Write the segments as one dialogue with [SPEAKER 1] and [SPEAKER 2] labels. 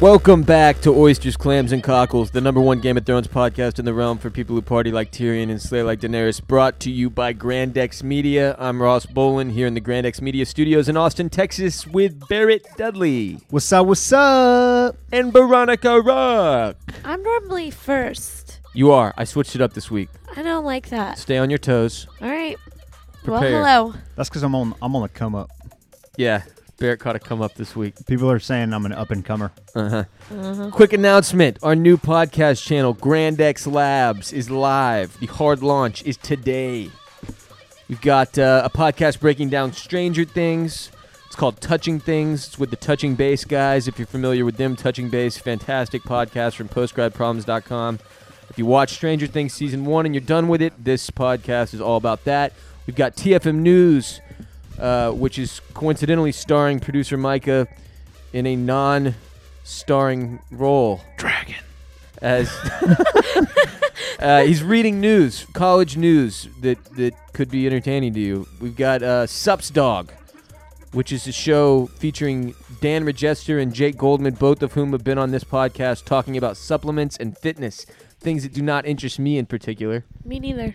[SPEAKER 1] Welcome back to Oysters, Clams, and Cockles, the number one Game of Thrones podcast in the realm for people who party like Tyrion and slay like Daenerys. Brought to you by Grand X Media. I'm Ross Bolin here in the Grand X Media studios in Austin, Texas, with Barrett Dudley
[SPEAKER 2] What's up? What's up?
[SPEAKER 1] and Veronica Rock.
[SPEAKER 3] I'm normally first.
[SPEAKER 1] You are. I switched it up this week.
[SPEAKER 3] I don't like that.
[SPEAKER 1] Stay on your toes.
[SPEAKER 3] All right.
[SPEAKER 1] Prepare.
[SPEAKER 3] Well, hello.
[SPEAKER 2] That's because I'm on. I'm on the come up.
[SPEAKER 1] Yeah, Barrett caught a come up this week.
[SPEAKER 2] People are saying I'm an up and comer.
[SPEAKER 1] Uh-huh. Quick announcement. Our new podcast channel, Grand X Labs, is live. The hard launch is today. We've got uh, a podcast breaking down Stranger Things. It's called Touching Things. It's with the Touching Base guys. If you're familiar with them, Touching Base, fantastic podcast from postgradproblems.com. If you watch Stranger Things season one and you're done with it, this podcast is all about that. We've got TFM News, uh, which is coincidentally starring producer Micah in a non starring role. Dragon. As uh, he's reading news, college news that, that could be entertaining to you. We've got uh, Sups Dog, which is a show featuring Dan Regester and Jake Goldman, both of whom have been on this podcast talking about supplements and fitness, things that do not interest me in particular.
[SPEAKER 3] Me neither.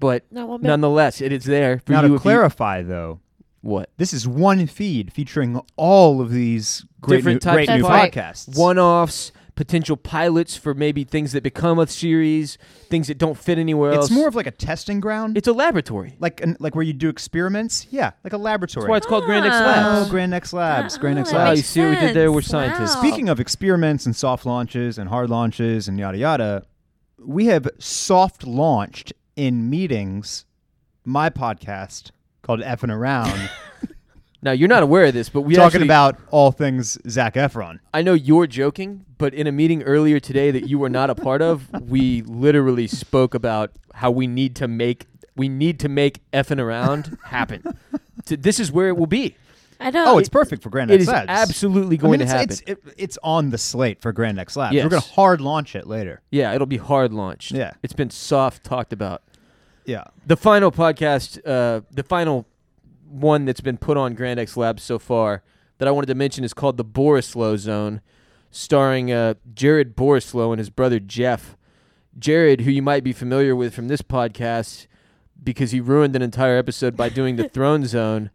[SPEAKER 1] But
[SPEAKER 3] Not one bit.
[SPEAKER 1] nonetheless, it is there for
[SPEAKER 2] now
[SPEAKER 1] you.
[SPEAKER 2] to
[SPEAKER 1] if you-
[SPEAKER 2] clarify, though,
[SPEAKER 1] what?
[SPEAKER 2] this is one feed featuring all of these great
[SPEAKER 1] Different
[SPEAKER 2] new,
[SPEAKER 1] types
[SPEAKER 2] great
[SPEAKER 3] of
[SPEAKER 2] new
[SPEAKER 3] pod-
[SPEAKER 2] podcasts.
[SPEAKER 1] one-offs, potential pilots for maybe things that become a series, things that don't fit anywhere else.
[SPEAKER 2] It's more of like a testing ground,
[SPEAKER 1] it's a laboratory.
[SPEAKER 2] like an, like where you do experiments. Yeah, like a laboratory.
[SPEAKER 1] That's why it's called Grand X
[SPEAKER 3] Ah.
[SPEAKER 1] Labs.
[SPEAKER 2] oh, Grand X Labs. Grand X
[SPEAKER 3] that
[SPEAKER 1] Wow,
[SPEAKER 2] Labs.
[SPEAKER 1] Ah, you
[SPEAKER 3] makes
[SPEAKER 1] see what we did there? We're
[SPEAKER 3] sense.
[SPEAKER 1] scientists.
[SPEAKER 3] Wow.
[SPEAKER 2] Speaking of experiments and soft launches and hard launches and yada yada, we have soft launched in meetings my podcast called Effing Around,
[SPEAKER 1] Now you're not aware of this, but we
[SPEAKER 2] talking
[SPEAKER 1] actually-
[SPEAKER 2] about all things Zach Efron.
[SPEAKER 1] I know you're joking, but in a meeting earlier today that you were not a part of, we literally spoke about how we need to make we need to make effing around happen. To- this is where it will be.
[SPEAKER 3] I don't.
[SPEAKER 2] Oh, it's perfect for Grand
[SPEAKER 1] It
[SPEAKER 2] X
[SPEAKER 1] is
[SPEAKER 2] Labs.
[SPEAKER 1] absolutely
[SPEAKER 2] I mean,
[SPEAKER 1] going to
[SPEAKER 2] it's,
[SPEAKER 1] happen.
[SPEAKER 2] It's, it, it's on the slate for Grand X Labs.
[SPEAKER 1] Yes.
[SPEAKER 2] We're going to hard launch it later.
[SPEAKER 1] yeah, it'll be hard launched.
[SPEAKER 2] Yeah.
[SPEAKER 1] it's been soft talked about.
[SPEAKER 2] Yeah.
[SPEAKER 1] the final podcast, uh, the final one that's been put on Grand X Labs so far that I wanted to mention is called the Borislow Zone, starring uh, Jared Borislow and his brother Jeff. Jared, who you might be familiar with from this podcast, because he ruined an entire episode by doing the Throne Zone.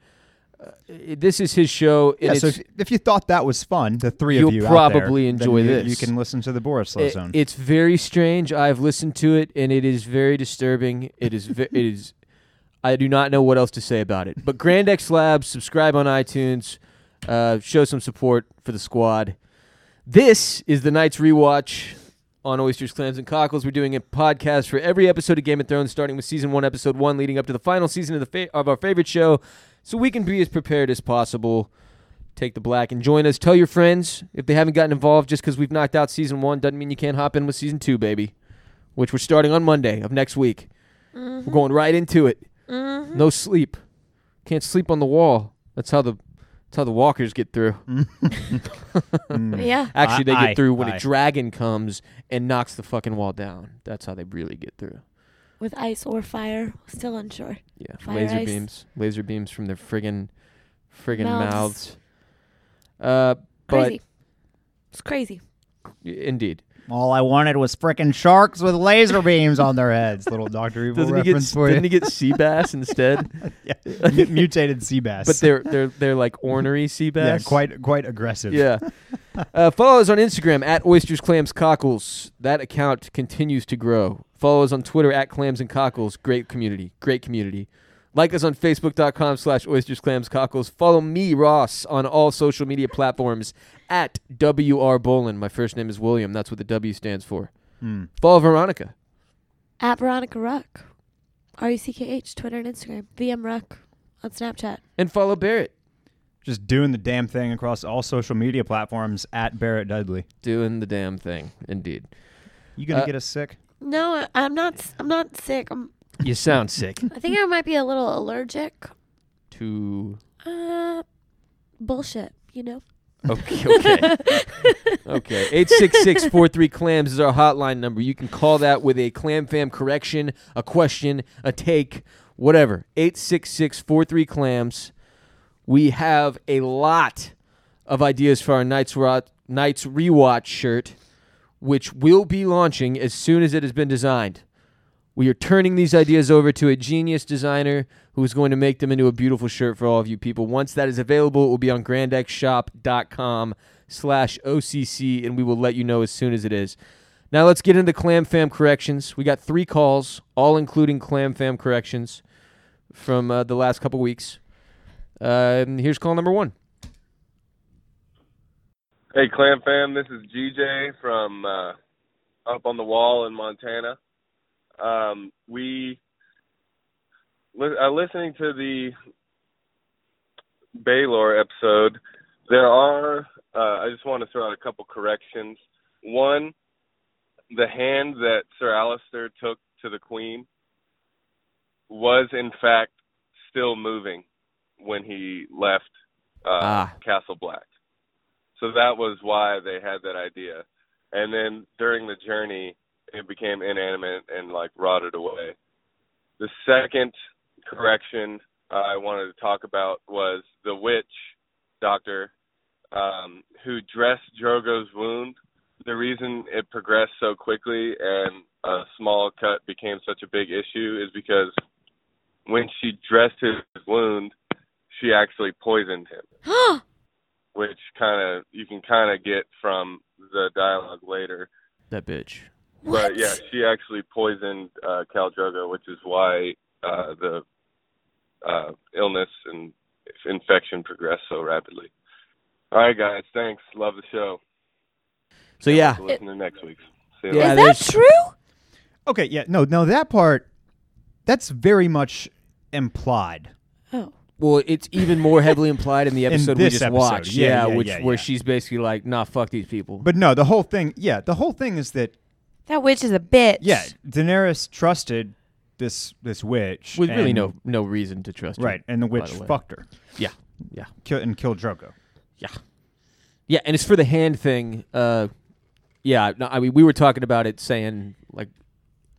[SPEAKER 1] Uh, i- this is his show.
[SPEAKER 2] Yeah,
[SPEAKER 1] and
[SPEAKER 2] so
[SPEAKER 1] it's-
[SPEAKER 2] if, if you thought that was fun, the three
[SPEAKER 1] You'll
[SPEAKER 2] of you out
[SPEAKER 1] probably
[SPEAKER 2] there,
[SPEAKER 1] enjoy
[SPEAKER 2] then you,
[SPEAKER 1] this. Eh,
[SPEAKER 2] You can listen to the Boris Lozone.
[SPEAKER 1] It- It's very strange. I've listened to it, and it is very disturbing. It is. Ve- it is. I do not know what else to say about it. But Grand X Labs, subscribe on iTunes, uh, show some support for the squad. This is the night's rewatch on Oysters, Clams, and Cockles. We're doing a podcast for every episode of Game of Thrones, starting with season one, episode one, leading up to the final season of the fa- of our favorite show, so we can be as prepared as possible take the black and join us. Tell your friends if they haven't gotten involved just because we've knocked out season one doesn't mean you can't hop in with season two, baby, which we're starting on Monday of next week.
[SPEAKER 3] Mm-hmm.
[SPEAKER 1] We're going right into it. No sleep. Can't sleep on the wall. That's how the that's how the walkers get through.
[SPEAKER 3] yeah.
[SPEAKER 1] Actually,
[SPEAKER 2] Mm. I-
[SPEAKER 1] they get
[SPEAKER 2] I-
[SPEAKER 1] through when a
[SPEAKER 2] I.
[SPEAKER 1] dragon comes and knocks the fucking wall down. That's how they really get through.
[SPEAKER 3] With ice or fire, still unsure.
[SPEAKER 1] Yeah,
[SPEAKER 3] Fire
[SPEAKER 1] laser
[SPEAKER 3] ice.
[SPEAKER 1] beams, laser beams from their friggin' friggin' mouths.
[SPEAKER 3] Mouths.
[SPEAKER 1] Uh, but
[SPEAKER 3] Crazy. It's crazy.
[SPEAKER 1] indeed,
[SPEAKER 2] All I wanted was frickin' sharks with laser beams on their heads. Little Doctor Evil
[SPEAKER 1] Doesn't he get
[SPEAKER 2] reference for
[SPEAKER 1] didn't he get sea bass instead?
[SPEAKER 2] you. Yeah. Mutated sea bass.
[SPEAKER 1] But they're they're they're like ornery sea
[SPEAKER 2] yeah,
[SPEAKER 1] bass.
[SPEAKER 2] quite quite aggressive.
[SPEAKER 1] Yeah. Uh, follow us on Instagram at oysters clams cockles. That account continues to grow. Follow us on Twitter at clams and cockles. Great community. Great community. Like us on Facebook.com slash oysters clams cockles. Follow me Ross on all social media platforms at WR Bolin. My first name is William. That's what the W stands for.
[SPEAKER 2] Hmm.
[SPEAKER 1] Follow Veronica.
[SPEAKER 3] At Veronica Ruck. R U C K H, Twitter and Instagram. VM Ruck on Snapchat.
[SPEAKER 1] And follow Barrett.
[SPEAKER 2] just doing the damn thing across all social media platforms at Barrett Dudley.
[SPEAKER 1] Doing the damn thing, indeed.
[SPEAKER 2] You gonna
[SPEAKER 1] Uh,
[SPEAKER 2] get us sick?
[SPEAKER 3] No, I- I'm not. s- I'm not sick. I'm,
[SPEAKER 1] You sound sick.
[SPEAKER 3] I think I might be a little allergic.
[SPEAKER 1] To
[SPEAKER 3] Uh, bullshit. You know.
[SPEAKER 1] okay, okay, okay. Eight six six four three clams is our hotline number. You can call that with a clam fam correction, a question, a take, whatever. Eight six six four three clams. We have a lot of ideas for our Knights Rot- Knights rewatch shirt, which will be launching as soon as it has been designed. We are turning these ideas over to a genius designer who is going to make them into a beautiful shirt for all of you people. Once that is available, it will be on grandxshop.com slash OCC, and we will let you know as soon as it is. Now let's get into Clam Fam corrections. We got three calls, all including Clam Fam corrections from uh, the last couple weeks. Um, here's call number one.
[SPEAKER 4] Hey, Clam Fam, this is GJ from uh, up on the wall in Montana. Um, we li- uh, listening to the Baylor episode. There are. Uh, I just want to throw out a couple corrections. One, the hand that Sir Alistair took to the Queen was in fact still moving when he left uh,
[SPEAKER 1] Ah.
[SPEAKER 4] Castle Black. So that was why they had that idea. And then during the journey, it became inanimate and like rotted away. The second correction I wanted to talk about was the witch doctor um, who dressed Drogo's wound. The reason it progressed so quickly and a small cut became such a big issue is because when she dressed his wound, she actually poisoned him which kind of you can kind of get from the dialogue later.
[SPEAKER 1] That bitch.
[SPEAKER 3] what?
[SPEAKER 4] But yeah, she actually poisoned uh, Cal Drogo, which is why uh, the uh, illness and infection progressed so rapidly. All right, guys, thanks. Love the show.
[SPEAKER 1] So yeah,
[SPEAKER 4] We'll listen to next week's. See you
[SPEAKER 1] Yeah,
[SPEAKER 3] Is that
[SPEAKER 1] there's-
[SPEAKER 3] true?
[SPEAKER 2] Okay, yeah, no, no, that part, that's very much implied.
[SPEAKER 3] Oh.
[SPEAKER 1] Well, it's even more heavily implied in the
[SPEAKER 2] In
[SPEAKER 1] episode we
[SPEAKER 2] this
[SPEAKER 1] just
[SPEAKER 2] episode,
[SPEAKER 1] watched.
[SPEAKER 2] yeah, yeah,
[SPEAKER 1] which
[SPEAKER 2] yeah,
[SPEAKER 1] where
[SPEAKER 2] yeah.
[SPEAKER 1] she's basically like, "Nah, fuck these people."
[SPEAKER 2] But no, the whole thing, yeah, the whole thing is that
[SPEAKER 3] That witch is a bitch.
[SPEAKER 2] yeah, Daenerys trusted this this witch
[SPEAKER 1] with really
[SPEAKER 2] and-
[SPEAKER 1] no no reason to trust. her,
[SPEAKER 2] right, and the
[SPEAKER 1] by
[SPEAKER 2] witch
[SPEAKER 1] way.
[SPEAKER 2] fucked her
[SPEAKER 1] Yeah, yeah,
[SPEAKER 2] kill, and killed Drogo.
[SPEAKER 1] yeah, yeah. And it's for the hand thing. Uh, yeah. No, I mean, we were talking about it, saying like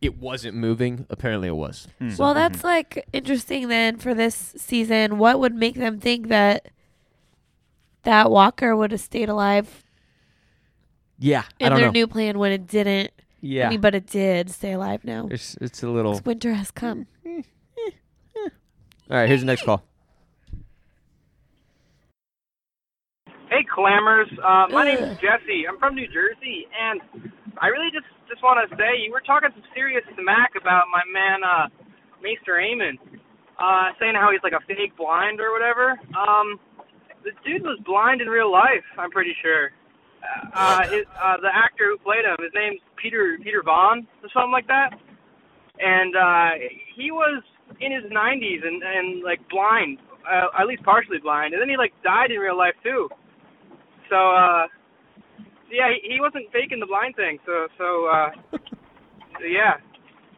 [SPEAKER 1] it wasn't moving. Apparently, it was.
[SPEAKER 3] Well,
[SPEAKER 1] Mm-hmm.
[SPEAKER 3] that's like interesting then for this season. What would make them think that that Walker would have stayed alive
[SPEAKER 1] Yeah, I
[SPEAKER 3] in
[SPEAKER 1] don't
[SPEAKER 3] their
[SPEAKER 1] know.
[SPEAKER 3] new plan when it didn't?
[SPEAKER 1] yeah,
[SPEAKER 3] I mean, but it did stay alive now.
[SPEAKER 1] it's it's a little. Eh.
[SPEAKER 3] Winter has come.
[SPEAKER 1] All right, here's the next call.
[SPEAKER 5] Hey, Clammers. Uh, my
[SPEAKER 3] Ugh.
[SPEAKER 5] name's Jesse. I'm from New Jersey, and I really just just want to say you were talking some serious smack about my man uh, Maester Aemon, uh, saying how he's like a fake blind or whatever. Um, this dude was blind in real life. I'm pretty sure. Uh, his, uh, the actor who played him, his name's Peter Peter Vaughn or something like that, and uh, he was in his 90s and and like blind, uh, at least partially blind, and then he like died in real life too. So uh yeah, he, he wasn't faking the blind thing. So so uh so yeah.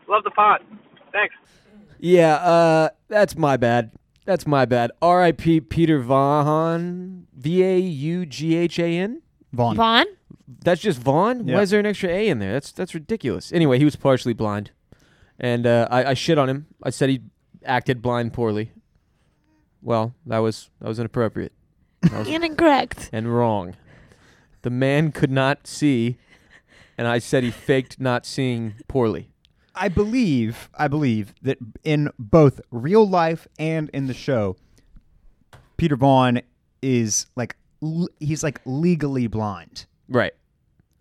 [SPEAKER 5] Love the pot. Thanks.
[SPEAKER 1] Yeah, uh, that's my bad. That's my bad. R.I.P. Peter Vaughan. V a u g h a n.
[SPEAKER 2] Vaughn.
[SPEAKER 3] Vaughn?
[SPEAKER 1] That's just Vaughn.
[SPEAKER 2] Yeah.
[SPEAKER 1] Why is there an extra A in there? That's that's ridiculous. Anyway, he was partially blind, and uh, I, I shit on him. I said he acted blind poorly. Well, that was that was inappropriate
[SPEAKER 3] Incorrect.
[SPEAKER 1] and wrong. The man could not see, and I said he faked not seeing poorly.
[SPEAKER 2] I believe, I believe that in both real life and in the show, Peter Vaughn is like l- he's like legally blind.
[SPEAKER 1] Right.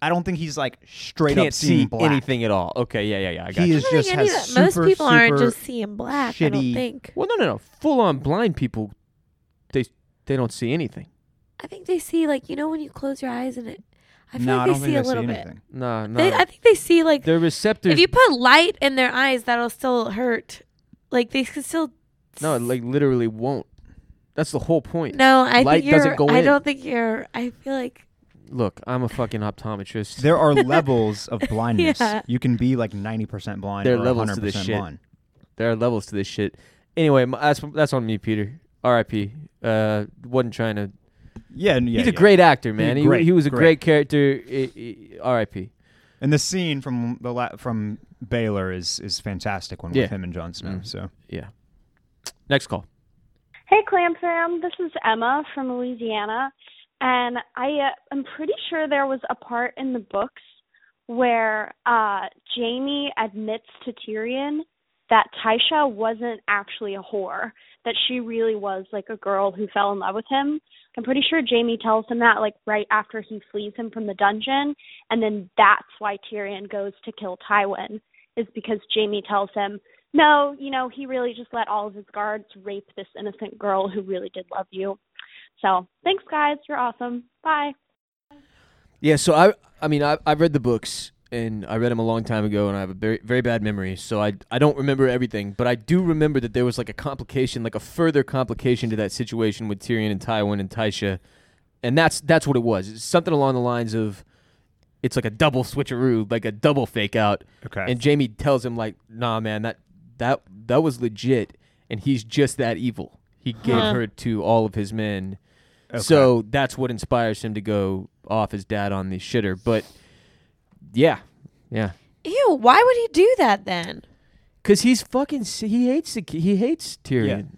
[SPEAKER 2] I don't think he's like straight up
[SPEAKER 1] Can't
[SPEAKER 2] seeing
[SPEAKER 1] see
[SPEAKER 2] black.
[SPEAKER 1] anything at all. Okay. Yeah. Yeah. Yeah. I got
[SPEAKER 2] He
[SPEAKER 1] you.
[SPEAKER 2] is
[SPEAKER 3] I don't
[SPEAKER 2] just
[SPEAKER 3] think any
[SPEAKER 2] has
[SPEAKER 3] of that-
[SPEAKER 2] super,
[SPEAKER 3] Most people aren't
[SPEAKER 2] super
[SPEAKER 3] just seeing black, I
[SPEAKER 2] shitty-
[SPEAKER 3] don't think.
[SPEAKER 1] Well, no, no, no. Full on blind people, they they don't see anything.
[SPEAKER 3] I think they see, like, you know, when you close your eyes and it. I feel
[SPEAKER 2] no, I
[SPEAKER 3] like they
[SPEAKER 2] don't think
[SPEAKER 3] see
[SPEAKER 2] I
[SPEAKER 3] a little
[SPEAKER 2] see
[SPEAKER 3] bit.
[SPEAKER 2] anything.
[SPEAKER 1] No, Uh, no.
[SPEAKER 3] They, I think they see, like,
[SPEAKER 1] Their receptors.
[SPEAKER 3] if you put light in their eyes, that'll still hurt. Like, they can still.
[SPEAKER 1] no, it, like literally won't. That's the whole point.
[SPEAKER 3] No, I
[SPEAKER 1] Light
[SPEAKER 3] think you're.
[SPEAKER 1] doesn't go
[SPEAKER 3] I
[SPEAKER 1] in.
[SPEAKER 3] don't think you're. I feel like
[SPEAKER 1] Look, I'm a fucking optometrist.
[SPEAKER 2] There are levels of blindness.
[SPEAKER 3] Yeah.
[SPEAKER 2] You can be like 90% blind
[SPEAKER 1] There are
[SPEAKER 2] or
[SPEAKER 1] levels
[SPEAKER 2] 100%
[SPEAKER 1] to this shit.
[SPEAKER 2] blind.
[SPEAKER 1] there are levels to this shit. Anyway, my, that's that's on me, Peter. R.I.P. Uh, wasn't trying to.
[SPEAKER 2] Yeah, and yeah.
[SPEAKER 1] he's a
[SPEAKER 2] yeah.
[SPEAKER 1] great actor, man. He,
[SPEAKER 2] great,
[SPEAKER 1] he was a
[SPEAKER 2] great.
[SPEAKER 1] great, character. I- I- R.I.P.
[SPEAKER 2] And the scene from the la- from Baylor is is fantastic one
[SPEAKER 1] Yeah. Mm-hmm.
[SPEAKER 2] with him and Jon Snow. So
[SPEAKER 1] Yeah. Next call.
[SPEAKER 6] Hey, Clam Fam. This is Emma from Louisiana. And I uh, am pretty sure there was a part in the books where uh, Jamie admits to Tyrion that Tysha wasn't actually a whore, that she really was like a girl who fell in love with him. I'm pretty sure Jamie tells him that like right after he flees him from the dungeon. And then that's why Tyrion goes to kill Tywin, is because Jamie tells him, no, you know, he really just let all of his guards rape this innocent girl who really did love you. So thanks, guys. You're awesome. Bye.
[SPEAKER 1] Yeah, so I I mean I I've read the books and I read them a long time ago and I have a very very bad memory, so I I don't remember everything, but I do remember that there was like a complication, like a further complication to that situation with Tyrion and Tywin and Tysha. And that's that's what it was. It's something along the lines of it's like a double switcheroo, like a double fake out.
[SPEAKER 2] Okay.
[SPEAKER 1] And Jamie tells him like, "Nah, man, that that that was legit and he's just that evil. He gave her to all of his men." So that's what inspires him to go off his dad on the shitter. But yeah, yeah,
[SPEAKER 3] ew. Why would he do that then?
[SPEAKER 1] because he's fucking. s- He hates the. ki- He hates Tyrion.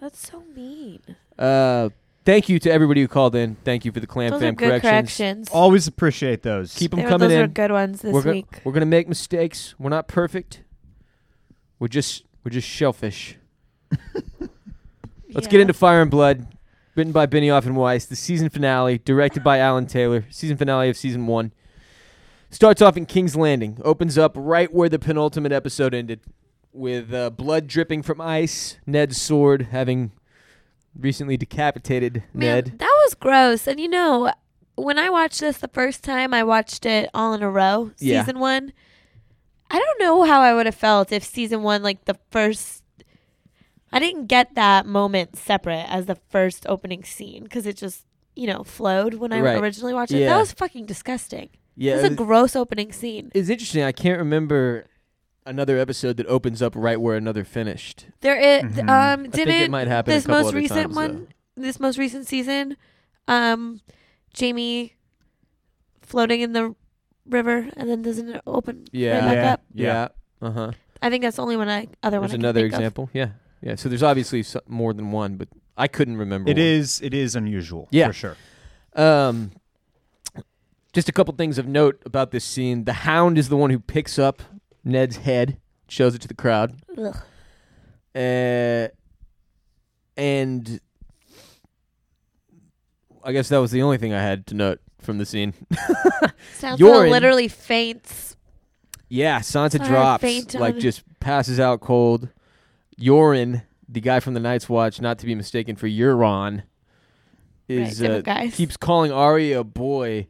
[SPEAKER 3] That's so mean.
[SPEAKER 1] Uh, thank you to everybody who called in. Thank you for the clam
[SPEAKER 3] Those are
[SPEAKER 1] fam
[SPEAKER 3] good
[SPEAKER 1] corrections.
[SPEAKER 3] corrections.
[SPEAKER 2] always appreciate those.
[SPEAKER 1] Keep
[SPEAKER 3] They
[SPEAKER 1] them
[SPEAKER 3] were-
[SPEAKER 1] coming
[SPEAKER 3] those
[SPEAKER 1] in.
[SPEAKER 3] are good ones this
[SPEAKER 1] we're gonna
[SPEAKER 3] week.
[SPEAKER 1] we're gonna make mistakes. We're not perfect. We're just we're just shellfish. Let's get
[SPEAKER 3] Yeah.
[SPEAKER 1] into Fire and Blood, written by Benioff and Weiss, the season finale, directed by Alan Taylor, season finale of season one. Starts off in King's Landing, opens up right where the penultimate episode ended, with uh, blood dripping from ice, Ned's sword having recently decapitated
[SPEAKER 3] Man,
[SPEAKER 1] Ned.
[SPEAKER 3] That was gross. And you know, when I watched this the first time, I watched it all in a row,
[SPEAKER 1] Yeah.
[SPEAKER 3] season one. I don't know how I would have felt if season one, like the first. I didn't get that moment separate as the first opening scene because it just, you know, flowed when I
[SPEAKER 1] Right.
[SPEAKER 3] originally watched it.
[SPEAKER 1] Yeah.
[SPEAKER 3] That was fucking disgusting.
[SPEAKER 1] Yeah,
[SPEAKER 3] it was a
[SPEAKER 1] it-
[SPEAKER 3] gross opening scene.
[SPEAKER 1] it's interesting. I can't remember another episode that opens up right where another finished.
[SPEAKER 3] There it
[SPEAKER 2] Mhm.
[SPEAKER 3] um
[SPEAKER 1] Mm-hmm. I think
[SPEAKER 3] didn't
[SPEAKER 1] it might happen a
[SPEAKER 3] this
[SPEAKER 1] couple
[SPEAKER 3] most
[SPEAKER 1] other
[SPEAKER 3] recent
[SPEAKER 1] times,
[SPEAKER 3] one this most recent season um Jamie floating in the river and then doesn't it open
[SPEAKER 1] Yeah.
[SPEAKER 3] right back
[SPEAKER 2] Yeah.
[SPEAKER 3] up.
[SPEAKER 1] Yeah. Uh huh.
[SPEAKER 3] I think that's the only one I other one
[SPEAKER 1] There's
[SPEAKER 3] I can
[SPEAKER 1] another
[SPEAKER 3] think of.
[SPEAKER 1] example. Yeah. Yeah. So there's obviously so- more than one, but I couldn't remember.
[SPEAKER 2] it
[SPEAKER 1] one.
[SPEAKER 2] is it is unusual
[SPEAKER 1] Yeah.
[SPEAKER 2] for sure.
[SPEAKER 1] Um, just a couple things of note about this scene. The Hound is the one who picks up Ned's head, shows it to the crowd,
[SPEAKER 3] Ugh.
[SPEAKER 1] uh, and I guess that was the only thing I had to note from the scene.
[SPEAKER 3] Sansa
[SPEAKER 1] Yorin-
[SPEAKER 3] literally faints.
[SPEAKER 1] Yeah, Sansa
[SPEAKER 3] Sorry, I
[SPEAKER 1] drops,
[SPEAKER 3] fainted.
[SPEAKER 1] like just passes out cold. Yorin, the guy from the Night's Watch, not to be mistaken for Euron, is
[SPEAKER 3] Right,
[SPEAKER 1] uh,
[SPEAKER 3] different guys.
[SPEAKER 1] keeps calling Arya a boy,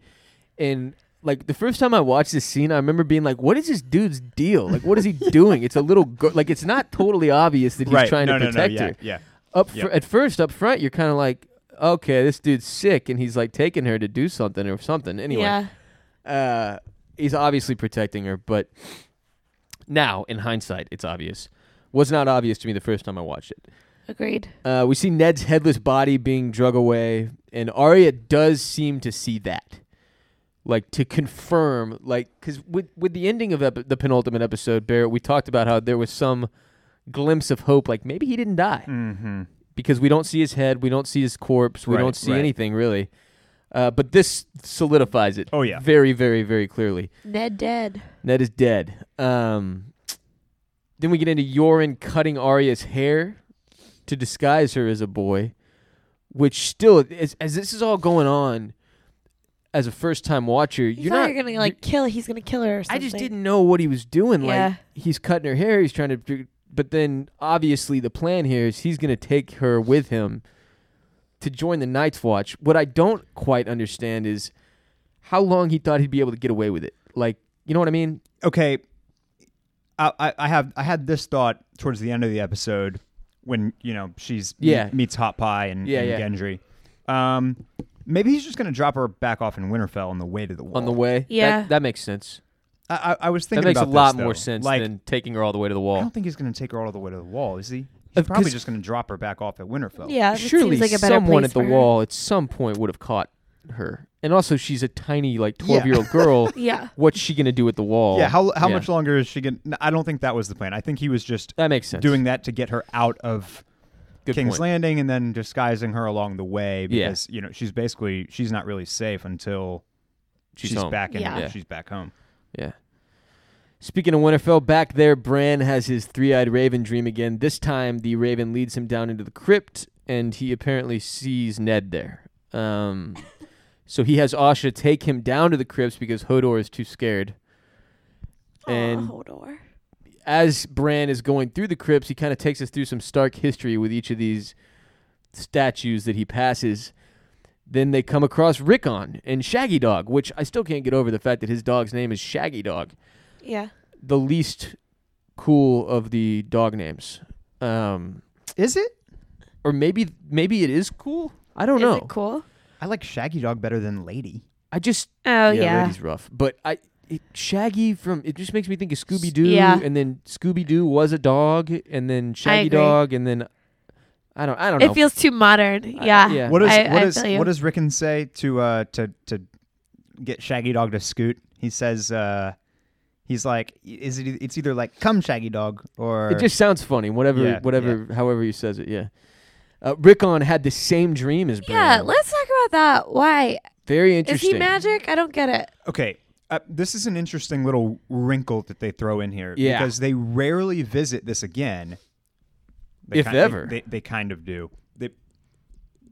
[SPEAKER 1] and like the first time I watched this scene, I remember being like, "What is this dude's deal? Like, what is he doing?" It's a little girl. Like, it's not totally obvious that he's
[SPEAKER 2] right.
[SPEAKER 1] trying
[SPEAKER 2] no,
[SPEAKER 1] to
[SPEAKER 2] no,
[SPEAKER 1] protect
[SPEAKER 2] no,
[SPEAKER 1] her.
[SPEAKER 2] Yeah, yeah.
[SPEAKER 1] Up
[SPEAKER 2] Yeah.
[SPEAKER 1] fr- at first, up front, you're kind of like, "Okay, this dude's sick," and he's like taking her to do something or something. Anyway,
[SPEAKER 3] Yeah.
[SPEAKER 1] uh, he's obviously protecting her, but now in hindsight, it's obvious. Was not obvious to me the first time I watched it.
[SPEAKER 3] Agreed.
[SPEAKER 1] Uh, we see Ned's headless body being drug away, and Arya does seem to see that, like to confirm, like because with with the ending of epi- the penultimate episode, Barrett, we talked about how there was some glimpse of hope, like maybe he didn't die
[SPEAKER 2] Mm-hmm.
[SPEAKER 1] because we don't see his head, we don't see his corpse, we
[SPEAKER 2] Right,
[SPEAKER 1] don't see
[SPEAKER 2] right.
[SPEAKER 1] anything really. Uh, but this solidifies it.
[SPEAKER 2] Oh, yeah.
[SPEAKER 1] very, very, very clearly.
[SPEAKER 3] Ned dead.
[SPEAKER 1] Ned is dead. Um, then we get into Yoren cutting Arya's hair to disguise her as a boy, which still, as, as this is all going on, as a first-time watcher,
[SPEAKER 3] You
[SPEAKER 1] you're
[SPEAKER 3] thought
[SPEAKER 1] not
[SPEAKER 3] you're gonna like kill he's gonna kill her or something.
[SPEAKER 1] I just didn't know what he was doing.
[SPEAKER 3] Yeah.
[SPEAKER 1] Like he's cutting her hair. He's trying to. do- But then obviously the plan here is he's going to take her with him to join the Night's Watch. What I don't quite understand is how long he thought he'd be able to get away with it. Like you know what I mean?
[SPEAKER 2] Okay, I, I, I have I had this thought towards the end of the episode when you know she's
[SPEAKER 1] Yeah.
[SPEAKER 2] meets Hot Pie and,
[SPEAKER 1] Yeah,
[SPEAKER 2] and
[SPEAKER 1] yeah.
[SPEAKER 2] Gendry. Um, maybe he's just gonna drop her back off in Winterfell on the way to the wall.
[SPEAKER 1] on the way.
[SPEAKER 3] Yeah.
[SPEAKER 1] that, that makes sense.
[SPEAKER 2] I, I, I was
[SPEAKER 1] That
[SPEAKER 2] thinking
[SPEAKER 1] makes a
[SPEAKER 2] about
[SPEAKER 1] lot
[SPEAKER 2] this,
[SPEAKER 1] more
[SPEAKER 2] though.
[SPEAKER 1] sense
[SPEAKER 2] Like,
[SPEAKER 1] than taking her all the way to the
[SPEAKER 2] I
[SPEAKER 1] wall.
[SPEAKER 2] don't think he's gonna take her all the way to the wall, is he? He's
[SPEAKER 1] Of-
[SPEAKER 2] probably
[SPEAKER 1] 'cause-
[SPEAKER 2] just gonna drop her back off at Winterfell.
[SPEAKER 3] Yeah, that
[SPEAKER 1] Surely
[SPEAKER 3] seems like a better
[SPEAKER 1] someone
[SPEAKER 3] place
[SPEAKER 1] at the
[SPEAKER 3] for her.
[SPEAKER 1] wall at some point would have caught her. And also, she's a tiny, like twelve-year-old girl.
[SPEAKER 3] Yeah.
[SPEAKER 1] What's she gonna do at the wall?
[SPEAKER 2] Yeah. How how
[SPEAKER 1] Yeah.
[SPEAKER 2] much longer is she gonna? no, I don't think that was the plan. I think he was just
[SPEAKER 1] That makes sense.
[SPEAKER 2] doing that to get her out of
[SPEAKER 1] Good
[SPEAKER 2] King's
[SPEAKER 1] point.
[SPEAKER 2] Landing and then disguising her along the way
[SPEAKER 1] Yeah.
[SPEAKER 2] because you know she's basically she's not really safe until
[SPEAKER 1] She's
[SPEAKER 2] she's,
[SPEAKER 1] home.
[SPEAKER 2] back in
[SPEAKER 3] Yeah.
[SPEAKER 1] Yeah.
[SPEAKER 2] she's back home.
[SPEAKER 1] Yeah. Speaking of Winterfell, back there, Bran has his three eyed raven dream again. This time, the raven leads him down into the crypt, and he apparently sees Ned there. Um, so he has Asha take him down to the crypts because Hodor is too scared. And
[SPEAKER 3] oh, Hodor.
[SPEAKER 1] as Bran is going through the crypts, he kind of takes us through some stark history with each of these statues that he passes. Then they come across Rickon and Shaggy Dog, which I still can't get over the fact that his dog's name is Shaggy Dog
[SPEAKER 3] Yeah.
[SPEAKER 1] the least cool of the dog names. Um,
[SPEAKER 2] Is it?
[SPEAKER 1] or maybe maybe it is cool. I don't
[SPEAKER 3] Is
[SPEAKER 1] know.
[SPEAKER 3] it cool?
[SPEAKER 2] I like Shaggy Dog better than Lady.
[SPEAKER 1] I just
[SPEAKER 3] Oh yeah.
[SPEAKER 1] Lady's rough, but I it, Shaggy from it just makes me think of Scooby Doo,
[SPEAKER 3] yeah.
[SPEAKER 1] and then Scooby Doo was a dog, and then Shaggy
[SPEAKER 3] agree.
[SPEAKER 1] Dog, and then I don't I don't know.
[SPEAKER 3] It feels too modern. Yeah.
[SPEAKER 1] yeah.
[SPEAKER 2] What does
[SPEAKER 3] I-
[SPEAKER 2] what
[SPEAKER 3] I
[SPEAKER 2] does
[SPEAKER 3] feel you.
[SPEAKER 2] what does Rickon say to uh to to get Shaggy Dog to scoot? He says uh he's like is it it's either like come Shaggy Dog or
[SPEAKER 1] It just sounds funny. Whatever,
[SPEAKER 2] Yeah,
[SPEAKER 1] whatever, however he says it. Yeah. Uh, Rickon had the same dream as Bran.
[SPEAKER 3] Yeah, let's talk about that. Why?
[SPEAKER 1] Very
[SPEAKER 3] Is
[SPEAKER 1] interesting.
[SPEAKER 3] he magic? I don't get it.
[SPEAKER 2] Okay. Uh, this is an interesting little wrinkle that they throw in here
[SPEAKER 1] Yeah.
[SPEAKER 2] because they rarely visit this again.
[SPEAKER 1] If
[SPEAKER 2] kind-
[SPEAKER 1] ever.
[SPEAKER 2] they, they kind of do. They,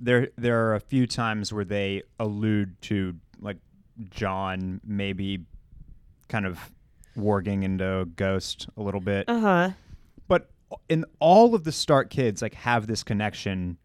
[SPEAKER 2] there, there are a few times where they allude to like John maybe kind of warging into a ghost a little bit,
[SPEAKER 3] Uh
[SPEAKER 1] Uh-huh.
[SPEAKER 3] huh.
[SPEAKER 2] but in all of the Stark kids, like have this connection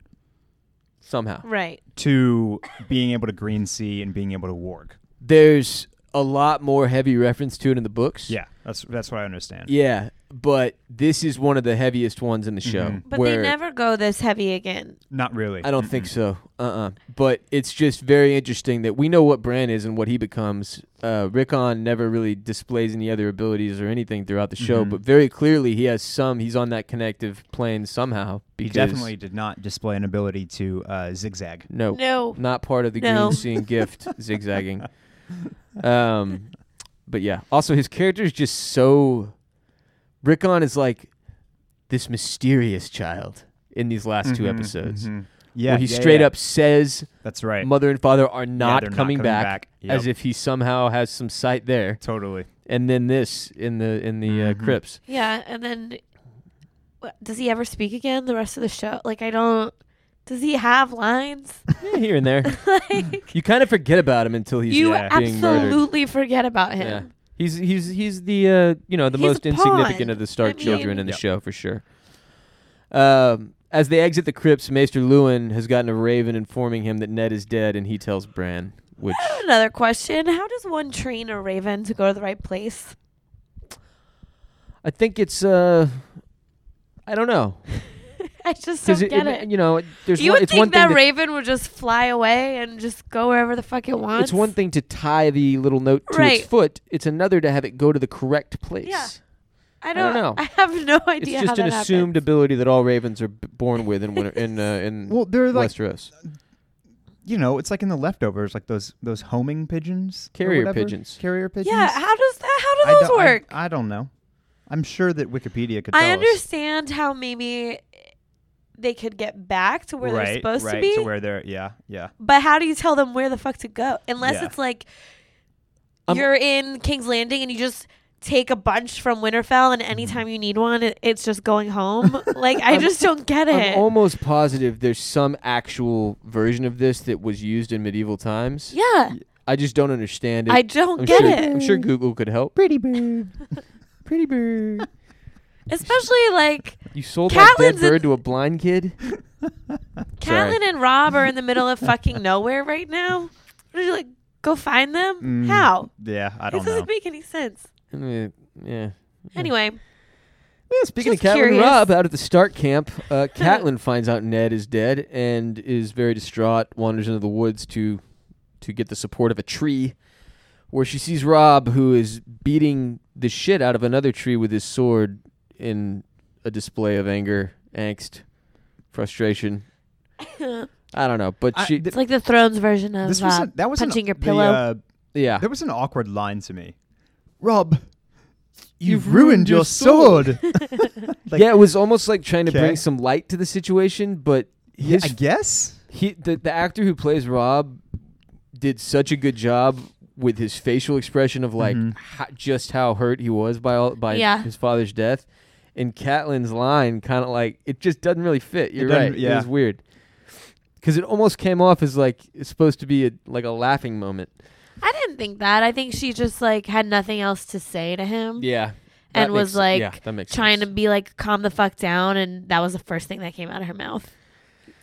[SPEAKER 1] Somehow.
[SPEAKER 3] Right.
[SPEAKER 2] to being able to green sea and being able to warg.
[SPEAKER 1] There's a lot more heavy reference to it in the books.
[SPEAKER 2] Yeah, that's that's what I understand.
[SPEAKER 1] Yeah, but this is one of the heaviest ones in the show.
[SPEAKER 2] Mm-hmm.
[SPEAKER 3] But
[SPEAKER 1] where-
[SPEAKER 3] they never go this heavy again.
[SPEAKER 2] Not really.
[SPEAKER 1] I don't think so. Uh. uh But it's just very interesting that we know what Bran is and what he becomes. Uh, Rickon never really displays any other abilities or anything throughout the show,
[SPEAKER 2] Mm-hmm.
[SPEAKER 1] but very clearly he has some. He's on that connective plane somehow.
[SPEAKER 2] He
[SPEAKER 1] Because
[SPEAKER 2] definitely did not display an ability to uh, zigzag.
[SPEAKER 1] no,
[SPEAKER 3] No.
[SPEAKER 1] not part of the
[SPEAKER 3] No.
[SPEAKER 1] green scene gift zigzagging. Um, but yeah. Also, his character is just so. Rickon is like this mysterious child in these last two episodes.
[SPEAKER 2] Yeah,
[SPEAKER 1] Where he
[SPEAKER 2] Mm-hmm, yeah,
[SPEAKER 1] straight
[SPEAKER 2] yeah.
[SPEAKER 1] up says
[SPEAKER 2] That's right.
[SPEAKER 1] mother and father are not,
[SPEAKER 2] they're not
[SPEAKER 1] coming,
[SPEAKER 2] coming
[SPEAKER 1] back,
[SPEAKER 2] back. Yep.
[SPEAKER 1] as if he somehow has some sight there.
[SPEAKER 2] totally. Mm-hmm.
[SPEAKER 1] And then this in the in the uh, crypts.
[SPEAKER 3] Yeah, and then what, does he ever speak again the rest of the show? Like I don't. Does he have lines?
[SPEAKER 1] Yeah, Eh, here and there.
[SPEAKER 3] like
[SPEAKER 1] You kind of forget about him until he's
[SPEAKER 3] you
[SPEAKER 1] yeah, being murdered.
[SPEAKER 3] absolutely forget about him.
[SPEAKER 1] Yeah. He's he's he's the uh, you know the
[SPEAKER 3] He's a
[SPEAKER 1] most insignificant
[SPEAKER 3] pawn.
[SPEAKER 1] of the Stark
[SPEAKER 3] I mean-
[SPEAKER 1] children in the
[SPEAKER 2] Yep.
[SPEAKER 1] show for sure. Um, as they exit the crypts, Maester Lewin has gotten a raven informing him that Ned is dead, and he tells Bran, which
[SPEAKER 3] I have Another question: How does one train a raven to go to the right place?
[SPEAKER 1] I think it's uh, I don't know
[SPEAKER 3] I just don't
[SPEAKER 1] it,
[SPEAKER 3] get
[SPEAKER 1] it-
[SPEAKER 3] it.
[SPEAKER 1] you know there's
[SPEAKER 3] you
[SPEAKER 1] one,
[SPEAKER 3] would
[SPEAKER 1] it's one
[SPEAKER 3] think
[SPEAKER 1] thing
[SPEAKER 3] that
[SPEAKER 1] to-
[SPEAKER 3] raven would just fly away and just go wherever the fuck it wants.
[SPEAKER 1] It's one thing to tie the little note to
[SPEAKER 3] Right.
[SPEAKER 1] its foot. It's another to have it go to the correct place.
[SPEAKER 3] Yeah. I
[SPEAKER 1] don't
[SPEAKER 3] don't, I
[SPEAKER 1] know.
[SPEAKER 3] have no
[SPEAKER 1] It's
[SPEAKER 3] idea.
[SPEAKER 1] just
[SPEAKER 3] how
[SPEAKER 1] an
[SPEAKER 3] that
[SPEAKER 1] assumed
[SPEAKER 3] happened.
[SPEAKER 1] ability that all ravens are b- born with in winter, in uh, in
[SPEAKER 2] Well, they're like
[SPEAKER 1] Westeros.
[SPEAKER 2] you know, it's like in the leftovers, like those those homing pigeons, or
[SPEAKER 1] Carrier
[SPEAKER 2] whatever.
[SPEAKER 1] pigeons.
[SPEAKER 2] carrier pigeons.
[SPEAKER 3] Yeah. How does that? How
[SPEAKER 2] I
[SPEAKER 3] do
[SPEAKER 2] don't-
[SPEAKER 3] those
[SPEAKER 2] I-
[SPEAKER 3] work?
[SPEAKER 2] I, don't know. I'm sure that Wikipedia could.
[SPEAKER 3] I
[SPEAKER 2] tell us.
[SPEAKER 3] understand how maybe they could get back to where
[SPEAKER 2] right,
[SPEAKER 3] they're supposed
[SPEAKER 2] right,
[SPEAKER 3] to be,
[SPEAKER 2] to where they're yeah, yeah.
[SPEAKER 3] but how do you tell them where the fuck to go? Unless
[SPEAKER 2] Yeah.
[SPEAKER 3] it's like
[SPEAKER 1] Um,
[SPEAKER 3] you're in King's Landing and you just take a bunch from Winterfell, and anytime you need one, it, it's just going home. like I just don't get it.
[SPEAKER 1] Mm-hmm. I'm almost positive there's some actual version of this that was used in medieval times.
[SPEAKER 3] yeah,
[SPEAKER 1] I just don't understand it.
[SPEAKER 3] I don't
[SPEAKER 1] am
[SPEAKER 3] get
[SPEAKER 1] sure,
[SPEAKER 3] it.
[SPEAKER 1] I'm sure Google could help. Pretty bird. Pretty bird.
[SPEAKER 3] Especially like
[SPEAKER 1] You sold that dead
[SPEAKER 3] Catelyn's in-
[SPEAKER 1] bird to a blind kid? Sorry.
[SPEAKER 3] Catelyn and Rob are in the middle of fucking nowhere right now. Would you like go find them?
[SPEAKER 2] Mm,
[SPEAKER 3] How?
[SPEAKER 2] Yeah, I
[SPEAKER 3] It
[SPEAKER 2] don't
[SPEAKER 3] doesn't
[SPEAKER 2] know.
[SPEAKER 3] make any sense.
[SPEAKER 1] Uh, yeah.
[SPEAKER 3] Anyway,
[SPEAKER 1] Yeah, speaking
[SPEAKER 3] Just
[SPEAKER 1] of Catelyn
[SPEAKER 3] curious.
[SPEAKER 1] Robb, out at the Stark camp, uh, Catelyn finds out Ned is dead and is very distraught. Wanders into the woods to to get the support of a tree, where she sees Rob, who is beating the shit out of another tree with his sword in a display of anger, angst, frustration. I don't know, but
[SPEAKER 2] I-
[SPEAKER 1] she,
[SPEAKER 2] th-
[SPEAKER 3] It's like the Thrones version of
[SPEAKER 2] this was
[SPEAKER 3] uh,
[SPEAKER 2] a, that was an-
[SPEAKER 3] punching your
[SPEAKER 2] the,
[SPEAKER 3] pillow.
[SPEAKER 2] uh,
[SPEAKER 1] yeah,
[SPEAKER 2] there was an awkward line to me. Rob, you've, ruined,
[SPEAKER 1] ruined your
[SPEAKER 2] your sword. like-
[SPEAKER 1] yeah, it was almost like trying to bring
[SPEAKER 2] Okay.
[SPEAKER 1] some light to the situation, but his
[SPEAKER 2] I guess.
[SPEAKER 1] he the, the actor who plays Rob did such a good job with his facial expression of like
[SPEAKER 2] Mm-hmm.
[SPEAKER 1] ho- just how hurt he was by all, by
[SPEAKER 3] Yeah.
[SPEAKER 1] his father's death, and Catelyn's line kind of like it just doesn't really fit. You're
[SPEAKER 2] doesn't-
[SPEAKER 1] right. It
[SPEAKER 2] yeah.
[SPEAKER 1] was weird because it almost came off as like it's supposed to be a, like a laughing moment.
[SPEAKER 3] I didn't think that. I think she just like had nothing else to say to him.
[SPEAKER 1] Yeah,
[SPEAKER 3] And was like
[SPEAKER 1] that makes
[SPEAKER 3] trying
[SPEAKER 1] sense.
[SPEAKER 3] to be like calm the fuck down and that was the first thing that came out of her mouth.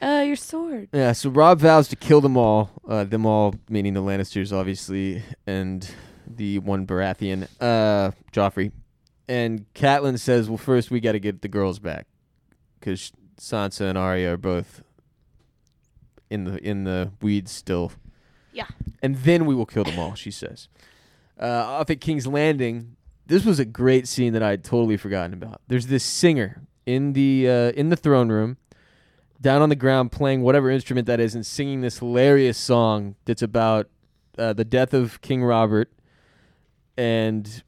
[SPEAKER 3] Uh your sword.
[SPEAKER 1] Yeah, so Rob vows to kill them all. Uh, them all, meaning the Lannisters, obviously, and the one Baratheon, uh, Joffrey. And Catelyn says, "Well, first we got to get the girls back, because Sansa and Arya are both in the in the weeds still."
[SPEAKER 3] Yeah.
[SPEAKER 1] And then we will kill them all, she says. Uh, off at King's Landing, this was a great scene that I had totally forgotten about. There's this singer in the uh, in the throne room down on the ground playing whatever instrument that is and singing this hilarious song that's about uh, the death of King Robert and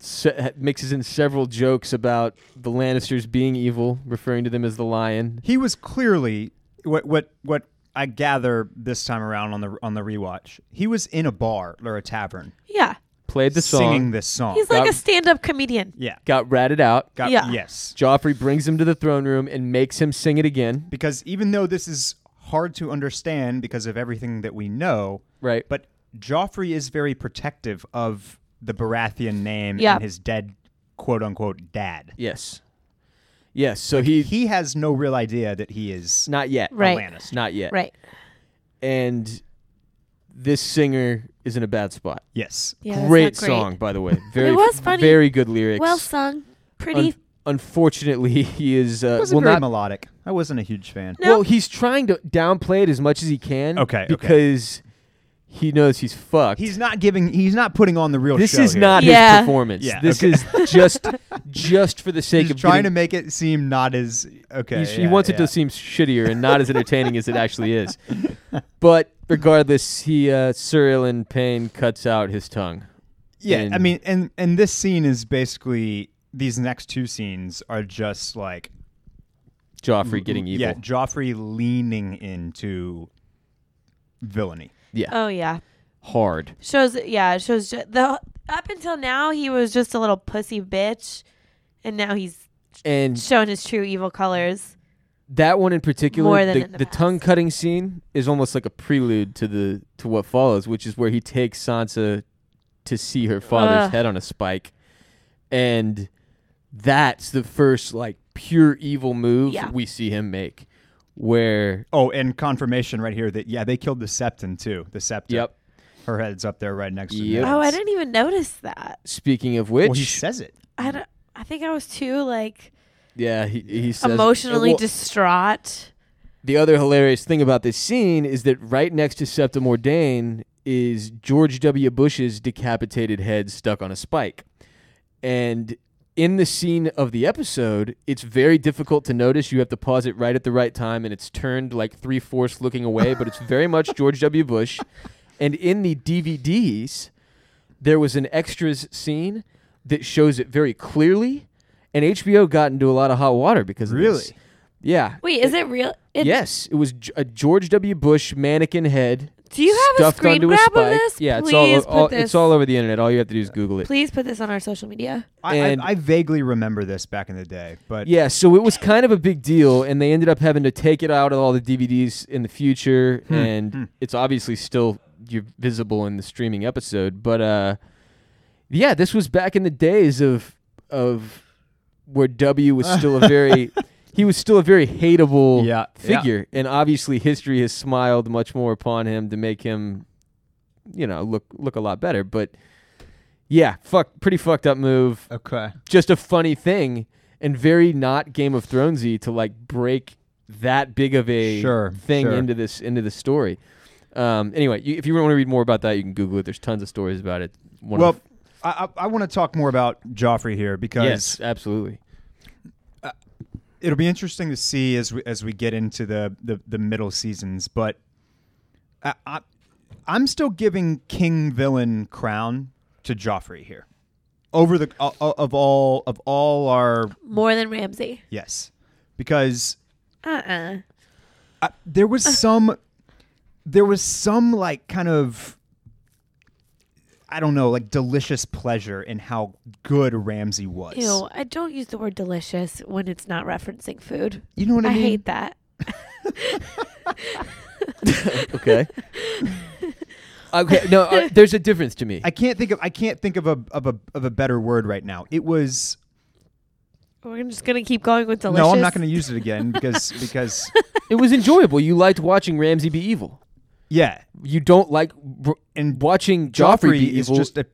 [SPEAKER 1] se- mixes in several jokes about the Lannisters being evil, referring to them as the lion.
[SPEAKER 2] He was clearly what what what I gather this time around on the on the rewatch. He was in a bar or a tavern
[SPEAKER 3] Yeah.
[SPEAKER 1] Played the song,
[SPEAKER 2] singing this song.
[SPEAKER 3] He's like
[SPEAKER 1] Rob-
[SPEAKER 3] a stand up comedian.
[SPEAKER 2] yeah.
[SPEAKER 1] got ratted out.
[SPEAKER 2] Got,
[SPEAKER 3] Yeah.
[SPEAKER 2] Yes.
[SPEAKER 1] Joffrey brings him to the throne room and makes him sing it again.
[SPEAKER 2] Because even though this is hard to understand because of everything that we know,
[SPEAKER 1] Right.
[SPEAKER 2] but Joffrey is very protective of the Baratheon name
[SPEAKER 3] Yeah.
[SPEAKER 2] and his dead quote unquote dad.
[SPEAKER 1] Yes. Yes. So he,
[SPEAKER 2] He has no real idea that he is
[SPEAKER 1] not yet.
[SPEAKER 3] Right.
[SPEAKER 2] a Lannister.
[SPEAKER 1] Not yet.
[SPEAKER 3] Right.
[SPEAKER 1] And this singer is in a bad spot.
[SPEAKER 2] Yes.
[SPEAKER 3] Yeah. that's not
[SPEAKER 1] great, song, by the way. Very,
[SPEAKER 3] was funny.
[SPEAKER 1] Very good lyrics.
[SPEAKER 3] Well sung. Pretty
[SPEAKER 1] Un- unfortunately, he is uh,
[SPEAKER 2] wasn't
[SPEAKER 1] well
[SPEAKER 2] very
[SPEAKER 1] not.
[SPEAKER 2] melodic. I wasn't a huge fan.
[SPEAKER 3] No.
[SPEAKER 1] Well, he's trying to downplay it as much as he can.
[SPEAKER 2] Okay, okay.
[SPEAKER 1] Because he knows he's fucked.
[SPEAKER 2] He's not giving. He's not putting on the real.
[SPEAKER 1] this
[SPEAKER 2] show
[SPEAKER 1] is
[SPEAKER 2] here.
[SPEAKER 1] not
[SPEAKER 3] Yeah.
[SPEAKER 1] his performance.
[SPEAKER 2] Yeah,
[SPEAKER 1] this
[SPEAKER 2] okay.
[SPEAKER 1] is just just for the sake
[SPEAKER 2] He's
[SPEAKER 1] of
[SPEAKER 2] trying to
[SPEAKER 1] getting,
[SPEAKER 2] make it seem not as okay.
[SPEAKER 1] he's- he
[SPEAKER 2] yeah,
[SPEAKER 1] wants it
[SPEAKER 2] yeah.
[SPEAKER 1] to seem shittier and not as entertaining as it actually is. But regardless, he uh, Cyril in pain cuts out his tongue.
[SPEAKER 2] Yeah, I
[SPEAKER 1] and-
[SPEAKER 2] mean, and and this scene is basically these next two scenes are just like
[SPEAKER 1] Joffrey getting evil.
[SPEAKER 2] yeah, Joffrey leaning into villainy.
[SPEAKER 1] Yeah,
[SPEAKER 3] Oh yeah.
[SPEAKER 1] hard.
[SPEAKER 3] Shows yeah, it shows ju- the up until now he was just a little pussy bitch and now he's
[SPEAKER 1] And
[SPEAKER 3] shown his true evil colors.
[SPEAKER 1] that one in particular
[SPEAKER 3] More than
[SPEAKER 1] the,
[SPEAKER 3] in the
[SPEAKER 1] the
[SPEAKER 3] past.
[SPEAKER 1] tongue cutting scene is almost like a prelude to the to what follows which is where he takes sansa to see her father's
[SPEAKER 3] Ugh.
[SPEAKER 1] head on a spike and that's the first like pure evil move
[SPEAKER 3] Yeah.
[SPEAKER 1] we see him make where
[SPEAKER 2] Oh, and confirmation right here that yeah, they killed the Septon too. The Septon.
[SPEAKER 1] yep
[SPEAKER 2] Her head's up there right next to
[SPEAKER 1] Yep.
[SPEAKER 2] Ned's.
[SPEAKER 3] Oh, I didn't even notice that.
[SPEAKER 1] speaking of
[SPEAKER 2] Well, he
[SPEAKER 1] which
[SPEAKER 2] says it.
[SPEAKER 3] I don't I think I was too like
[SPEAKER 1] yeah he, he says
[SPEAKER 3] emotionally
[SPEAKER 1] Well,
[SPEAKER 3] distraught.
[SPEAKER 1] The other hilarious thing about this scene is that right next to Septim Ordain is George W. Bush's decapitated head stuck on a spike. And in the scene of the episode, it's very difficult to notice. You have to pause it right at the right time, and it's turned like three fourths looking away, but it's very much George W. Bush. And in the DVDs, there was an extras scene that shows it very clearly. And HBO got into a lot of hot water because of this.
[SPEAKER 2] Really?
[SPEAKER 1] Yeah.
[SPEAKER 3] Wait, is it real? It,
[SPEAKER 1] Yes, it was G- a George W. Bush mannequin head.
[SPEAKER 3] Do you have a
[SPEAKER 1] stuffed
[SPEAKER 3] screen
[SPEAKER 1] onto
[SPEAKER 3] grab
[SPEAKER 1] a spike.
[SPEAKER 3] of this?
[SPEAKER 1] Yeah, it's all,
[SPEAKER 3] Please
[SPEAKER 1] all-
[SPEAKER 3] put this.
[SPEAKER 1] it's all over the internet. All you have to do is Google it.
[SPEAKER 3] Please put this on our social media.
[SPEAKER 2] I, I,
[SPEAKER 1] And-
[SPEAKER 2] I vaguely remember this back in the day, but
[SPEAKER 1] Yeah, so it was kind of a big deal, and they ended up having to take it out of all the DVDs in the future,
[SPEAKER 2] Hmm,
[SPEAKER 1] and it's obviously still you're visible in the streaming episode. But uh, yeah, this was back in the days of of where W was still a very he was still a very hateable
[SPEAKER 2] Yeah, yeah.
[SPEAKER 1] figure, and obviously history has smiled much more upon him to make him, you know, look look a lot better. But yeah, fuck, pretty fucked up move
[SPEAKER 2] okay.
[SPEAKER 1] just a funny thing. and very not Game of Thronesy to like break that big of a
[SPEAKER 2] Sure,
[SPEAKER 1] thing
[SPEAKER 2] sure.
[SPEAKER 1] into this into the story. Um, anyway, you, if you want to read more about that, you can Google it. There's tons of stories about it. One
[SPEAKER 2] well,
[SPEAKER 1] of,
[SPEAKER 2] I, I, I want to talk more about Joffrey here because Uh,
[SPEAKER 1] yes, absolutely.
[SPEAKER 2] it'll be interesting to see as we as we get into the the, the middle seasons. But I, I, I'm still giving king villain crown to Joffrey here over the o- o- of all of all our
[SPEAKER 3] More than Ramsey.
[SPEAKER 2] yes because
[SPEAKER 3] Uh-uh.
[SPEAKER 2] I, there was some there was some like kind of I don't know like delicious pleasure in how good Ramsey was.
[SPEAKER 3] Ew, I don't use the word delicious when it's not referencing food.
[SPEAKER 2] You know what I,
[SPEAKER 3] I
[SPEAKER 2] mean?
[SPEAKER 3] hate that.
[SPEAKER 1] Okay. okay. No, uh, there's a difference to me.
[SPEAKER 2] I can't think of I can't think of a of a of a better word right now. It was
[SPEAKER 3] We're just gonna keep going with delicious.
[SPEAKER 2] No, I'm not going to use it again because because
[SPEAKER 1] it was enjoyable. You liked watching Ramsay be evil.
[SPEAKER 2] yeah,
[SPEAKER 1] You don't like br-
[SPEAKER 2] and
[SPEAKER 1] watching Joffrey,
[SPEAKER 2] Joffrey
[SPEAKER 1] be
[SPEAKER 2] is
[SPEAKER 1] evil.
[SPEAKER 2] just a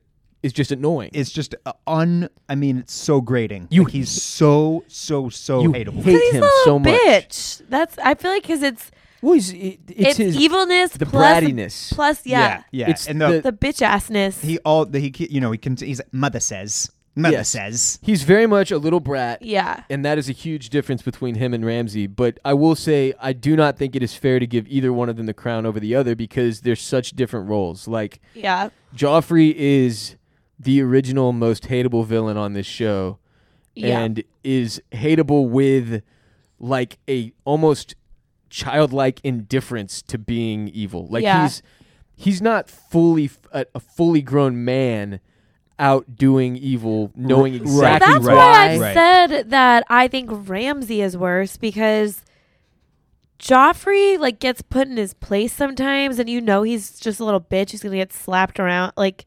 [SPEAKER 1] is just annoying.
[SPEAKER 2] is just a un. I mean, it's so grating.
[SPEAKER 1] You
[SPEAKER 2] Like, he's so so so
[SPEAKER 1] you
[SPEAKER 2] hateable.
[SPEAKER 1] hate
[SPEAKER 3] He's a
[SPEAKER 1] him
[SPEAKER 3] little
[SPEAKER 1] so much.
[SPEAKER 3] bitch. That's I feel like because it's
[SPEAKER 1] Well, he's, it- it's,
[SPEAKER 3] it's,
[SPEAKER 1] his
[SPEAKER 3] evilness,
[SPEAKER 1] the
[SPEAKER 3] plus,
[SPEAKER 1] brattiness.
[SPEAKER 3] plus yeah,
[SPEAKER 2] yeah,
[SPEAKER 1] It's
[SPEAKER 2] and the,
[SPEAKER 3] the bitch assness.
[SPEAKER 2] he all the, he you know he can he's like, mother says mother
[SPEAKER 1] Yes.
[SPEAKER 2] says
[SPEAKER 1] He's very much a little brat,
[SPEAKER 3] yeah,
[SPEAKER 1] and that is a huge difference between him and Ramsey. But I will say, I do not think it is fair to give either one of them the crown over the other because they're such different roles. Like
[SPEAKER 3] yeah.
[SPEAKER 1] Joffrey is the original most hateable villain on this show,
[SPEAKER 3] Yeah.
[SPEAKER 1] and is hateable with like a almost childlike indifference to being evil. Like
[SPEAKER 3] Yeah.
[SPEAKER 1] he's he's not fully f- a, a fully grown man out doing evil, knowing
[SPEAKER 2] Right.
[SPEAKER 1] exactly
[SPEAKER 3] Well, that's
[SPEAKER 1] right.
[SPEAKER 3] why I
[SPEAKER 2] Right.
[SPEAKER 3] said that I think Ramsey is worse because Joffrey like gets put in his place sometimes, and you know he's just a little bitch. He's gonna get slapped around. Like,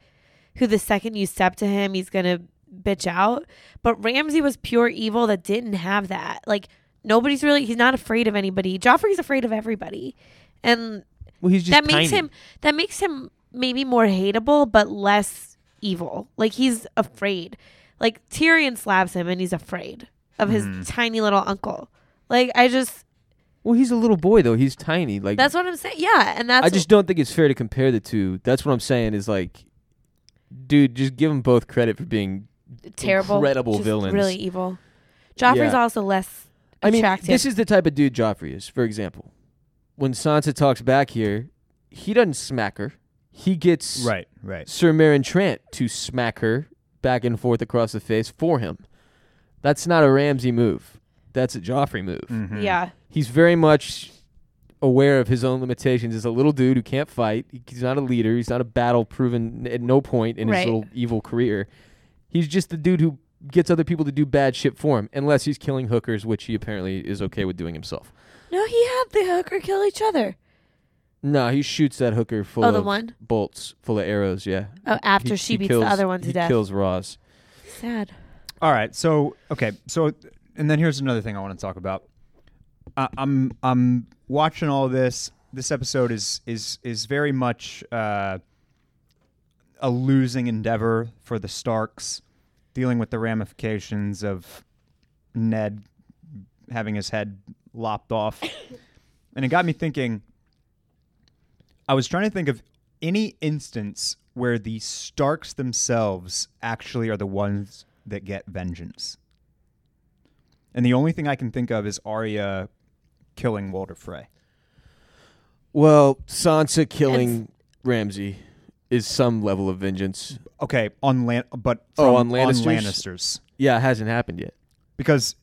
[SPEAKER 3] who the second you step to him, he's gonna bitch out. But Ramsey was pure evil that didn't have that. Like, nobody's really. He's not afraid of anybody. Joffrey's afraid of everybody, and
[SPEAKER 1] Well, he's just
[SPEAKER 3] that makes him that makes him maybe more hateable but less evil like he's afraid like tyrion slaps him and he's afraid of his
[SPEAKER 1] Mm-hmm.
[SPEAKER 3] tiny little uncle like i just
[SPEAKER 1] Well, he's a little boy though. He's tiny. Like
[SPEAKER 3] that's what i'm saying yeah and that's
[SPEAKER 1] I just don't think it's fair to compare the two. That's what I'm saying. Is like, dude, just give them both credit for being.
[SPEAKER 3] terrible
[SPEAKER 1] incredible
[SPEAKER 3] just
[SPEAKER 1] villains.
[SPEAKER 3] really evil joffrey's
[SPEAKER 1] Yeah.
[SPEAKER 3] also less
[SPEAKER 1] I mean,
[SPEAKER 3] attractive
[SPEAKER 1] this is the type of dude Joffrey is. For example, when Sansa talks back here, he doesn't smack her. He gets
[SPEAKER 2] right right
[SPEAKER 1] Sir Meryn Trant to smack her back and forth across the face for him. That's not a Ramsey move. That's a Joffrey move.
[SPEAKER 2] Mhm.
[SPEAKER 3] yeah
[SPEAKER 1] he's very much aware of his own limitations. He's a little dude who can't fight. He's not a leader. He's not a battle proven at no point in his
[SPEAKER 3] Right.
[SPEAKER 1] little evil career. He's just the dude who gets other people to do bad shit for him, unless he's killing hookers, which he apparently is okay with doing himself.
[SPEAKER 3] no he had the hooker kill each other
[SPEAKER 1] No, he shoots that hooker full
[SPEAKER 3] Oh,
[SPEAKER 1] of
[SPEAKER 3] the one?
[SPEAKER 1] bolts, full of arrows. Yeah.
[SPEAKER 3] oh after
[SPEAKER 1] He-
[SPEAKER 3] she
[SPEAKER 1] he
[SPEAKER 3] beats
[SPEAKER 1] kills-
[SPEAKER 3] the other one to
[SPEAKER 1] he
[SPEAKER 3] death
[SPEAKER 1] kills Roz.
[SPEAKER 3] sad
[SPEAKER 2] All right. So okay. So and then here's another thing I want to talk about. I, I'm I'm watching all this. This episode is is is very much uh, a losing endeavor for the Starks, dealing with the ramifications of Ned having his head lopped off, and it got me thinking. I was trying to think of any instance where the Starks themselves actually are the ones that get vengeance. And the only thing I can think of is Arya killing Walter Frey.
[SPEAKER 1] Well, Sansa killing Ramsey is some level of vengeance.
[SPEAKER 2] Okay, on Lan- but from-
[SPEAKER 1] Oh, on Lannisters?
[SPEAKER 2] Lannisters.
[SPEAKER 1] Yeah, it hasn't happened yet.
[SPEAKER 2] because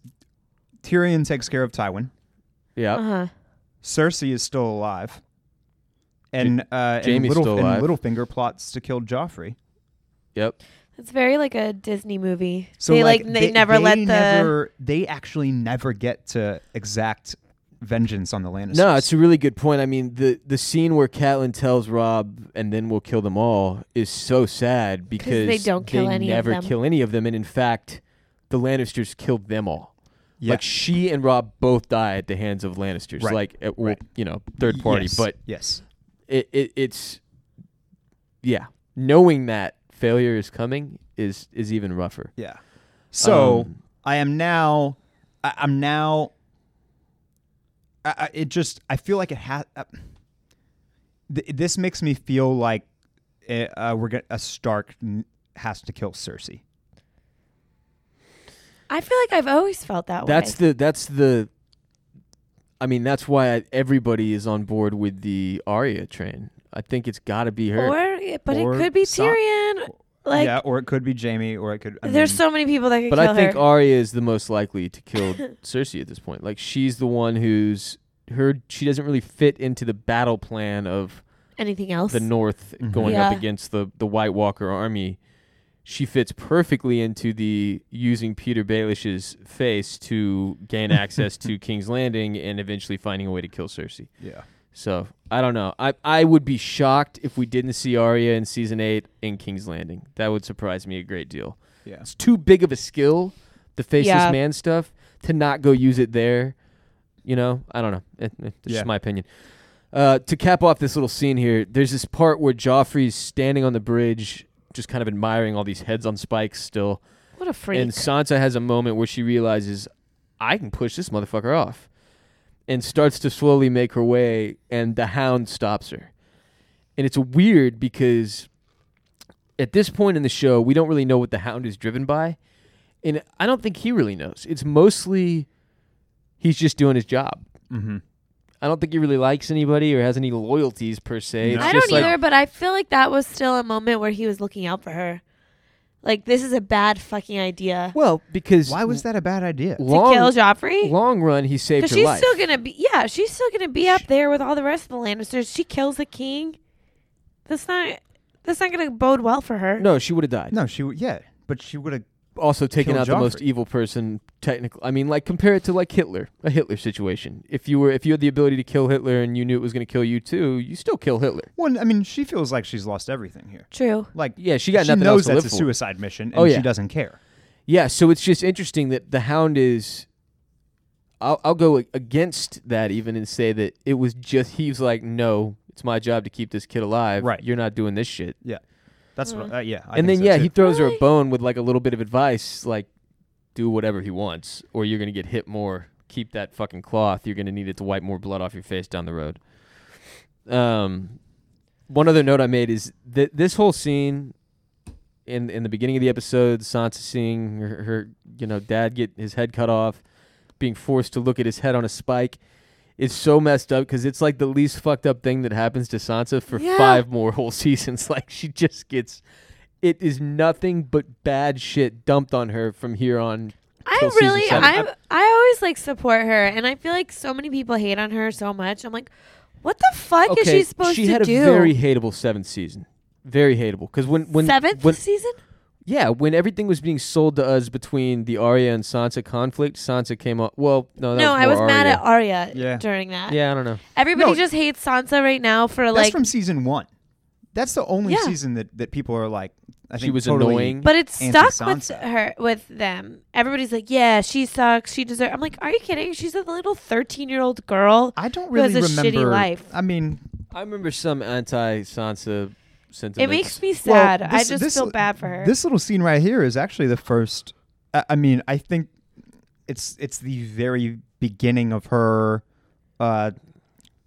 [SPEAKER 2] Tyrion takes care of Tywin.
[SPEAKER 1] Yeah.
[SPEAKER 3] uh-huh
[SPEAKER 2] Cersei is still alive, and uh,
[SPEAKER 1] Jaime's
[SPEAKER 2] and Little,
[SPEAKER 1] still alive.
[SPEAKER 2] And Littlefinger plots to kill Joffrey.
[SPEAKER 1] Yep.
[SPEAKER 3] it's very like a disney movie
[SPEAKER 2] So
[SPEAKER 3] they like, they, never let the
[SPEAKER 2] never- they actually never get to exact vengeance on the Lannisters.
[SPEAKER 1] No, it's a really good point. I mean, the the scene where Catelyn tells Rob, "And then we'll kill them all," is so sad because
[SPEAKER 3] they don't kill
[SPEAKER 1] they
[SPEAKER 3] any of
[SPEAKER 1] never
[SPEAKER 3] them.
[SPEAKER 1] kill any of them, and in fact, the Lannisters killed them all.
[SPEAKER 2] Yeah.
[SPEAKER 1] Like she and Rob both die at the hands of Lannisters,
[SPEAKER 2] Right.
[SPEAKER 1] like at, well,
[SPEAKER 2] Right.
[SPEAKER 1] you know, third party.
[SPEAKER 2] Yes,
[SPEAKER 1] But
[SPEAKER 2] yes,
[SPEAKER 1] it, it it's yeah, knowing that failure is coming is is even rougher.
[SPEAKER 2] yeah. So
[SPEAKER 1] Um,
[SPEAKER 2] I am now. I, I'm now. I, I, it just. I feel like it has. th- this makes me feel like uh, uh, we're gonna, a Stark n- has to kill Cersei.
[SPEAKER 3] I feel like I've always felt that way.
[SPEAKER 1] That's the that's the. I mean, that's why everybody is on board with the Arya train. I think it's got to be her.
[SPEAKER 3] Or, but
[SPEAKER 2] Or
[SPEAKER 3] it could be
[SPEAKER 2] some-
[SPEAKER 3] Tyrion. Like,
[SPEAKER 2] yeah, or it could be Jamie, or it could. I
[SPEAKER 3] there's
[SPEAKER 2] mean,
[SPEAKER 3] so many people that could
[SPEAKER 1] but
[SPEAKER 3] kill
[SPEAKER 1] I think
[SPEAKER 3] her.
[SPEAKER 1] Arya is the most likely to kill Cersei at this point. Like she's the one who's her. She doesn't really fit into the battle plan of
[SPEAKER 3] Anything else?
[SPEAKER 1] the North
[SPEAKER 2] Mm-hmm.
[SPEAKER 1] going up
[SPEAKER 3] Yeah.
[SPEAKER 1] against the the White Walker army. She fits perfectly into the using Peter Baelish's face to gain access to King's Landing and eventually finding a way to kill Cersei.
[SPEAKER 2] Yeah.
[SPEAKER 1] So I don't know. I I would be shocked if we didn't see Arya in season eight in King's Landing. That would surprise me a great deal.
[SPEAKER 2] Yeah.
[SPEAKER 1] It's too big of a skill, the faceless
[SPEAKER 3] Yeah.
[SPEAKER 1] man stuff, to not go use it there. You know, I don't know. It, it- it's
[SPEAKER 2] Yeah.
[SPEAKER 1] just my opinion. Uh, to cap off this little scene here, there's this part where Joffrey's standing on the bridge, just kind of admiring all these heads on spikes still.
[SPEAKER 3] what a freak.
[SPEAKER 1] And Sansa has a moment where she realizes, I can push this motherfucker off. And starts to slowly make her way, and the hound stops her. And it's weird because at this point in the show, we don't really know what the hound is driven by. And I don't think he really knows. It's mostly he's just doing his job.
[SPEAKER 2] Mhm.
[SPEAKER 1] I don't think he really likes anybody or has any loyalties per se.
[SPEAKER 2] No.
[SPEAKER 1] It's
[SPEAKER 3] I
[SPEAKER 1] just
[SPEAKER 3] don't
[SPEAKER 1] like,
[SPEAKER 3] either, but I feel like that was still a moment where he was looking out for her. Like, this is a bad fucking idea.
[SPEAKER 1] Well, because
[SPEAKER 2] Why was that a bad idea?
[SPEAKER 1] long,
[SPEAKER 3] to kill Joffrey?
[SPEAKER 1] long run he saved
[SPEAKER 3] Because
[SPEAKER 1] her
[SPEAKER 3] she's
[SPEAKER 1] life.
[SPEAKER 3] still gonna be, yeah, she's still gonna be up there with all the rest of the Lannisters. She kills the king. That's not, that's not gonna bode well for her.
[SPEAKER 1] no, she would have died.
[SPEAKER 2] No, she. w- Yeah, but she would have.
[SPEAKER 1] also taking
[SPEAKER 2] Kill
[SPEAKER 1] out the most
[SPEAKER 2] Joffrey.
[SPEAKER 1] evil person technically i mean like compare it to like hitler a hitler situation if you were if you had the ability to kill hitler and you knew it was going to kill you too you still kill hitler
[SPEAKER 2] Well, I mean, she feels like she's lost everything here.
[SPEAKER 3] True.
[SPEAKER 2] Like,
[SPEAKER 1] yeah she got
[SPEAKER 2] she
[SPEAKER 1] nothing
[SPEAKER 2] knows
[SPEAKER 1] else to
[SPEAKER 2] that's
[SPEAKER 1] live
[SPEAKER 2] a
[SPEAKER 1] for
[SPEAKER 2] suicide mission, and
[SPEAKER 1] Oh, yeah.
[SPEAKER 2] she doesn't care.
[SPEAKER 1] yeah so it's just interesting that the hound is I'll, I'll go a- against that even and say that it was just he was like no it's my job to keep this kid alive
[SPEAKER 2] Right.
[SPEAKER 1] you're not doing this shit
[SPEAKER 2] That's what.
[SPEAKER 3] Mm.
[SPEAKER 2] Uh, yeah. I
[SPEAKER 1] and
[SPEAKER 2] think
[SPEAKER 1] then
[SPEAKER 2] so,
[SPEAKER 1] yeah
[SPEAKER 2] too.
[SPEAKER 1] he throws her
[SPEAKER 3] Really?
[SPEAKER 1] a bone with like a little bit of advice like do whatever he wants or you're going to get hit more keep that fucking cloth you're going to need it to wipe more blood off your face down the road um one other note i made is that this whole scene in in the beginning of the episode sansa seeing her, her you know dad get his head cut off being forced to look at his head on a spike is so messed up because it's like the least fucked up thing that happens to Sansa for
[SPEAKER 3] Yeah.
[SPEAKER 1] five more whole seasons. Like she just gets, it is nothing but bad shit dumped on her from here on.
[SPEAKER 3] I
[SPEAKER 1] till season
[SPEAKER 3] really,
[SPEAKER 1] seven.
[SPEAKER 3] I, I always like support her, and I feel like so many people hate on her so much. I'm like, what the fuck is she supposed
[SPEAKER 1] she
[SPEAKER 3] to
[SPEAKER 1] had a
[SPEAKER 3] do?
[SPEAKER 1] very hateable seventh season, very hateable. Because when when
[SPEAKER 3] Seventh
[SPEAKER 1] when,
[SPEAKER 3] season?
[SPEAKER 1] yeah, when everything was being sold to us between the Arya and Sansa conflict, Sansa came up. Well, no, that
[SPEAKER 3] No,
[SPEAKER 1] was
[SPEAKER 3] I
[SPEAKER 1] more
[SPEAKER 3] was mad at
[SPEAKER 1] Arya.
[SPEAKER 3] Arya
[SPEAKER 2] Yeah.
[SPEAKER 3] during that.
[SPEAKER 1] Yeah, I don't know.
[SPEAKER 3] Everybody
[SPEAKER 2] No.
[SPEAKER 3] just hates Sansa right now for
[SPEAKER 2] That's
[SPEAKER 3] like,
[SPEAKER 2] from season one. That's the only
[SPEAKER 3] Yeah.
[SPEAKER 2] season that, that people are like. I
[SPEAKER 1] She
[SPEAKER 2] think
[SPEAKER 1] was
[SPEAKER 2] totally,
[SPEAKER 1] annoying.
[SPEAKER 3] but it's
[SPEAKER 2] anti-
[SPEAKER 3] stuck with
[SPEAKER 2] Sansa.
[SPEAKER 3] her with them. Everybody's like, yeah, she sucks. She deserves. I'm like, are you kidding? She's a little 13 year old girl.
[SPEAKER 2] I don't
[SPEAKER 3] who has
[SPEAKER 2] really
[SPEAKER 3] a shitty
[SPEAKER 2] remember.
[SPEAKER 3] life.
[SPEAKER 2] I mean,
[SPEAKER 1] I remember some anti Sansa sentiments.
[SPEAKER 3] It makes me
[SPEAKER 2] well,
[SPEAKER 3] sad. I
[SPEAKER 2] this-
[SPEAKER 3] just
[SPEAKER 2] this-
[SPEAKER 3] feel bad for her.
[SPEAKER 2] This little scene right here is actually the first. I, I mean, I think it's it's the very beginning of her uh,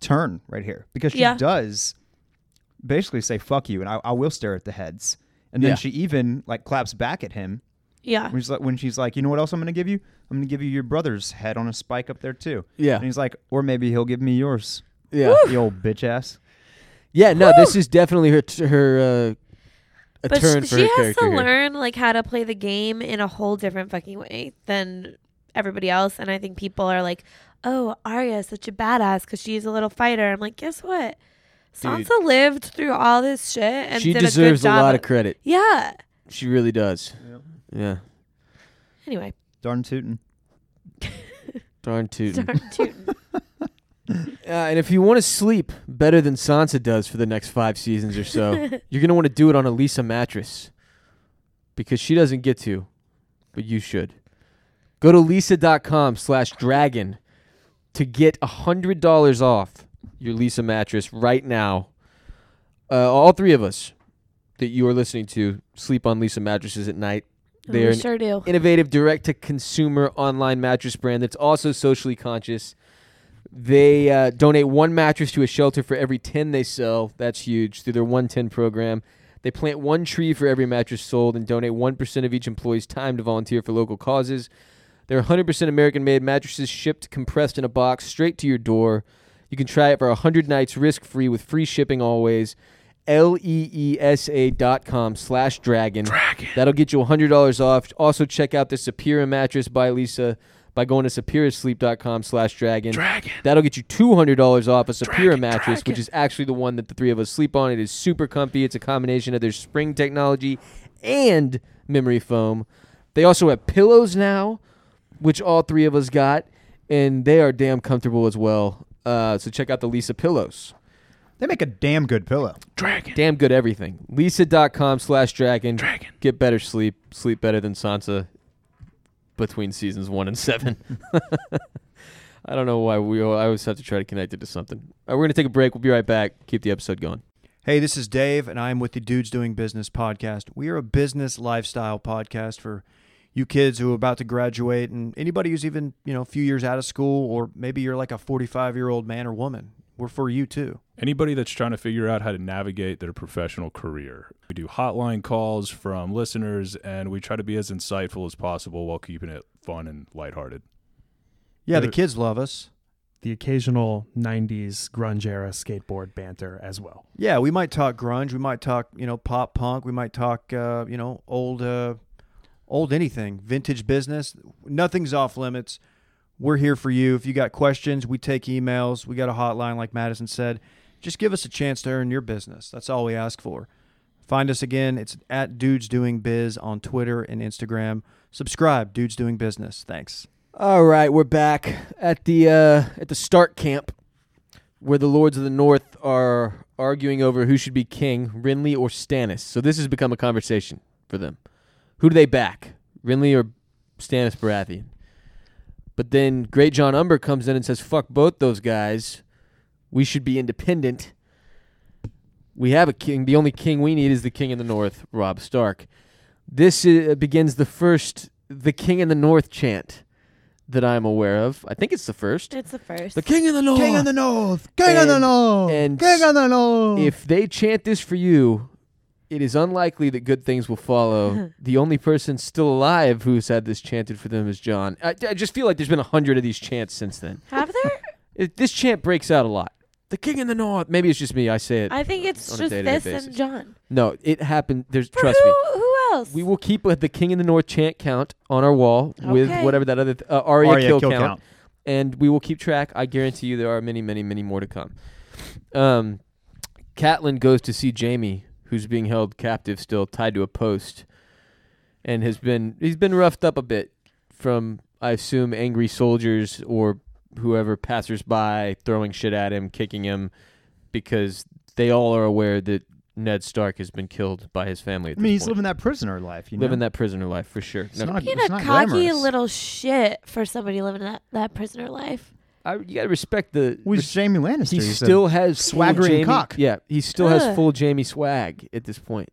[SPEAKER 2] turn right here because she
[SPEAKER 3] Yeah.
[SPEAKER 2] does basically say "fuck you" and I, I will stare at the heads, and then
[SPEAKER 1] Yeah.
[SPEAKER 2] she even like claps back at him
[SPEAKER 3] yeah.
[SPEAKER 2] When she's like, when she's like, you know what else I'm gonna give you? I'm gonna give you your brother's head on a spike up there too.
[SPEAKER 1] Yeah.
[SPEAKER 2] And he's like, or maybe he'll give me yours.
[SPEAKER 1] yeah.
[SPEAKER 2] You old bitch ass.
[SPEAKER 1] Yeah, no, this is definitely her t- her uh, a
[SPEAKER 3] But sh-
[SPEAKER 1] turn
[SPEAKER 3] she,
[SPEAKER 1] for her
[SPEAKER 3] has
[SPEAKER 1] character.
[SPEAKER 3] to
[SPEAKER 1] here.
[SPEAKER 3] learn like how to play the game in a whole different fucking way than everybody else. And I think people are like, oh, Arya is such a badass because she's a little fighter. I'm like, guess what?
[SPEAKER 1] Dude.
[SPEAKER 3] Sansa lived through all this shit and
[SPEAKER 1] she
[SPEAKER 3] did
[SPEAKER 1] deserves
[SPEAKER 3] a, good
[SPEAKER 1] a,
[SPEAKER 3] job
[SPEAKER 1] lot of credit.
[SPEAKER 3] Yeah.
[SPEAKER 1] She really does. Yeah.
[SPEAKER 3] Anyway,
[SPEAKER 2] Darn tootin'.
[SPEAKER 1] Darn tootin'.
[SPEAKER 3] darn tootin'.
[SPEAKER 1] Uh, and if you want to sleep better than Sansa does for the next five seasons or so, you're going to want to do it on a Lisa mattress because she doesn't get to, but you should. Go to lisa.com slash dragon to get $100 off your Lisa mattress right now. Uh, all three of us that you are listening to sleep on Lisa mattresses at night. They are
[SPEAKER 3] Oh, we
[SPEAKER 1] an
[SPEAKER 3] sure do.
[SPEAKER 1] innovative direct to consumer online mattress brand that's also socially conscious. They uh, donate one mattress to a shelter for every 10 they sell. That's huge through their 110 program. They plant one tree for every mattress sold and donate 1% of each employee's time to volunteer for local causes. They're 100% American made mattresses shipped compressed in a box straight to your door. You can try it for 100 nights risk free with free shipping always. L E E S A dot com slash dragon. That'll get you $100 off. Also, check out the Superior Mattress by Lisa by going to superiorsleep.com slash dragon. Dragon. That'll get you $200 off a Superior mattress, which is actually the one that the three of us sleep on. It is super comfy. It's a combination of their spring technology and memory foam. They also have pillows now, which all three of us got, and they are damn comfortable as well. Uh, so check out the Lisa pillows.
[SPEAKER 2] They make a damn good pillow.
[SPEAKER 1] Damn good everything. Lisa.com slash dragon. Dragon. Get better sleep. Sleep better than Sansa between seasons one and seven. I don't know why we all, I always have to try to connect it to something. All right, we're going to take a break. We'll be right back. Keep the episode going.
[SPEAKER 7] Hey, this is Dave, and I'm with the Dudes Doing Business podcast. We are a business lifestyle podcast for you kids who are about to graduate and anybody who's even, you know, a few years out of school, or maybe you're like a 45 year old man or woman. We're for you too.
[SPEAKER 8] Anybody that's trying to figure out how to navigate their professional career. We do hotline calls from listeners and we try to be as insightful as possible while keeping it fun and lighthearted.
[SPEAKER 7] Yeah, the
[SPEAKER 9] Uh,
[SPEAKER 7] kids love us.
[SPEAKER 9] the occasional 90s grunge era skateboard banter as well.
[SPEAKER 7] Yeah, we might talk grunge, we might talk, you know, pop punk, we might talk, uh, you know, old, uh, old anything, vintage business. Nothing's off limits. We're here for you. If you got questions, we take emails. We got a hotline, like Madison said. Just give us a chance to earn your business. That's all we ask for. Find us again. It's at Dudes Doing Biz on Twitter and Instagram. Subscribe, Dudes Doing Business. Thanks.
[SPEAKER 1] All right, we're back at the uh, at the Stark camp, where the Lords of the North are arguing over who should be king, Renly or Stannis. So this has become a conversation for them. Who do they back, Renly or Stannis Baratheon? But then Great John Umber comes in and says, "Fuck both those guys. We should be independent. We have a king. The only king we need is the king in the North, Rob Stark." This uh, begins the first "The King in the North" chant that I'm aware of. I think it's the first.
[SPEAKER 3] It's the first.
[SPEAKER 1] The King of the North.
[SPEAKER 2] the North.
[SPEAKER 1] And- and
[SPEAKER 2] the North.
[SPEAKER 1] If they chant this for you, it is unlikely that good things will follow. the only person still alive who's had this chanted for them is John. I, I just feel like there's been a hundred of these chants since then.
[SPEAKER 3] Have there?
[SPEAKER 1] It, this chant breaks out a lot. The King in the North. Maybe it's just me. I say it.
[SPEAKER 3] I think it's
[SPEAKER 1] On a
[SPEAKER 3] just
[SPEAKER 1] day-to-day
[SPEAKER 3] this
[SPEAKER 1] basis.
[SPEAKER 3] and John.
[SPEAKER 1] no, it happened. There's
[SPEAKER 3] For
[SPEAKER 1] trust
[SPEAKER 3] who,
[SPEAKER 1] me.
[SPEAKER 3] Who else?
[SPEAKER 1] We will keep uh, the King in the North chant count on our wall with
[SPEAKER 3] Okay.
[SPEAKER 1] whatever that other th- uh, Arya,
[SPEAKER 2] Arya
[SPEAKER 1] kill,
[SPEAKER 2] kill
[SPEAKER 1] count.
[SPEAKER 2] count.
[SPEAKER 1] and we will keep track. I guarantee you there are many, many, many more to come. Um, Catelyn goes to see Jamie, who's being held captive still, tied to a post, and has been he's been roughed up a bit from I assume angry soldiers or whoever passers by throwing shit at him, kicking him, because they all are aware that Ned Stark has been killed by his family. At
[SPEAKER 2] I mean,
[SPEAKER 1] this
[SPEAKER 2] he's
[SPEAKER 1] point.
[SPEAKER 2] living that prisoner life. You
[SPEAKER 1] Living
[SPEAKER 2] know?
[SPEAKER 1] that prisoner life for sure.
[SPEAKER 2] It's
[SPEAKER 1] No,
[SPEAKER 2] not,
[SPEAKER 3] Being
[SPEAKER 2] it's
[SPEAKER 3] a
[SPEAKER 2] not
[SPEAKER 3] cocky
[SPEAKER 2] glamorous.
[SPEAKER 3] little shit for somebody living that, that prisoner life.
[SPEAKER 1] I, you gotta respect the.
[SPEAKER 2] Well,
[SPEAKER 1] res-
[SPEAKER 2] he's Jamie Lannister.
[SPEAKER 1] he
[SPEAKER 2] He's a-
[SPEAKER 1] still has full
[SPEAKER 2] swaggering
[SPEAKER 1] Jamie,
[SPEAKER 2] cock.
[SPEAKER 1] Yeah, he still has
[SPEAKER 3] Ugh.
[SPEAKER 1] full Jamie swag at this point.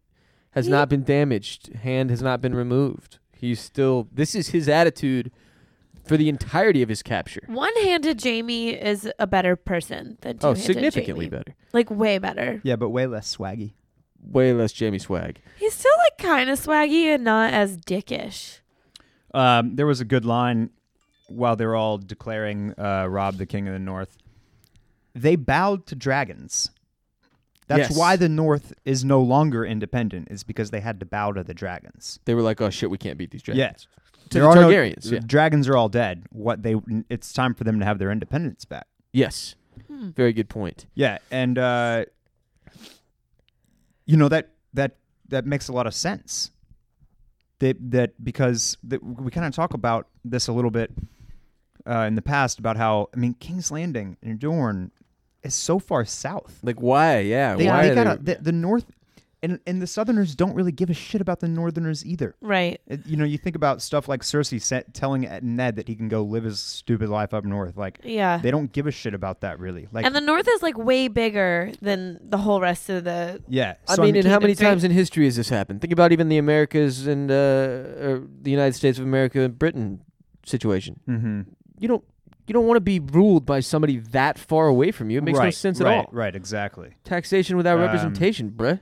[SPEAKER 1] Has
[SPEAKER 3] He-
[SPEAKER 1] not been damaged. Hand has not been removed. He's still. This is his attitude for the entirety of his capture.
[SPEAKER 3] One-handed Jamie is a better person than
[SPEAKER 1] Oh,
[SPEAKER 3] two-handed
[SPEAKER 1] significantly
[SPEAKER 3] Jaime.
[SPEAKER 1] better.
[SPEAKER 3] Like way better.
[SPEAKER 2] yeah, but way less swaggy.
[SPEAKER 1] Way less Jamie swag.
[SPEAKER 3] He's still like kind of swaggy and not as dickish.
[SPEAKER 2] Um, there was a good line while they were all declaring uh, Rob the King of the North. They bowed to dragons. That's
[SPEAKER 1] Yes.
[SPEAKER 2] why the North is no longer independent. Is because they had to bow to the dragons.
[SPEAKER 1] They were like, "Oh shit, we can't beat these dragons."
[SPEAKER 2] Yes,
[SPEAKER 1] To the Targaryens, yeah.
[SPEAKER 2] Dragons are all dead. What they? It's time for them to have their independence back.
[SPEAKER 1] Yes. Very good point.
[SPEAKER 2] Yeah, and uh, you know that that that makes a lot of sense. That that because that we kind of talk about this a little bit uh, in the past about how I mean King's Landing and Dorne is so far south.
[SPEAKER 1] Like why? Yeah.
[SPEAKER 2] They,
[SPEAKER 1] why?
[SPEAKER 2] they
[SPEAKER 1] are
[SPEAKER 2] gotta, the, the north. and and the Southerners don't really give a shit about the Northerners either.
[SPEAKER 3] Right.
[SPEAKER 2] It- You know, you think about stuff like Cersei sa telling Ed- Ned that he can go live his stupid life up north. Like,
[SPEAKER 3] Yeah.
[SPEAKER 2] they don't give a shit about that really. Like,
[SPEAKER 3] and the North is like way bigger than the whole rest of the.
[SPEAKER 2] yeah.
[SPEAKER 1] I
[SPEAKER 2] so
[SPEAKER 1] mean, and how many
[SPEAKER 3] it's very-
[SPEAKER 1] times in history has this happened? Think about even the Americas and uh, or the United States of America and Britain situation.
[SPEAKER 2] Mhm.
[SPEAKER 1] You don't you don't want to be ruled by somebody that far away from you. It makes no
[SPEAKER 2] Right,
[SPEAKER 1] sense
[SPEAKER 2] right,
[SPEAKER 1] at all.
[SPEAKER 2] Right, exactly.
[SPEAKER 1] Taxation without
[SPEAKER 2] Um,
[SPEAKER 1] representation, bruh.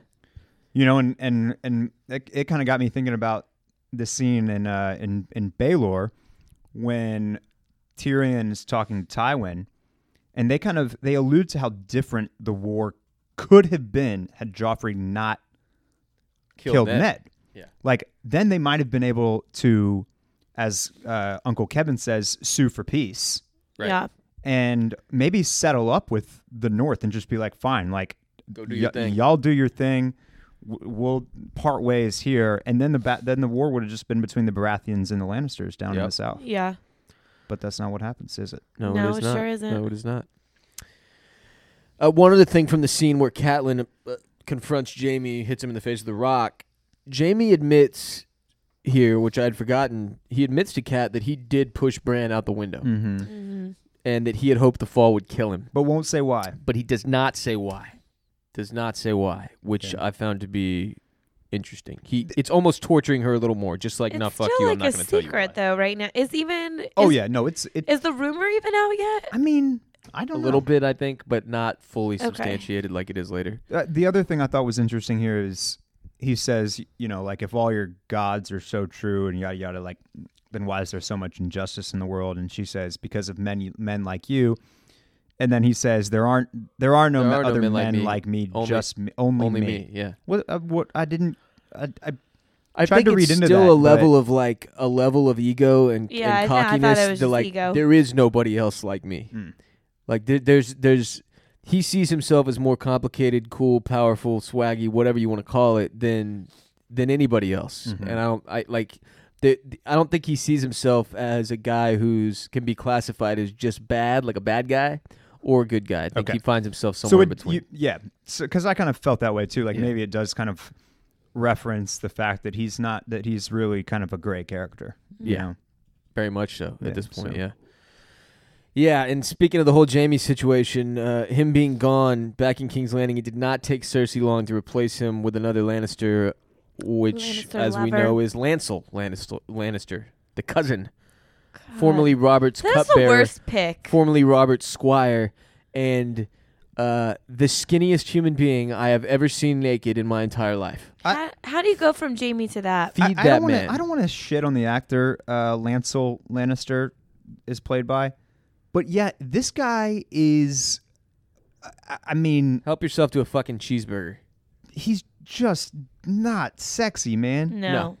[SPEAKER 2] You know, and and and it, it kind of got me thinking about the scene in uh, in in Baelor when Tyrion is talking to Tywin, and they kind of they allude to how different the war could have been had Joffrey not killed, Ned.
[SPEAKER 1] Yeah.
[SPEAKER 2] Like then they might have been able to, as uh, Uncle Kevin says, sue for peace
[SPEAKER 1] Right.
[SPEAKER 3] Yeah.
[SPEAKER 2] and maybe settle up with the North and just be like, fine, like
[SPEAKER 1] Go do your thing.
[SPEAKER 2] Y'all do your thing. W- We'll part ways here, and then the ba- then the war would have just been between the Baratheons and the Lannisters down in
[SPEAKER 1] Yep.
[SPEAKER 2] the south.
[SPEAKER 3] Yeah.
[SPEAKER 2] But that's not what happens, is it?
[SPEAKER 1] No,
[SPEAKER 3] No,
[SPEAKER 1] it is
[SPEAKER 3] it
[SPEAKER 1] not.
[SPEAKER 3] sure isn't.
[SPEAKER 1] No, it is not. Uh, one other thing from the scene where Catelyn uh, confronts Jamie, hits him in the face with the rock. Jamie admits here, which I'd forgotten, he admits to Cat that he did push Bran out the window
[SPEAKER 2] Mm-hmm.
[SPEAKER 1] and that he had hoped the fall would kill him.
[SPEAKER 2] But won't say why.
[SPEAKER 1] But he does not say why. Does not say why, which I found to be interesting. He it's almost torturing her a little more, just like
[SPEAKER 3] It's
[SPEAKER 1] not
[SPEAKER 3] still
[SPEAKER 1] fuck you,
[SPEAKER 3] like
[SPEAKER 1] I'm not
[SPEAKER 3] a
[SPEAKER 1] gonna tell you.
[SPEAKER 3] secret
[SPEAKER 1] why."
[SPEAKER 3] though, right now. Is even.
[SPEAKER 2] Oh
[SPEAKER 3] is-
[SPEAKER 2] yeah, no, it's it.
[SPEAKER 3] Is the rumor even out yet?
[SPEAKER 2] I mean, I don't
[SPEAKER 1] A
[SPEAKER 2] know.
[SPEAKER 1] little bit, I think, but not fully substantiated like it is later.
[SPEAKER 2] Uh, the other thing I thought was interesting here is he says, you know, like if all your gods are so true and yada yada, like then why is there so much injustice in the world? And she says, because of men men like you. And then he says, there aren't there are no
[SPEAKER 1] There
[SPEAKER 2] me-
[SPEAKER 1] are no
[SPEAKER 2] other
[SPEAKER 1] men like
[SPEAKER 2] men
[SPEAKER 1] me.
[SPEAKER 2] like me,
[SPEAKER 1] Only-
[SPEAKER 2] just me, only,
[SPEAKER 1] Only
[SPEAKER 2] me.
[SPEAKER 1] me, yeah.
[SPEAKER 2] What uh, what I didn't I, I
[SPEAKER 1] I
[SPEAKER 2] Tried
[SPEAKER 1] think
[SPEAKER 2] to
[SPEAKER 1] it's
[SPEAKER 2] read into
[SPEAKER 1] still
[SPEAKER 2] that,
[SPEAKER 1] a level of like a level of ego and,
[SPEAKER 3] Yeah,
[SPEAKER 1] and
[SPEAKER 3] I know. I thought it
[SPEAKER 1] cockiness.
[SPEAKER 3] was
[SPEAKER 1] that,
[SPEAKER 3] just
[SPEAKER 1] like
[SPEAKER 3] ego.
[SPEAKER 1] there is nobody else like me.
[SPEAKER 2] Mm.
[SPEAKER 1] Like there, there's there's he sees himself as more complicated, cool, powerful, swaggy, whatever you want to call it, than than anybody else.
[SPEAKER 2] Mhm.
[SPEAKER 1] And I don't I like the, the- I don't think he sees himself as a guy who's can be classified as just bad, like a bad guy, or a good guy. I think
[SPEAKER 2] Okay.
[SPEAKER 1] he finds himself somewhere in
[SPEAKER 2] it-
[SPEAKER 1] between.
[SPEAKER 2] you- yeah, because I kind of felt that way too. Like
[SPEAKER 1] Yeah.
[SPEAKER 2] maybe it does kind of reference the fact that he's not that he's really kind of a gray character. you
[SPEAKER 1] Yeah.
[SPEAKER 2] know?
[SPEAKER 1] very much so
[SPEAKER 2] Yeah,
[SPEAKER 1] at this point.
[SPEAKER 2] so-
[SPEAKER 1] Yeah. Yeah, and speaking of the whole Jamie situation, uh, him being gone back in King's Landing, it did not take Cersei long to replace him with another Lannister, which,
[SPEAKER 3] Lannister
[SPEAKER 1] as we
[SPEAKER 3] lover.
[SPEAKER 1] know, is Lancel Lannister, Lannister the cousin, formerly Robert's
[SPEAKER 3] That's the
[SPEAKER 1] cupbearer,
[SPEAKER 3] worst pick.
[SPEAKER 1] formerly Robert's squire, and uh, the skinniest human being I have ever seen naked in my entire life.
[SPEAKER 3] how, how do you go from Jamie to that?
[SPEAKER 1] Feed
[SPEAKER 2] I, I
[SPEAKER 1] that
[SPEAKER 2] don't wanna,
[SPEAKER 1] man.
[SPEAKER 2] I don't want to shit on the actor uh, Lancel Lannister is played by, but yeah, this guy is. I, I mean,
[SPEAKER 1] Help yourself to a fucking cheeseburger.
[SPEAKER 2] he's just not sexy, man.
[SPEAKER 3] No.
[SPEAKER 1] No.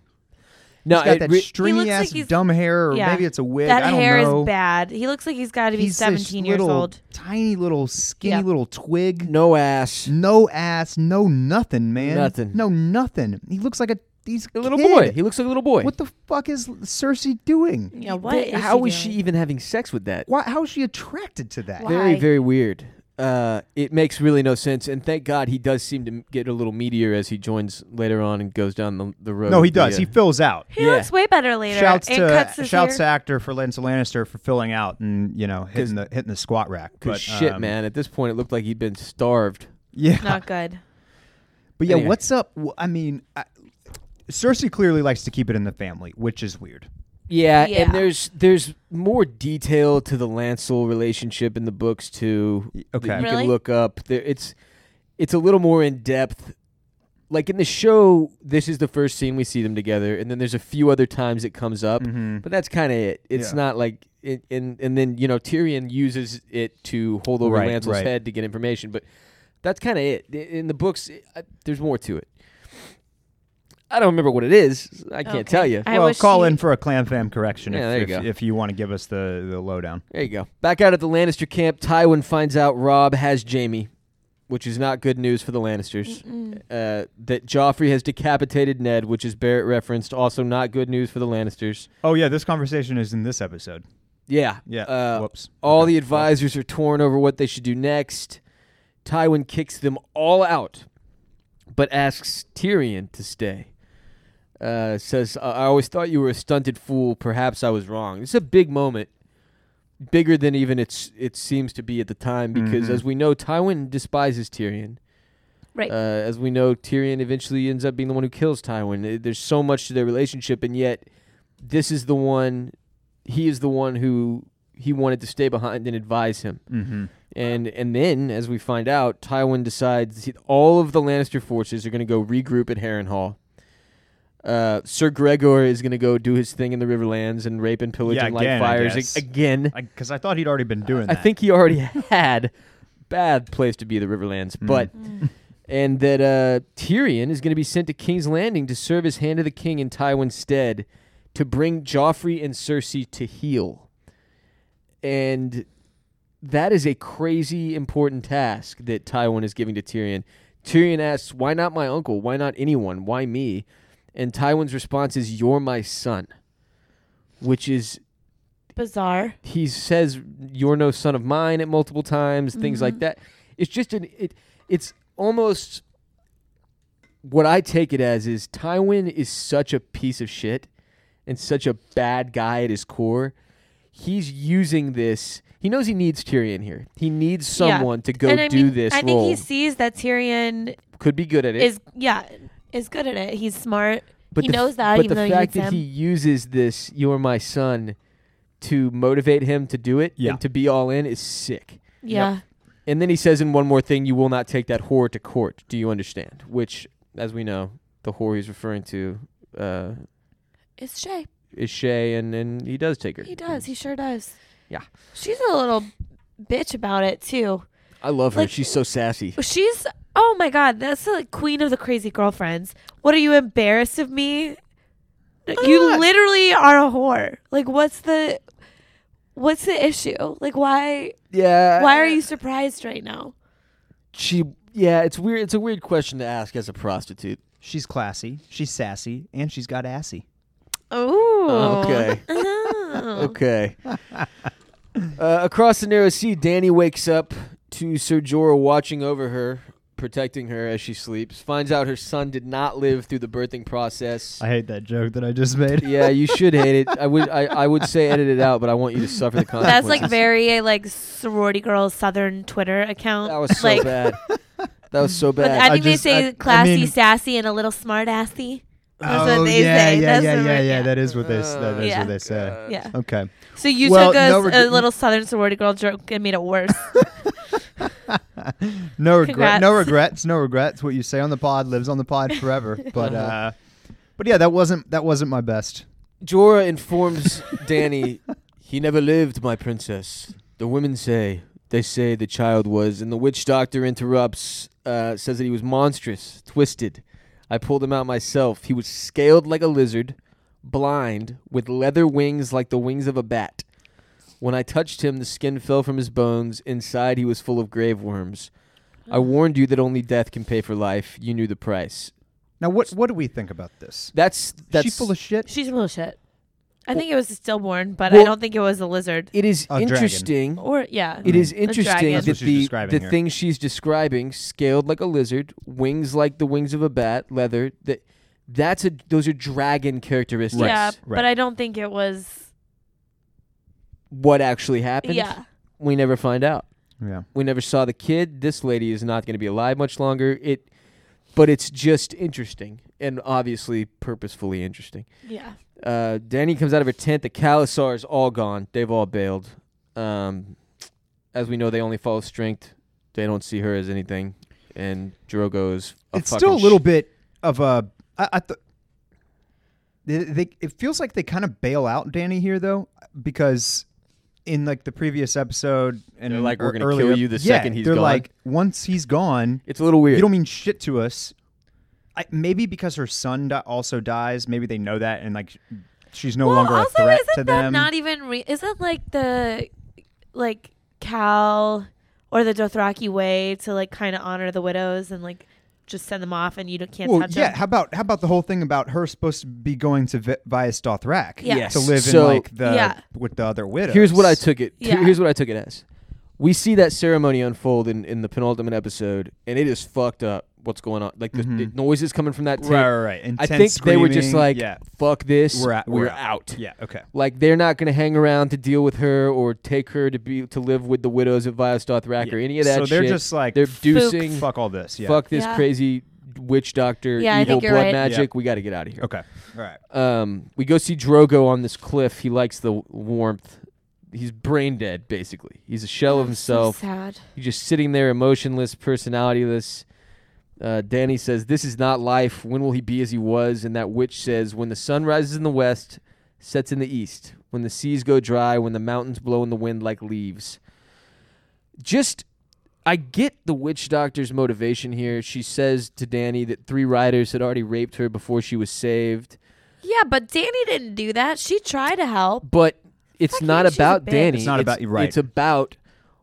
[SPEAKER 1] No,
[SPEAKER 2] he's got
[SPEAKER 1] it
[SPEAKER 2] that
[SPEAKER 1] re-
[SPEAKER 2] stringy
[SPEAKER 3] like
[SPEAKER 2] ass
[SPEAKER 3] he's-
[SPEAKER 2] dumb hair, or
[SPEAKER 3] yeah.
[SPEAKER 2] maybe it's a wig.
[SPEAKER 3] That
[SPEAKER 2] I don't
[SPEAKER 3] hair
[SPEAKER 2] know.
[SPEAKER 3] is bad. He looks like he's got to be
[SPEAKER 2] He's this
[SPEAKER 3] 17 years
[SPEAKER 2] little,
[SPEAKER 3] old.
[SPEAKER 2] tiny little skinny
[SPEAKER 3] Yeah.
[SPEAKER 2] little twig.
[SPEAKER 1] no ass.
[SPEAKER 2] No ass, no nothing, man.
[SPEAKER 1] Nothing.
[SPEAKER 2] No nothing. He looks like a he's
[SPEAKER 1] A little
[SPEAKER 2] kid.
[SPEAKER 1] boy. He looks like a little boy.
[SPEAKER 2] What the fuck is Cersei doing?
[SPEAKER 3] Yeah, what
[SPEAKER 1] They-
[SPEAKER 3] is
[SPEAKER 1] how
[SPEAKER 3] he
[SPEAKER 1] is she
[SPEAKER 3] doing?
[SPEAKER 1] even having sex with that?
[SPEAKER 2] Why, how is she attracted to that?
[SPEAKER 3] Why?
[SPEAKER 1] Very, very weird. Uh, it makes really no sense. And thank God he does seem to m- get a little meatier as he joins later on and goes down the, the road.
[SPEAKER 2] No, he
[SPEAKER 1] of the,
[SPEAKER 2] does.
[SPEAKER 1] uh,
[SPEAKER 2] He fills out.
[SPEAKER 3] He
[SPEAKER 1] Yeah.
[SPEAKER 3] looks way better later.
[SPEAKER 2] Shouts
[SPEAKER 3] and
[SPEAKER 2] to
[SPEAKER 3] cuts his
[SPEAKER 2] shouts
[SPEAKER 3] hair.
[SPEAKER 2] to actor for Lance Lannister for filling out and you know hitting the hitting the squat rack.
[SPEAKER 1] 'cause
[SPEAKER 2] But,
[SPEAKER 1] shit,
[SPEAKER 2] um,
[SPEAKER 1] man. At this point, it looked like he'd been starved.
[SPEAKER 2] Yeah,
[SPEAKER 3] Not good.
[SPEAKER 2] but yeah,
[SPEAKER 1] Anyway.
[SPEAKER 2] what's up? Wh- I mean, I, Cersei clearly likes to keep it in the family, which is weird.
[SPEAKER 1] Yeah,
[SPEAKER 3] Yeah.
[SPEAKER 1] and there's there's more detail to the Lancel relationship in the books too. that
[SPEAKER 2] Okay,
[SPEAKER 1] you
[SPEAKER 3] Really?
[SPEAKER 1] can look up. There, it's it's a little more in depth. Like in the show, this is the first scene we see them together, and then there's a few other times it comes up, but that's kind of it. It's
[SPEAKER 2] Mm-hmm. Yeah.
[SPEAKER 1] not like it, and and then you know Tyrion uses it to hold over
[SPEAKER 2] Right,
[SPEAKER 1] Lancel's
[SPEAKER 2] right.
[SPEAKER 1] head to get information, but that's kind of it. I- In the books, I, there's more to it. I don't remember what it is. I can't
[SPEAKER 3] Okay.
[SPEAKER 1] tell you.
[SPEAKER 3] I
[SPEAKER 2] well,
[SPEAKER 3] wish
[SPEAKER 2] call
[SPEAKER 3] she-
[SPEAKER 2] in for a clam fam correction
[SPEAKER 1] Yeah, there you
[SPEAKER 2] if, if,
[SPEAKER 1] go.
[SPEAKER 2] if you want to give us the the lowdown.
[SPEAKER 1] There you go. Back out at the Lannister camp, Tywin finds out Rob has Jamie, which is not good news for the Lannisters. Uh, that Joffrey has decapitated Ned, which is Barrett referenced, also not good news for the Lannisters.
[SPEAKER 2] Oh yeah, this conversation is in this episode.
[SPEAKER 1] Yeah.
[SPEAKER 2] Yeah.
[SPEAKER 1] Uh,
[SPEAKER 2] Whoops.
[SPEAKER 1] All
[SPEAKER 2] Okay.
[SPEAKER 1] the advisors are torn over what they should do next. Tywin kicks them all out, but asks Tyrion to stay. Uh, says, I I always thought you were a stunted fool. Perhaps I was wrong. This is a big moment, bigger than even it's it seems to be at the time, because
[SPEAKER 2] Mhm.
[SPEAKER 1] as we know, Tywin despises Tyrion.
[SPEAKER 3] Right.
[SPEAKER 1] Uh, as we know, Tyrion eventually ends up being the one who kills Tywin. Uh, There's so much to their relationship, and yet this is the one. He is the one who he wanted to stay behind and advise him.
[SPEAKER 2] Mm-hmm.
[SPEAKER 1] And and then, as we find out, Tywin decides he- all of the Lannister forces are going to go regroup at Harrenhal. Uh, Sir Gregor is going to go do his thing in the Riverlands and rape and pillage
[SPEAKER 2] Yeah,
[SPEAKER 1] and
[SPEAKER 2] again, I
[SPEAKER 1] light fires
[SPEAKER 2] guess.
[SPEAKER 1] a- again.
[SPEAKER 2] Because I, thought he'd already been doing
[SPEAKER 1] I
[SPEAKER 2] that.
[SPEAKER 1] think he already had bad place to be the Riverlands, but and that uh, Tyrion is going to be sent to King's Landing to serve as hand of the king in Tywin's stead to bring Joffrey and Cersei to heel. And that is a crazy important task that Tywin is giving to Tyrion. Tyrion asks, "Why not my uncle? Why not anyone? Why me?" And Tywin's response is, "You're my son." Which is
[SPEAKER 3] Bizarre.
[SPEAKER 1] he says you're no son of mine at multiple times things
[SPEAKER 3] Mm-hmm.
[SPEAKER 1] like that it's just an it it's almost what i take it as is tywin is such a piece of shit and such a bad guy at his core he's using this he knows he needs tyrion here he needs
[SPEAKER 3] Yeah.
[SPEAKER 1] someone to go
[SPEAKER 3] and I
[SPEAKER 1] do
[SPEAKER 3] mean,
[SPEAKER 1] this
[SPEAKER 3] I think
[SPEAKER 1] role
[SPEAKER 3] he sees that Tyrion
[SPEAKER 1] could be good at it
[SPEAKER 3] is yeah is good at it. He's smart. he
[SPEAKER 1] the f-
[SPEAKER 3] knows that,
[SPEAKER 1] but
[SPEAKER 3] even
[SPEAKER 1] the
[SPEAKER 3] though
[SPEAKER 1] fact
[SPEAKER 3] he hates
[SPEAKER 1] that
[SPEAKER 3] him.
[SPEAKER 1] he uses this "you're my son" to motivate him to do it
[SPEAKER 2] Yeah.
[SPEAKER 1] and to be all in is sick.
[SPEAKER 3] yeah.
[SPEAKER 1] And then he says in one more thing, "You will not take that whore to court." Do you understand? Which, as we know, the whore he's referring to uh,
[SPEAKER 3] It's Shay.
[SPEAKER 1] is Shay, and and he does take her.
[SPEAKER 3] He does. He sure does.
[SPEAKER 1] Yeah.
[SPEAKER 3] She's a little bitch about it too.
[SPEAKER 1] I love her.
[SPEAKER 3] Like-
[SPEAKER 1] She's so sassy.
[SPEAKER 3] She's oh my god, that's the like, queen of the crazy girlfriends. What are you embarrassed of me?
[SPEAKER 2] Uh.
[SPEAKER 3] You literally are a whore. Like what's the what's the issue? Like why
[SPEAKER 2] Uh,
[SPEAKER 1] Yeah.
[SPEAKER 3] why are you surprised right now?
[SPEAKER 1] She. Yeah. It's weird. It's a weird question to ask as a prostitute.
[SPEAKER 2] she's classy, she's sassy, and she's got assy.
[SPEAKER 3] Oh.
[SPEAKER 1] Okay.
[SPEAKER 3] Oh.
[SPEAKER 1] Okay. uh, across the narrow sea, Danny wakes up to Ser Jorah watching over her, protecting her as she sleeps. Finds out her son did not live through the birthing process.
[SPEAKER 2] I hate that joke that I just made.
[SPEAKER 1] yeah, you should hate it. I would. I, I would say edit it out, but I want you to suffer the
[SPEAKER 3] That's
[SPEAKER 1] consequences.
[SPEAKER 3] like very like sorority girl southern Twitter account.
[SPEAKER 1] That was so
[SPEAKER 3] like
[SPEAKER 1] bad. That was so
[SPEAKER 3] But
[SPEAKER 1] bad.
[SPEAKER 3] I
[SPEAKER 2] I
[SPEAKER 3] think
[SPEAKER 2] just-
[SPEAKER 3] they say
[SPEAKER 2] I- I
[SPEAKER 3] classy,
[SPEAKER 2] mean-
[SPEAKER 3] sassy, and a little smart assy. That's
[SPEAKER 2] oh
[SPEAKER 3] what they
[SPEAKER 2] yeah,
[SPEAKER 3] say.
[SPEAKER 2] yeah,
[SPEAKER 3] That's
[SPEAKER 2] yeah,
[SPEAKER 3] what
[SPEAKER 2] yeah,
[SPEAKER 3] we're-
[SPEAKER 2] yeah.
[SPEAKER 3] yeah.
[SPEAKER 2] That is what they s- that is
[SPEAKER 3] Yeah.
[SPEAKER 2] what they say.
[SPEAKER 3] Yeah.
[SPEAKER 2] Okay.
[SPEAKER 3] So you
[SPEAKER 2] Well,
[SPEAKER 3] took a,
[SPEAKER 2] no
[SPEAKER 3] s-
[SPEAKER 2] regret-
[SPEAKER 3] a little southern sorority girl joke and made it worse.
[SPEAKER 2] No regret. No
[SPEAKER 3] Congrats.
[SPEAKER 2] regrets. No regrets. What you say on the pod lives on the pod forever. But
[SPEAKER 1] Uh-huh.
[SPEAKER 2] uh, but yeah, that wasn't that wasn't my best.
[SPEAKER 1] Jorah informs Danny he never lived, my princess. The women say they say the child was, and the witch doctor interrupts, uh, says that he was monstrous, twisted. I pulled him out myself. He was scaled like a lizard, blind, with leather wings like the wings of a bat. When I touched him, the skin fell from his bones. Inside, he was full of grave worms. I warned you that only death can pay for life. You knew the price.
[SPEAKER 2] Now what what do we think about this?
[SPEAKER 1] That's
[SPEAKER 2] Is
[SPEAKER 1] that's
[SPEAKER 2] she full of shit.
[SPEAKER 3] She's bullshit. I think it was stillborn, but
[SPEAKER 1] Well-
[SPEAKER 3] I don't think it was a lizard.
[SPEAKER 1] it is
[SPEAKER 2] A dragon. Mm-hmm.
[SPEAKER 1] interesting.
[SPEAKER 3] Or yeah,
[SPEAKER 1] It is
[SPEAKER 3] A
[SPEAKER 1] interesting
[SPEAKER 3] dragon.
[SPEAKER 1] that
[SPEAKER 2] That's what she's
[SPEAKER 1] the,
[SPEAKER 2] describing
[SPEAKER 1] the
[SPEAKER 2] here.
[SPEAKER 1] thing she's describing, scaled like a lizard, wings like the wings of a bat, leather. That that's a those are dragon characteristics.
[SPEAKER 3] yeah,
[SPEAKER 2] right.
[SPEAKER 3] but I don't think it was.
[SPEAKER 1] What actually happened?
[SPEAKER 3] Yeah,
[SPEAKER 1] We never find out.
[SPEAKER 2] Yeah.
[SPEAKER 1] We never saw the kid. This lady is not going to be alive much longer. It, but it's just interesting and obviously purposefully interesting.
[SPEAKER 3] yeah.
[SPEAKER 1] Uh, Danny comes out of her tent. The Kalasar is all gone. They've all bailed. Um, as we know, they only follow strength. They don't see her as anything. And Drogo is a
[SPEAKER 2] it's
[SPEAKER 1] fucking
[SPEAKER 2] still a little
[SPEAKER 1] sh-
[SPEAKER 2] bit of a. I, I th- they, they, it feels like they kind of bail out Danny here though, because in like the previous episode and
[SPEAKER 1] They're like,
[SPEAKER 2] ear-
[SPEAKER 1] "We're gonna
[SPEAKER 2] earlier-
[SPEAKER 1] kill you the
[SPEAKER 2] yeah,
[SPEAKER 1] second he's
[SPEAKER 2] they're
[SPEAKER 1] gone."
[SPEAKER 2] like, once he's gone,
[SPEAKER 1] It's a little weird.
[SPEAKER 2] you don't mean shit to us. I, maybe because her son di- also dies, maybe they know that and like she's no
[SPEAKER 3] well,
[SPEAKER 2] longer
[SPEAKER 3] also,
[SPEAKER 2] a threat
[SPEAKER 3] isn't
[SPEAKER 2] to
[SPEAKER 3] that
[SPEAKER 2] them.
[SPEAKER 3] not even? Re- isn't like the like Cal or the Dothraki way to like kind of honor the widows and like just send them off and you don't, can't
[SPEAKER 2] well,
[SPEAKER 3] touch
[SPEAKER 2] yeah.
[SPEAKER 3] them?
[SPEAKER 2] How about how about the whole thing about her supposed to be going to Vi- Vias Dothrak
[SPEAKER 3] Yeah. Yes.
[SPEAKER 2] to live
[SPEAKER 1] So-
[SPEAKER 2] in like the
[SPEAKER 3] Yeah.
[SPEAKER 2] with the other widows?
[SPEAKER 1] Here's what I took it.
[SPEAKER 3] Yeah.
[SPEAKER 1] Here's what I took it as. we see that ceremony unfold in, in the penultimate episode, and it is fucked up. What's going on? Like the, the noises coming from that tape.
[SPEAKER 2] Mm-hmm. Right, right, right. Intense
[SPEAKER 1] I think they were just
[SPEAKER 2] screaming.
[SPEAKER 1] like,
[SPEAKER 2] Yeah.
[SPEAKER 1] "Fuck this,
[SPEAKER 2] We're out-
[SPEAKER 1] we're
[SPEAKER 2] we're
[SPEAKER 1] out."
[SPEAKER 2] Yeah. Okay.
[SPEAKER 1] Like they're not going to hang around to deal with her or take her to be to live with the widows of Vias Dothrak or any of that.
[SPEAKER 2] So they're
[SPEAKER 1] shit.
[SPEAKER 2] just like,
[SPEAKER 1] they're
[SPEAKER 2] "Fuck
[SPEAKER 1] deucing.
[SPEAKER 2] Fuck all this. Yeah.
[SPEAKER 1] fuck this
[SPEAKER 3] Yeah.
[SPEAKER 1] crazy witch doctor
[SPEAKER 3] Yeah, I
[SPEAKER 1] evil
[SPEAKER 3] think
[SPEAKER 1] blood
[SPEAKER 3] you're right.
[SPEAKER 1] magic. We got to get out of here.
[SPEAKER 2] Okay. All right.
[SPEAKER 1] Um, we go see Drogo on this cliff. He likes the w- warmth. He's brain dead, basically. He's a shell of himself.
[SPEAKER 3] So sad.
[SPEAKER 1] He's just sitting there, emotionless, personalityless. Uh, Danny says, "This is not life. When will he be as he was?" And that witch says, "When the sun rises in the west, sets in the east. When the seas go dry, when the mountains blow in the wind like leaves." Just, I get the witch doctor's motivation here. She says to Danny that three riders had already raped her before she was saved,
[SPEAKER 3] Yeah, but Danny didn't do that. She tried to help.
[SPEAKER 1] but it's
[SPEAKER 3] Fuck
[SPEAKER 1] not
[SPEAKER 3] you, she's a
[SPEAKER 1] about
[SPEAKER 3] bitch.
[SPEAKER 1] Danny.
[SPEAKER 2] It's not about you, right.
[SPEAKER 1] It's about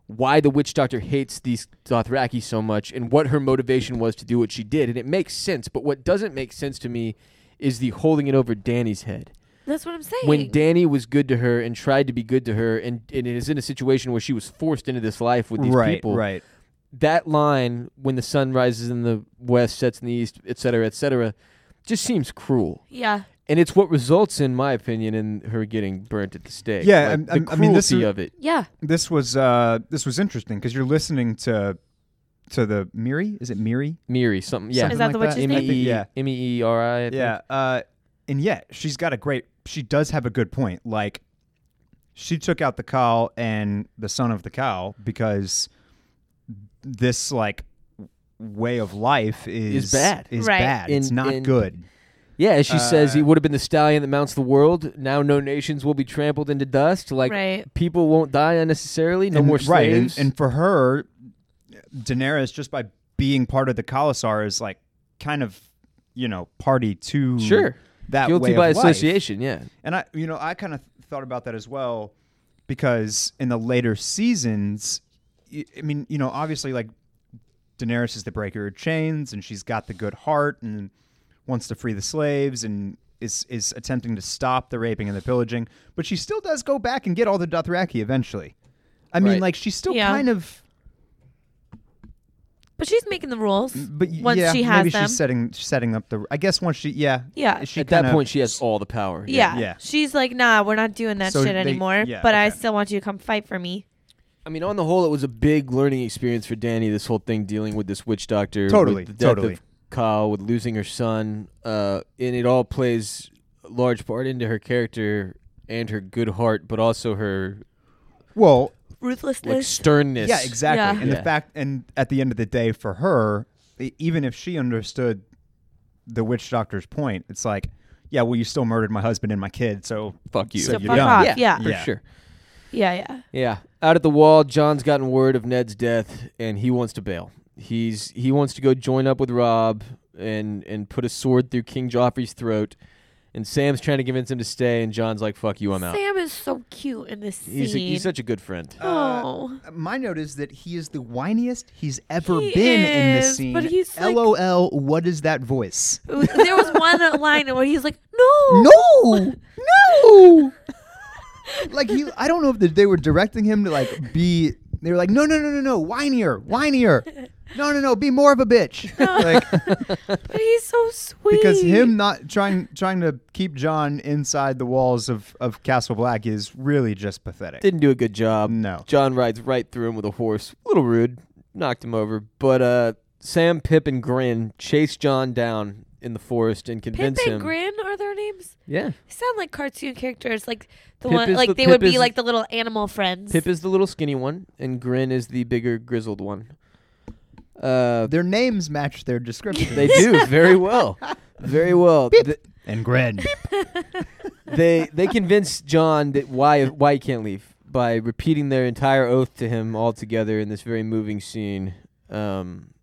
[SPEAKER 1] why the witch doctor hates these Dothraki so much and what her motivation was to do what she did. And it makes sense. But what doesn't make sense to me is the holding it over Danny's head.
[SPEAKER 3] That's what I'm saying.
[SPEAKER 1] When Danny was good to her and tried to be good to her and, and is in a situation where she was forced into this life with these
[SPEAKER 2] right.
[SPEAKER 1] people.
[SPEAKER 2] Right.
[SPEAKER 1] That line, when the sun rises in the west, sets in the east, et cetera, et cetera, just seems cruel.
[SPEAKER 3] yeah,
[SPEAKER 1] And it's what results, in my opinion, in her getting burnt at the stake.
[SPEAKER 2] Yeah,
[SPEAKER 1] Like,
[SPEAKER 2] I'm-
[SPEAKER 1] the
[SPEAKER 2] I'm-
[SPEAKER 1] cruelty
[SPEAKER 2] I mean, this is-
[SPEAKER 1] of it.
[SPEAKER 3] yeah,
[SPEAKER 2] This was uh this was interesting because you're listening to to the Miri. Is it Miri?
[SPEAKER 1] Miri, something. Yeah,
[SPEAKER 3] Is that
[SPEAKER 2] Something
[SPEAKER 3] the
[SPEAKER 2] like
[SPEAKER 3] witch's
[SPEAKER 1] M
[SPEAKER 3] name?
[SPEAKER 1] E
[SPEAKER 2] I think-
[SPEAKER 1] E
[SPEAKER 2] Yeah.
[SPEAKER 1] M E E R I. I think.
[SPEAKER 2] Yeah. Uh, and yet she's got a great. She does have a good point. Like she took out the cow and the son of the cow because this like way of life is
[SPEAKER 1] bad.
[SPEAKER 2] Is
[SPEAKER 3] Right.
[SPEAKER 2] bad. it's
[SPEAKER 1] And-
[SPEAKER 2] not
[SPEAKER 1] and-
[SPEAKER 2] good.
[SPEAKER 1] Yeah, as she says, he
[SPEAKER 2] Uh,
[SPEAKER 1] would have been the stallion that mounts the world. Now no nations will be trampled into dust. Like
[SPEAKER 3] Right.
[SPEAKER 1] people won't die unnecessarily. No
[SPEAKER 2] And-
[SPEAKER 1] more
[SPEAKER 2] right. And,
[SPEAKER 1] slaves.
[SPEAKER 2] and for her, Daenerys just by being part of the Khalasar is like kind of you know party to
[SPEAKER 1] Sure.
[SPEAKER 2] that
[SPEAKER 1] guilty
[SPEAKER 2] way
[SPEAKER 1] by
[SPEAKER 2] of life.
[SPEAKER 1] association. Yeah,
[SPEAKER 2] And I, you know, I kind of thought about that as well because in the later seasons, y- I mean, you know, obviously, like Daenerys is the breaker of chains, and she's got the good heart and wants to free the slaves and is is attempting to stop the raping and the pillaging, but she still does go back and get all the Dothraki eventually. I mean,
[SPEAKER 1] Right.
[SPEAKER 2] like she's still
[SPEAKER 3] Yeah.
[SPEAKER 2] kind of,
[SPEAKER 3] but she's making the rules.
[SPEAKER 2] Mm, but y-
[SPEAKER 3] once
[SPEAKER 2] yeah,
[SPEAKER 3] she has
[SPEAKER 2] maybe
[SPEAKER 3] them,
[SPEAKER 2] she's setting setting up the. I guess once she, yeah,
[SPEAKER 3] Yeah.
[SPEAKER 2] she
[SPEAKER 1] at that
[SPEAKER 2] kinda-
[SPEAKER 1] point she has all the power.
[SPEAKER 3] yeah,
[SPEAKER 2] yeah.
[SPEAKER 3] she's like, nah, we're not doing that
[SPEAKER 2] So
[SPEAKER 3] shit
[SPEAKER 2] they-
[SPEAKER 3] anymore.
[SPEAKER 2] yeah,
[SPEAKER 3] but I
[SPEAKER 2] okay.
[SPEAKER 3] still want you to come fight for me.
[SPEAKER 1] I mean, on the whole, it was a big learning experience for Danny. This whole thing dealing with this witch doctor, with
[SPEAKER 2] Totally,
[SPEAKER 1] the death
[SPEAKER 2] totally.
[SPEAKER 1] of Kyle, with losing her son, uh, and it all plays a large part into her character and her good heart, but also her
[SPEAKER 2] well,
[SPEAKER 1] like
[SPEAKER 3] Ruthlessness.
[SPEAKER 1] sternness.
[SPEAKER 2] Yeah, exactly.
[SPEAKER 3] Yeah.
[SPEAKER 2] And
[SPEAKER 1] Yeah.
[SPEAKER 2] the fact, and at the end of the day, for her, e- even if she understood the witch doctor's point, it's like, yeah, well, you still murdered my husband and my kid, so
[SPEAKER 1] Fuck you.
[SPEAKER 2] So
[SPEAKER 3] So
[SPEAKER 2] you're
[SPEAKER 3] fuck
[SPEAKER 2] done.
[SPEAKER 3] off.
[SPEAKER 1] yeah,
[SPEAKER 3] Yeah.
[SPEAKER 1] for
[SPEAKER 2] Yeah.
[SPEAKER 1] sure.
[SPEAKER 3] yeah, yeah.
[SPEAKER 1] Yeah. Out at the wall, John's gotten word of Ned's death and he wants to bail. He's he wants to go join up with Rob and and put a sword through King Joffrey's throat. And Sam's trying to convince him to stay and John's like, "Fuck you, I'm out."
[SPEAKER 3] Sam is so cute in this scene.
[SPEAKER 1] Oh. He's a, he's such a good friend.
[SPEAKER 2] Uh.
[SPEAKER 3] oh,
[SPEAKER 2] my note is that he is the whiniest he's ever
[SPEAKER 3] He
[SPEAKER 2] been in this
[SPEAKER 3] is,
[SPEAKER 2] scene.
[SPEAKER 3] but he's like-
[SPEAKER 2] LOL, what is that voice?
[SPEAKER 3] It was- there was one line where he's like, no,
[SPEAKER 2] No, no. like he, I don't know if they were directing him to like be. They were like, no, no, no, no, no, whinier, whinier. No, no, no, be more of a bitch. like,
[SPEAKER 3] but he's so sweet.
[SPEAKER 2] because him not trying trying to keep John inside the walls of of Castle Black is really just pathetic.
[SPEAKER 1] Didn't do a good job.
[SPEAKER 2] No.
[SPEAKER 1] John rides right through him with a horse. A little rude. Knocked him over. But uh Sam, Pip, and Grin chase John down in the forest and
[SPEAKER 3] Pip
[SPEAKER 1] convince him.
[SPEAKER 3] and Grin are their names.
[SPEAKER 1] Yeah.
[SPEAKER 3] They sound like cartoon characters, like the
[SPEAKER 1] Pip
[SPEAKER 3] one,
[SPEAKER 1] is
[SPEAKER 3] like
[SPEAKER 1] the-
[SPEAKER 3] they
[SPEAKER 1] Pip
[SPEAKER 3] would be
[SPEAKER 1] is-
[SPEAKER 3] like the little animal friends.
[SPEAKER 1] Pip is the little skinny one, and Grin is the bigger grizzled one. Uh,
[SPEAKER 2] Their names match their description.
[SPEAKER 1] they do very well, very well. Th-
[SPEAKER 2] and Gren.
[SPEAKER 1] they they convince John that why why he can't leave by repeating their entire oath to him all together in this very moving scene. Um,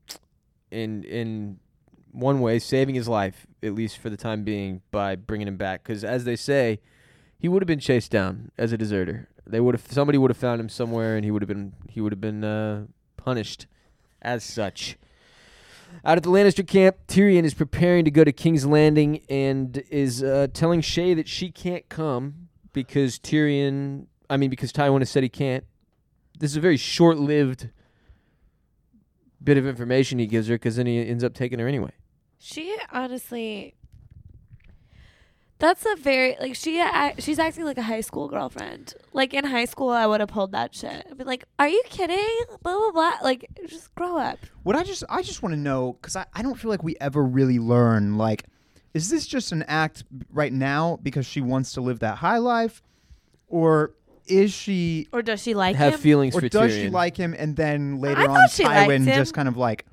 [SPEAKER 1] in in one way, saving his life at least for the time being by bringing him back, because as they say, he would have been chased down as a deserter. They would have somebody would have found him somewhere, and he would have been he would have been uh, punished as such. Out at the Lannister camp, Tyrion is preparing to go to King's Landing and is uh, telling Shay that she can't come because Tyrion, I mean, because Tywin has said he can't. this is a very short-lived bit of information he gives her because then he ends up taking her anyway.
[SPEAKER 3] She honestly. That's a very like she ac- she's acting like a high school girlfriend. Like in high school, I would have pulled that shit. I'd be like, "Are you kidding?" Blah blah blah. Like, just grow up.
[SPEAKER 2] What I just I just want to know because I, I don't feel like we ever really learn like is this just an act right now because she wants to live that high life or is she
[SPEAKER 3] Or does she like
[SPEAKER 1] Have
[SPEAKER 3] him?
[SPEAKER 1] feelings
[SPEAKER 2] or
[SPEAKER 1] for
[SPEAKER 2] does she
[SPEAKER 1] Tyrion.
[SPEAKER 2] like him and then later
[SPEAKER 3] I
[SPEAKER 2] on
[SPEAKER 3] thought she liked
[SPEAKER 2] Tywin
[SPEAKER 3] him.
[SPEAKER 2] just kind of like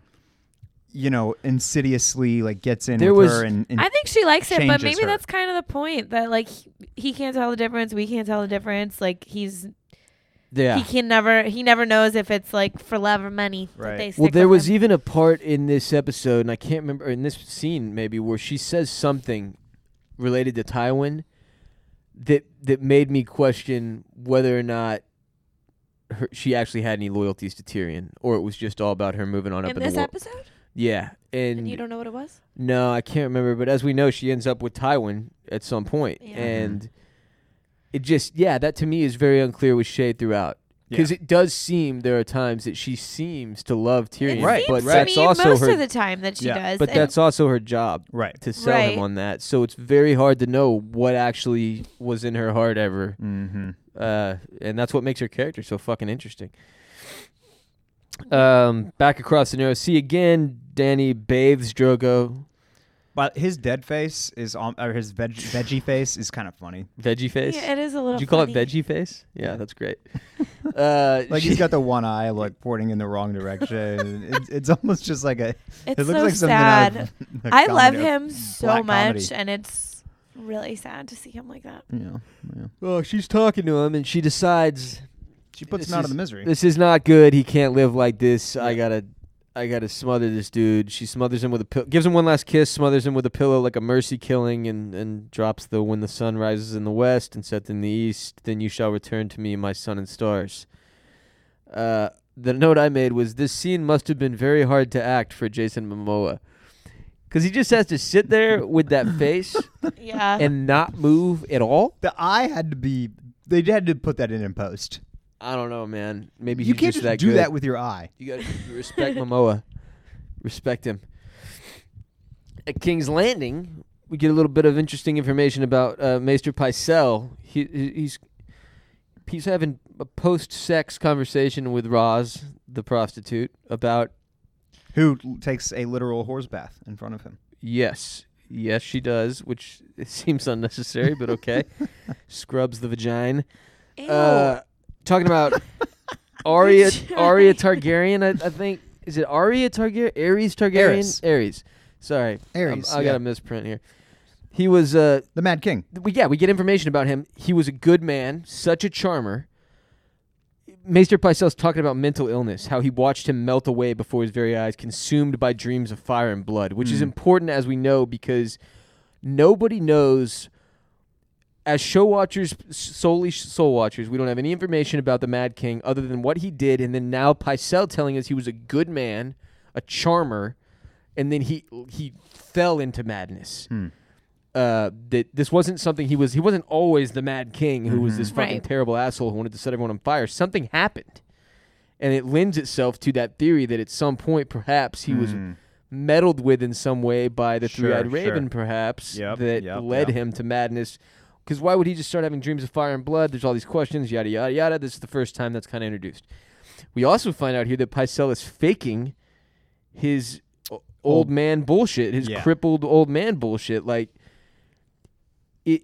[SPEAKER 2] you know insidiously like gets in
[SPEAKER 1] There
[SPEAKER 2] with
[SPEAKER 1] was-
[SPEAKER 2] her and, and
[SPEAKER 3] I think she likes it, but
[SPEAKER 2] changes
[SPEAKER 3] maybe
[SPEAKER 2] her.
[SPEAKER 3] that's kind of the point that like he, he can't tell the difference, we can't tell the difference. Like he's
[SPEAKER 1] Yeah.
[SPEAKER 3] he can never he never knows if it's like for love or money. that
[SPEAKER 2] Right.
[SPEAKER 3] they
[SPEAKER 1] Well,
[SPEAKER 3] stick
[SPEAKER 1] there
[SPEAKER 3] with
[SPEAKER 1] was
[SPEAKER 3] him.
[SPEAKER 1] even a part in this episode, and I can't remember or in this scene maybe where she says something related to Tywin that that made me question whether or not her, she actually had any loyalties to Tyrion, or it was just all about her moving on up
[SPEAKER 3] in
[SPEAKER 1] in
[SPEAKER 3] this
[SPEAKER 1] the world.
[SPEAKER 3] episode,
[SPEAKER 1] Yeah, and,
[SPEAKER 3] and you don't know what it was.
[SPEAKER 1] no, I can't remember. But as we know, she ends up with Tywin at some point,
[SPEAKER 3] Yeah.
[SPEAKER 1] and it just yeah, that to me is very unclear with Shay throughout. Because it does seem there are times that she seems to love Tyrion,
[SPEAKER 3] It
[SPEAKER 2] Right,
[SPEAKER 1] but
[SPEAKER 3] seems
[SPEAKER 1] that's
[SPEAKER 3] to me
[SPEAKER 1] also
[SPEAKER 3] most
[SPEAKER 1] her.
[SPEAKER 3] of the time that she
[SPEAKER 2] Yeah.
[SPEAKER 3] does.
[SPEAKER 1] but
[SPEAKER 3] and-
[SPEAKER 1] that's also her job
[SPEAKER 2] right
[SPEAKER 1] to sell
[SPEAKER 3] Right.
[SPEAKER 1] him on that. So it's very hard to know what actually was in her heart ever,
[SPEAKER 2] mm-hmm.
[SPEAKER 1] uh, and that's what makes her character so fucking interesting. Um, back across the narrow sea again. Danny bathes Drogo,
[SPEAKER 2] but his dead face is on or his veg, veggie face is kind of funny
[SPEAKER 1] veggie face.
[SPEAKER 3] yeah, it is a little.
[SPEAKER 1] Did you call
[SPEAKER 3] funny.
[SPEAKER 1] it veggie face? Yeah, that's great. Uh,
[SPEAKER 2] like
[SPEAKER 1] she-
[SPEAKER 2] he's got the one eye like pointing in the wrong direction it's, it's almost just like a
[SPEAKER 3] It's
[SPEAKER 2] it looks
[SPEAKER 3] so
[SPEAKER 2] like something out
[SPEAKER 3] sad.
[SPEAKER 2] of a
[SPEAKER 3] I love
[SPEAKER 2] comedy,
[SPEAKER 3] him so
[SPEAKER 2] black
[SPEAKER 3] much,
[SPEAKER 2] comedy. Mm.
[SPEAKER 3] and it's really sad to see him like that.
[SPEAKER 2] you know, yeah.
[SPEAKER 1] well, Oh, she's talking to him, and she decides
[SPEAKER 2] she puts
[SPEAKER 1] This
[SPEAKER 2] him out of
[SPEAKER 1] is-
[SPEAKER 2] the misery
[SPEAKER 1] this is not good. He can't live like this. I gotta, I gotta smother this dude. She smothers him with a pill, gives him one last kiss, smothers him with a pillow like a mercy killing, and and drops the when the sun rises in the west and sets in the east, then you shall return to me, my sun and stars. Uh, the note I made was this scene must have been very hard to act for Jason Momoa. Cause he just has to sit there with that face
[SPEAKER 3] Yeah,
[SPEAKER 1] and not move at all.
[SPEAKER 2] Uh-huh. the eye had to be they had to put that in in post
[SPEAKER 1] I don't know, man. Maybe
[SPEAKER 2] you
[SPEAKER 1] he's
[SPEAKER 2] can't
[SPEAKER 1] just
[SPEAKER 2] just
[SPEAKER 1] that
[SPEAKER 2] do
[SPEAKER 1] good.
[SPEAKER 2] that with your eye
[SPEAKER 1] You got to respect Momoa. Respect him. At King's Landing, we get a little bit of interesting information about uh, Maester Pycelle. He, he- he's he's having a post-sex conversation with Roz, the prostitute, about
[SPEAKER 2] who l- takes a literal horse bath in front of him
[SPEAKER 1] yes, yes, she does, which it seems unnecessary, but okay. Scrubs the vagina.
[SPEAKER 3] Ew.
[SPEAKER 1] Uh, talking about Arya,
[SPEAKER 3] Vagina.
[SPEAKER 1] Arya Targaryen. I, I think is it Arya Targaryen? Ares Targaryen.
[SPEAKER 2] Aerys.
[SPEAKER 1] Ares. Sorry,
[SPEAKER 2] Aerys,
[SPEAKER 1] i I
[SPEAKER 2] yeah.
[SPEAKER 1] got a misprint here. He was. Uh,
[SPEAKER 2] the mad king
[SPEAKER 1] we, yeah, we get information about him. He was a good man, such a charmer. Maester Pycelle's talking about mental illness, how he watched him melt away before his very eyes, consumed by dreams of fire and blood, which is important as we know because nobody knows. As show watchers, s- solely sh- soul watchers, we don't have any information about the Mad King other than what he did, and then now Pycelle telling us he was a good man, a charmer, and then he he fell into madness uh, that this wasn't something he was he wasn't always the mad king who was this fucking
[SPEAKER 3] Right.
[SPEAKER 1] terrible asshole who wanted to set everyone on fire something happened and it lends itself to that theory that at some point perhaps he was meddled with in some way by the
[SPEAKER 2] Hmm. Sure, sure.
[SPEAKER 1] three-eyed raven perhaps
[SPEAKER 2] Yep,
[SPEAKER 1] that
[SPEAKER 2] yep,
[SPEAKER 1] led
[SPEAKER 2] yep.
[SPEAKER 1] him to madness because why would he just start having dreams of fire and blood there's all these questions yada yada yada this is the first time that's kind of introduced we also find out here that Pycelle is faking his o- old man bullshit, his
[SPEAKER 2] Yeah.
[SPEAKER 1] crippled old man bullshit. Like it,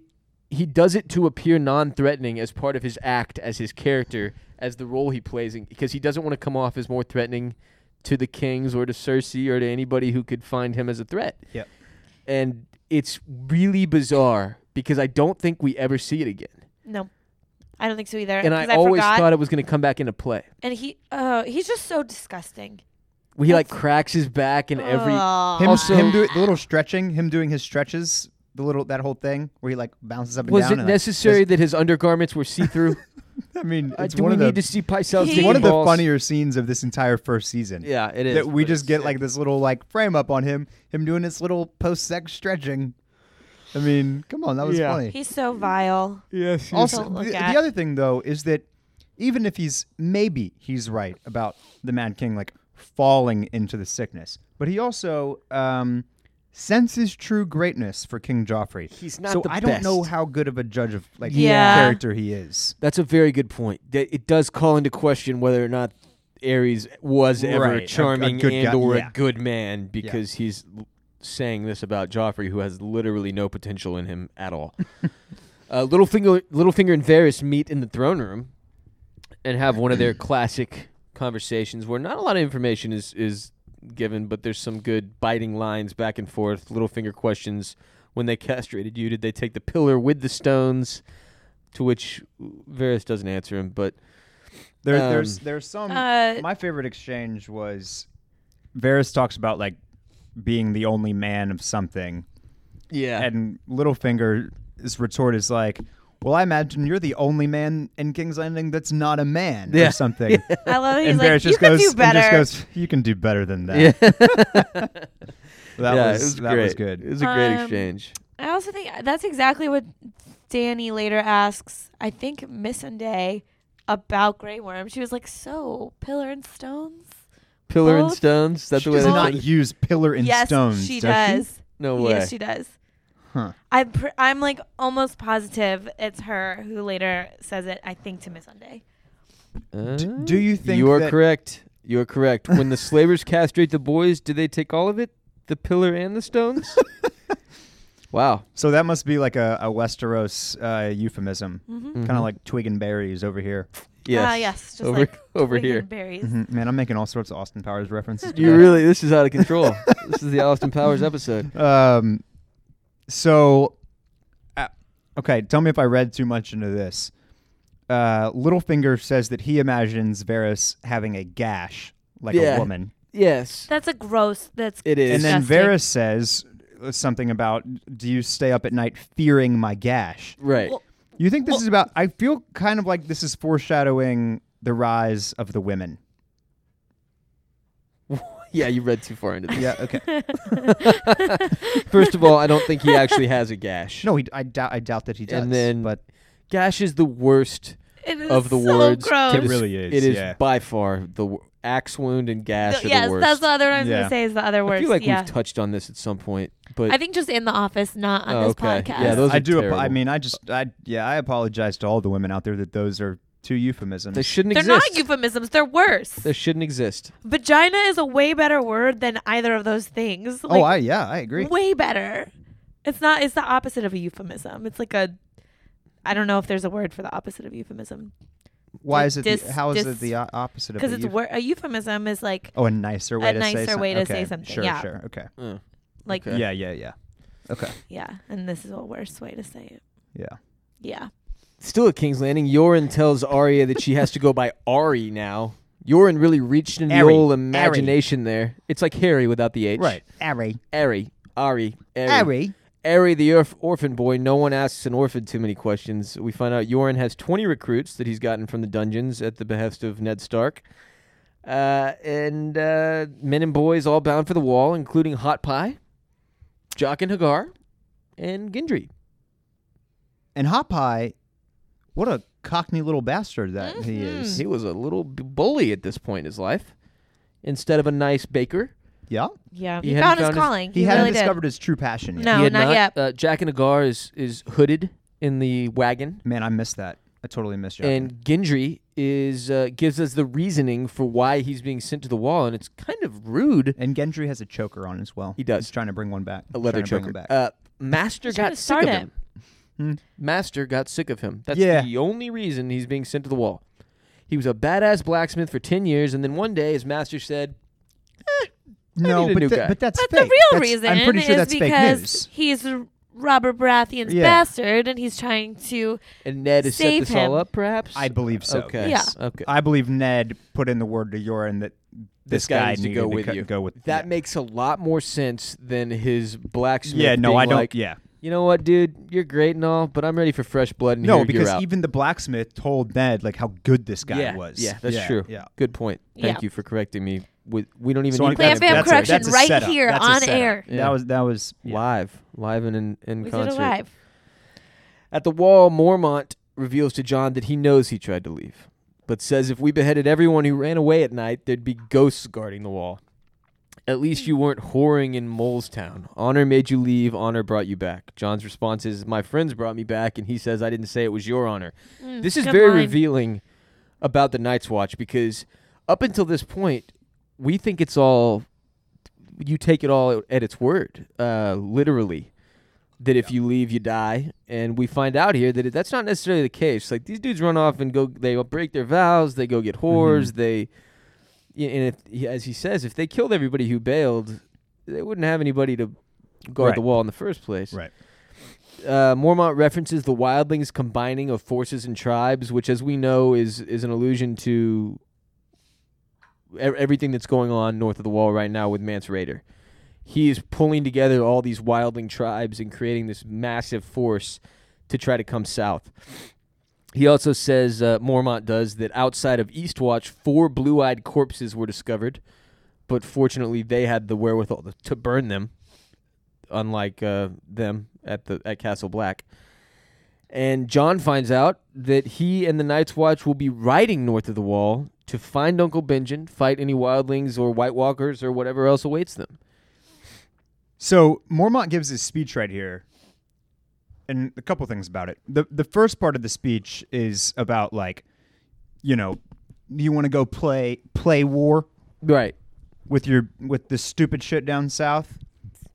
[SPEAKER 1] he does it to appear non-threatening as part of his act, as his character, as the role he plays, in, because he doesn't want to come off as more threatening to the kings or to Cersei or to anybody who could find him as a threat.
[SPEAKER 2] Yep.
[SPEAKER 1] and it's really bizarre because I don't think we ever see it again.
[SPEAKER 3] no, I don't think so either.
[SPEAKER 1] And I,
[SPEAKER 3] 'cause I,
[SPEAKER 1] always
[SPEAKER 3] forgot.
[SPEAKER 1] thought it was going to come back into play.
[SPEAKER 3] and he, oh, he's just so disgusting.
[SPEAKER 1] Well, he like cracks his back and every
[SPEAKER 3] Ugh.
[SPEAKER 2] Him,
[SPEAKER 1] Uh, Also-
[SPEAKER 2] him do the little stretching, him doing his stretches, the little that whole thing where he like bounces up and
[SPEAKER 1] Was
[SPEAKER 2] down.
[SPEAKER 1] it
[SPEAKER 2] and, like,
[SPEAKER 1] necessary that his undergarments were see through?
[SPEAKER 2] does- I mean,
[SPEAKER 1] uh,
[SPEAKER 2] it's
[SPEAKER 1] do
[SPEAKER 2] one
[SPEAKER 1] we
[SPEAKER 2] of the
[SPEAKER 1] need to see Pycelle's
[SPEAKER 3] He-
[SPEAKER 1] dick
[SPEAKER 2] one
[SPEAKER 1] and
[SPEAKER 2] of the
[SPEAKER 1] balls?
[SPEAKER 2] funnier scenes of this entire first season.
[SPEAKER 1] Yeah, it is.
[SPEAKER 2] that we
[SPEAKER 1] but
[SPEAKER 2] just
[SPEAKER 1] it's
[SPEAKER 2] get
[SPEAKER 1] sick.
[SPEAKER 2] like this little like frame up on him, him doing this little post sex stretching. I mean, come on, that was
[SPEAKER 1] Yeah.
[SPEAKER 2] funny.
[SPEAKER 3] He's so vile.
[SPEAKER 1] Yes.
[SPEAKER 2] also,
[SPEAKER 3] Don't
[SPEAKER 2] the,
[SPEAKER 3] look
[SPEAKER 2] the
[SPEAKER 3] at-
[SPEAKER 2] other thing though is that even if he's maybe he's right about the Mad King like falling into the sickness, but he also um, senses true greatness for King Joffrey.
[SPEAKER 1] He's not
[SPEAKER 2] So
[SPEAKER 1] the
[SPEAKER 2] I don't know
[SPEAKER 1] best.
[SPEAKER 2] how good of a judge of like
[SPEAKER 3] Yeah.
[SPEAKER 2] character he is.
[SPEAKER 1] That's a very good point. That it does call into question whether or not Ares was ever
[SPEAKER 2] Right, a- a
[SPEAKER 1] charming
[SPEAKER 2] good
[SPEAKER 1] and
[SPEAKER 2] guy,
[SPEAKER 1] or
[SPEAKER 2] yeah.
[SPEAKER 1] a good man because he's l- saying this about Joffrey, who has literally no potential in him at all. uh, Littlefinger, Littlefinger and Varys meet in the throne room and have one of their classic conversations where not a lot of information is is given, but there's some good biting lines back and forth. Littlefinger questions. When they castrated you, did they take the pillar with the stones? To which Varys doesn't answer him, but
[SPEAKER 2] There,
[SPEAKER 1] Um,
[SPEAKER 2] there's there's some.
[SPEAKER 3] Uh,
[SPEAKER 2] my favorite exchange was Varys talks about like being the only man of something,
[SPEAKER 1] yeah,
[SPEAKER 2] and Littlefinger's retort is like, "Well, I imagine you're the only man in King's Landing that's not a man
[SPEAKER 1] Yeah.
[SPEAKER 2] or something."
[SPEAKER 3] I love that he's
[SPEAKER 2] and
[SPEAKER 3] like,
[SPEAKER 2] Varys
[SPEAKER 3] you
[SPEAKER 2] just
[SPEAKER 3] can
[SPEAKER 2] goes,
[SPEAKER 3] do
[SPEAKER 2] and
[SPEAKER 3] better.
[SPEAKER 2] just goes, "You can do better than that."
[SPEAKER 1] yeah,
[SPEAKER 2] That
[SPEAKER 1] Yeah,
[SPEAKER 2] was,
[SPEAKER 1] it was
[SPEAKER 2] that
[SPEAKER 1] great.
[SPEAKER 2] was
[SPEAKER 1] It
[SPEAKER 2] good.
[SPEAKER 1] was a great
[SPEAKER 3] Um,
[SPEAKER 1] exchange.
[SPEAKER 3] I also think uh, that's exactly what Danny later asks. I think Miss Unday about Grey Worm. She was like, "So pillar and stones."
[SPEAKER 1] Pillar and
[SPEAKER 3] both-
[SPEAKER 1] stones. That's
[SPEAKER 2] she
[SPEAKER 1] the way
[SPEAKER 2] does
[SPEAKER 1] they
[SPEAKER 2] not
[SPEAKER 1] put it?
[SPEAKER 2] use pillar and
[SPEAKER 3] yes,
[SPEAKER 2] stones.
[SPEAKER 3] she
[SPEAKER 2] does she?
[SPEAKER 3] does.
[SPEAKER 1] No way.
[SPEAKER 3] Yes, she does.
[SPEAKER 2] Huh.
[SPEAKER 3] I'm pr- I'm like almost positive it's her who later says it. I think to Miss Unday.
[SPEAKER 1] Uh,
[SPEAKER 2] do you think
[SPEAKER 1] you are
[SPEAKER 2] that-
[SPEAKER 1] correct? You are correct. When the slavers castrate the boys, do they take all of it? The pillar and the stones? wow.
[SPEAKER 2] So that must be like a, a Westeros uh, euphemism, kind of like twig and berries over here.
[SPEAKER 1] Mm-hmm. Yes.
[SPEAKER 3] Mm-hmm. Ah, yes. Just
[SPEAKER 1] over
[SPEAKER 3] like
[SPEAKER 1] over
[SPEAKER 3] twig and
[SPEAKER 1] here.
[SPEAKER 3] Berries.
[SPEAKER 2] Mhm. Man, I'm making all sorts of Austin Powers references.
[SPEAKER 1] You really. This is out of control. this is the Austin Powers episode.
[SPEAKER 2] um, so, uh, okay, tell me if I read too much into this. Uh, Littlefinger says that he imagines Varys having a gash like
[SPEAKER 1] Yeah.
[SPEAKER 2] a woman,
[SPEAKER 1] Yes.
[SPEAKER 3] That's a gross. That's
[SPEAKER 1] It is.
[SPEAKER 2] and then
[SPEAKER 3] Disgusting.
[SPEAKER 2] Varys says something about, "Do you stay up at night fearing my gash?"
[SPEAKER 1] Right.
[SPEAKER 3] Well-
[SPEAKER 2] You think this is about? I feel kind of like this is foreshadowing the rise of the women.
[SPEAKER 1] yeah, you read too far into this.
[SPEAKER 2] Yeah. Okay.
[SPEAKER 1] First of all, I don't think he actually has a gash.
[SPEAKER 2] No, he, I doubt. I doubt that he does.
[SPEAKER 1] And then-
[SPEAKER 2] but
[SPEAKER 1] Gash is the worst
[SPEAKER 3] it is
[SPEAKER 1] of the
[SPEAKER 3] so
[SPEAKER 1] words.
[SPEAKER 3] Gross.
[SPEAKER 1] to
[SPEAKER 8] It
[SPEAKER 1] des-
[SPEAKER 8] really is,
[SPEAKER 1] It is
[SPEAKER 8] yeah.
[SPEAKER 1] by far the w- axe wound and gash
[SPEAKER 3] Th-
[SPEAKER 1] are
[SPEAKER 3] yes,
[SPEAKER 1] the worst.
[SPEAKER 3] that's the other one I was
[SPEAKER 2] Yeah.
[SPEAKER 3] gonna say is the other worst.
[SPEAKER 1] I feel like
[SPEAKER 3] yeah.
[SPEAKER 1] we've touched on this at some point, but
[SPEAKER 3] I think just in the office, not on
[SPEAKER 1] Oh,
[SPEAKER 3] this
[SPEAKER 1] okay.
[SPEAKER 3] podcast.
[SPEAKER 1] Yeah, those
[SPEAKER 2] I
[SPEAKER 1] are
[SPEAKER 2] do.
[SPEAKER 1] terrible.
[SPEAKER 2] I mean, I just. I yeah. I apologize to all the women out there that those are two euphemisms.
[SPEAKER 1] they shouldn't
[SPEAKER 3] they're
[SPEAKER 1] exist.
[SPEAKER 3] not euphemisms. They're worse.
[SPEAKER 1] They shouldn't exist.
[SPEAKER 3] Vagina is a way better word than either of those things.
[SPEAKER 2] oh,
[SPEAKER 3] Like,
[SPEAKER 2] I yeah. I agree.
[SPEAKER 3] way better. It's not. It's the opposite of a euphemism. It's like a. I don't know if there's a word for the opposite of euphemism
[SPEAKER 2] Why is it?
[SPEAKER 3] dis-
[SPEAKER 2] the, how is
[SPEAKER 3] dis-
[SPEAKER 2] it the o- opposite of?
[SPEAKER 3] because
[SPEAKER 2] a
[SPEAKER 3] it's
[SPEAKER 2] euph-
[SPEAKER 3] wor- a euphemism is like
[SPEAKER 2] Oh, a nicer way
[SPEAKER 3] a
[SPEAKER 2] to say
[SPEAKER 3] nicer
[SPEAKER 2] something.
[SPEAKER 3] way to say
[SPEAKER 2] Okay,
[SPEAKER 3] something,
[SPEAKER 2] Sure.
[SPEAKER 3] yeah.
[SPEAKER 2] Sure. Okay.
[SPEAKER 1] Uh,
[SPEAKER 3] like
[SPEAKER 1] Okay.
[SPEAKER 2] Yeah. Yeah. Yeah. Okay.
[SPEAKER 3] yeah, and this is a worse way to say it.
[SPEAKER 2] Yeah.
[SPEAKER 3] Yeah,
[SPEAKER 1] Still at King's Landing, Yoren tells Arya that she has to go by Ari now. Yoren really reached into the
[SPEAKER 2] Ari.
[SPEAKER 1] old imagination there. It's like Harry without the H.
[SPEAKER 2] Ari.
[SPEAKER 1] Ari. Ari. Ari.
[SPEAKER 2] Ari.
[SPEAKER 1] Ari, the orph- orphan boy, no one asks an orphan too many questions. We find out Yoren has 20 recruits that he's gotten from the dungeons at the behest of Ned Stark. Uh, and uh, men and boys all bound for the wall, including Hot Pie, Jock and Hagar, and Gendry.
[SPEAKER 2] And Hot Pie. What a cockney little bastard that he is.
[SPEAKER 1] He was a little b- bully at this point in his life. Instead of a nice baker,
[SPEAKER 2] Yeah.
[SPEAKER 3] yeah.
[SPEAKER 1] He
[SPEAKER 3] He,
[SPEAKER 1] hadn't
[SPEAKER 3] found his
[SPEAKER 1] found his-
[SPEAKER 3] calling.
[SPEAKER 2] He,
[SPEAKER 3] He,
[SPEAKER 2] hadn't
[SPEAKER 3] really did.
[SPEAKER 2] discovered his true passion yet.
[SPEAKER 3] No,
[SPEAKER 1] He had
[SPEAKER 3] not yet.
[SPEAKER 1] Uh, Jack and Hagar is, is hooded in the wagon.
[SPEAKER 2] Man, I missed that. I totally missed you.
[SPEAKER 1] and Gendry is uh, gives us the reasoning for why he's being sent to the wall, and it's kind of rude.
[SPEAKER 2] And Gendry has a choker on as well.
[SPEAKER 1] He does.
[SPEAKER 2] He's trying to bring one back.
[SPEAKER 1] A leather
[SPEAKER 2] Trying to bring one
[SPEAKER 1] choker.
[SPEAKER 2] back.
[SPEAKER 1] Uh, Master
[SPEAKER 3] He's trying
[SPEAKER 1] got
[SPEAKER 3] to
[SPEAKER 1] sick
[SPEAKER 3] start
[SPEAKER 1] of
[SPEAKER 3] it.
[SPEAKER 1] him. Master got sick of him. That's
[SPEAKER 2] Yeah.
[SPEAKER 1] the only reason he's being sent to the wall. He was a badass blacksmith for ten years, and then one day his master said, "Eh,
[SPEAKER 2] no,
[SPEAKER 1] need a
[SPEAKER 2] but,
[SPEAKER 1] new
[SPEAKER 2] tha-
[SPEAKER 1] guy.
[SPEAKER 2] but that's
[SPEAKER 3] But
[SPEAKER 2] fake.
[SPEAKER 3] the real
[SPEAKER 2] That's-
[SPEAKER 3] reason
[SPEAKER 2] I'm pretty sure
[SPEAKER 3] is
[SPEAKER 2] that's fake
[SPEAKER 3] because
[SPEAKER 2] news.
[SPEAKER 3] he's Robert Baratheon's
[SPEAKER 2] Yeah.
[SPEAKER 3] bastard, and he's trying to.
[SPEAKER 1] "And Ned has set
[SPEAKER 3] Save
[SPEAKER 1] this all
[SPEAKER 3] him.
[SPEAKER 1] up, perhaps."
[SPEAKER 2] I believe so.
[SPEAKER 1] Okay.
[SPEAKER 2] yes.
[SPEAKER 1] Yeah. Okay.
[SPEAKER 2] I believe Ned put in the word to Yoren that this,
[SPEAKER 1] guy, needs to
[SPEAKER 2] needed
[SPEAKER 1] go with
[SPEAKER 2] co-
[SPEAKER 1] you.
[SPEAKER 2] Go with
[SPEAKER 1] that
[SPEAKER 2] Yeah,
[SPEAKER 1] makes a lot more sense than his blacksmith.
[SPEAKER 2] yeah no,
[SPEAKER 1] being
[SPEAKER 2] I don't.
[SPEAKER 1] like,
[SPEAKER 2] yeah.
[SPEAKER 1] You know what, dude? You're great and all, but I'm ready for fresh blood. And
[SPEAKER 2] No,
[SPEAKER 1] here, you're
[SPEAKER 2] because
[SPEAKER 1] out."
[SPEAKER 2] even the blacksmith told Ned like how good this guy
[SPEAKER 1] yeah,
[SPEAKER 2] was.
[SPEAKER 1] Yeah, that's
[SPEAKER 2] Yeah,
[SPEAKER 1] true.
[SPEAKER 2] Yeah.
[SPEAKER 1] Good point. Thank
[SPEAKER 3] Yeah.
[SPEAKER 1] you for correcting me. We, we don't even
[SPEAKER 2] So
[SPEAKER 1] need
[SPEAKER 2] I'm
[SPEAKER 1] that
[SPEAKER 3] Plan
[SPEAKER 2] kind
[SPEAKER 3] Fam
[SPEAKER 1] information.
[SPEAKER 2] that's a-
[SPEAKER 3] correction
[SPEAKER 2] that's a
[SPEAKER 3] right
[SPEAKER 2] setup.
[SPEAKER 3] here
[SPEAKER 2] That's a
[SPEAKER 3] on
[SPEAKER 2] setup.
[SPEAKER 3] air.
[SPEAKER 1] Yeah.
[SPEAKER 2] That was that was yeah.
[SPEAKER 1] live, live and in, in
[SPEAKER 3] We did
[SPEAKER 1] concert.
[SPEAKER 3] it live.
[SPEAKER 1] At the wall, Mormont reveals to John that he knows he tried to leave, but but says if we beheaded everyone who ran away at night, there'd be ghosts guarding the wall. At least you weren't whoring in Molestown. Honor made you leave. Honor brought you back. John's response is, "My friends brought me back," and he says, "I didn't say it was your honor."
[SPEAKER 2] Mm,
[SPEAKER 1] this is
[SPEAKER 3] good
[SPEAKER 1] very
[SPEAKER 3] line.
[SPEAKER 1] revealing about the Night's Watch because up until this point, we think it's all you take it all at its word, uh, literally. That if you leave, you die, and we find out here that it, that's not necessarily the case. Like these dudes run off and go, they break their vows, they go get whores, they yeah, and if, he- as he says, if they killed everybody who bailed, they wouldn't have anybody to guard
[SPEAKER 2] Right.
[SPEAKER 1] the wall in the first place.
[SPEAKER 2] Right.
[SPEAKER 1] Uh, Mormont references the wildlings combining of forces and tribes, which, as we know, is is an allusion to e- everything that's going on north of the wall right now with Mance Raider. He is pulling together all these wildling tribes and creating this massive force to try to come south. He also says uh, Mormont does that outside of Eastwatch, four blue-eyed corpses were discovered, but fortunately they had the wherewithal to- to burn them, unlike uh, them at the at Castle Black. And John finds out that he and the Night's Watch will be riding north of the Wall to find Uncle Benjen, fight any wildlings or White Walkers or whatever else awaits them.
[SPEAKER 2] So Mormont gives his speech right here, and a couple things about it. the The first part of the speech is about like, you know, you want to go play play war
[SPEAKER 1] Right.
[SPEAKER 2] with your with the stupid shit down south,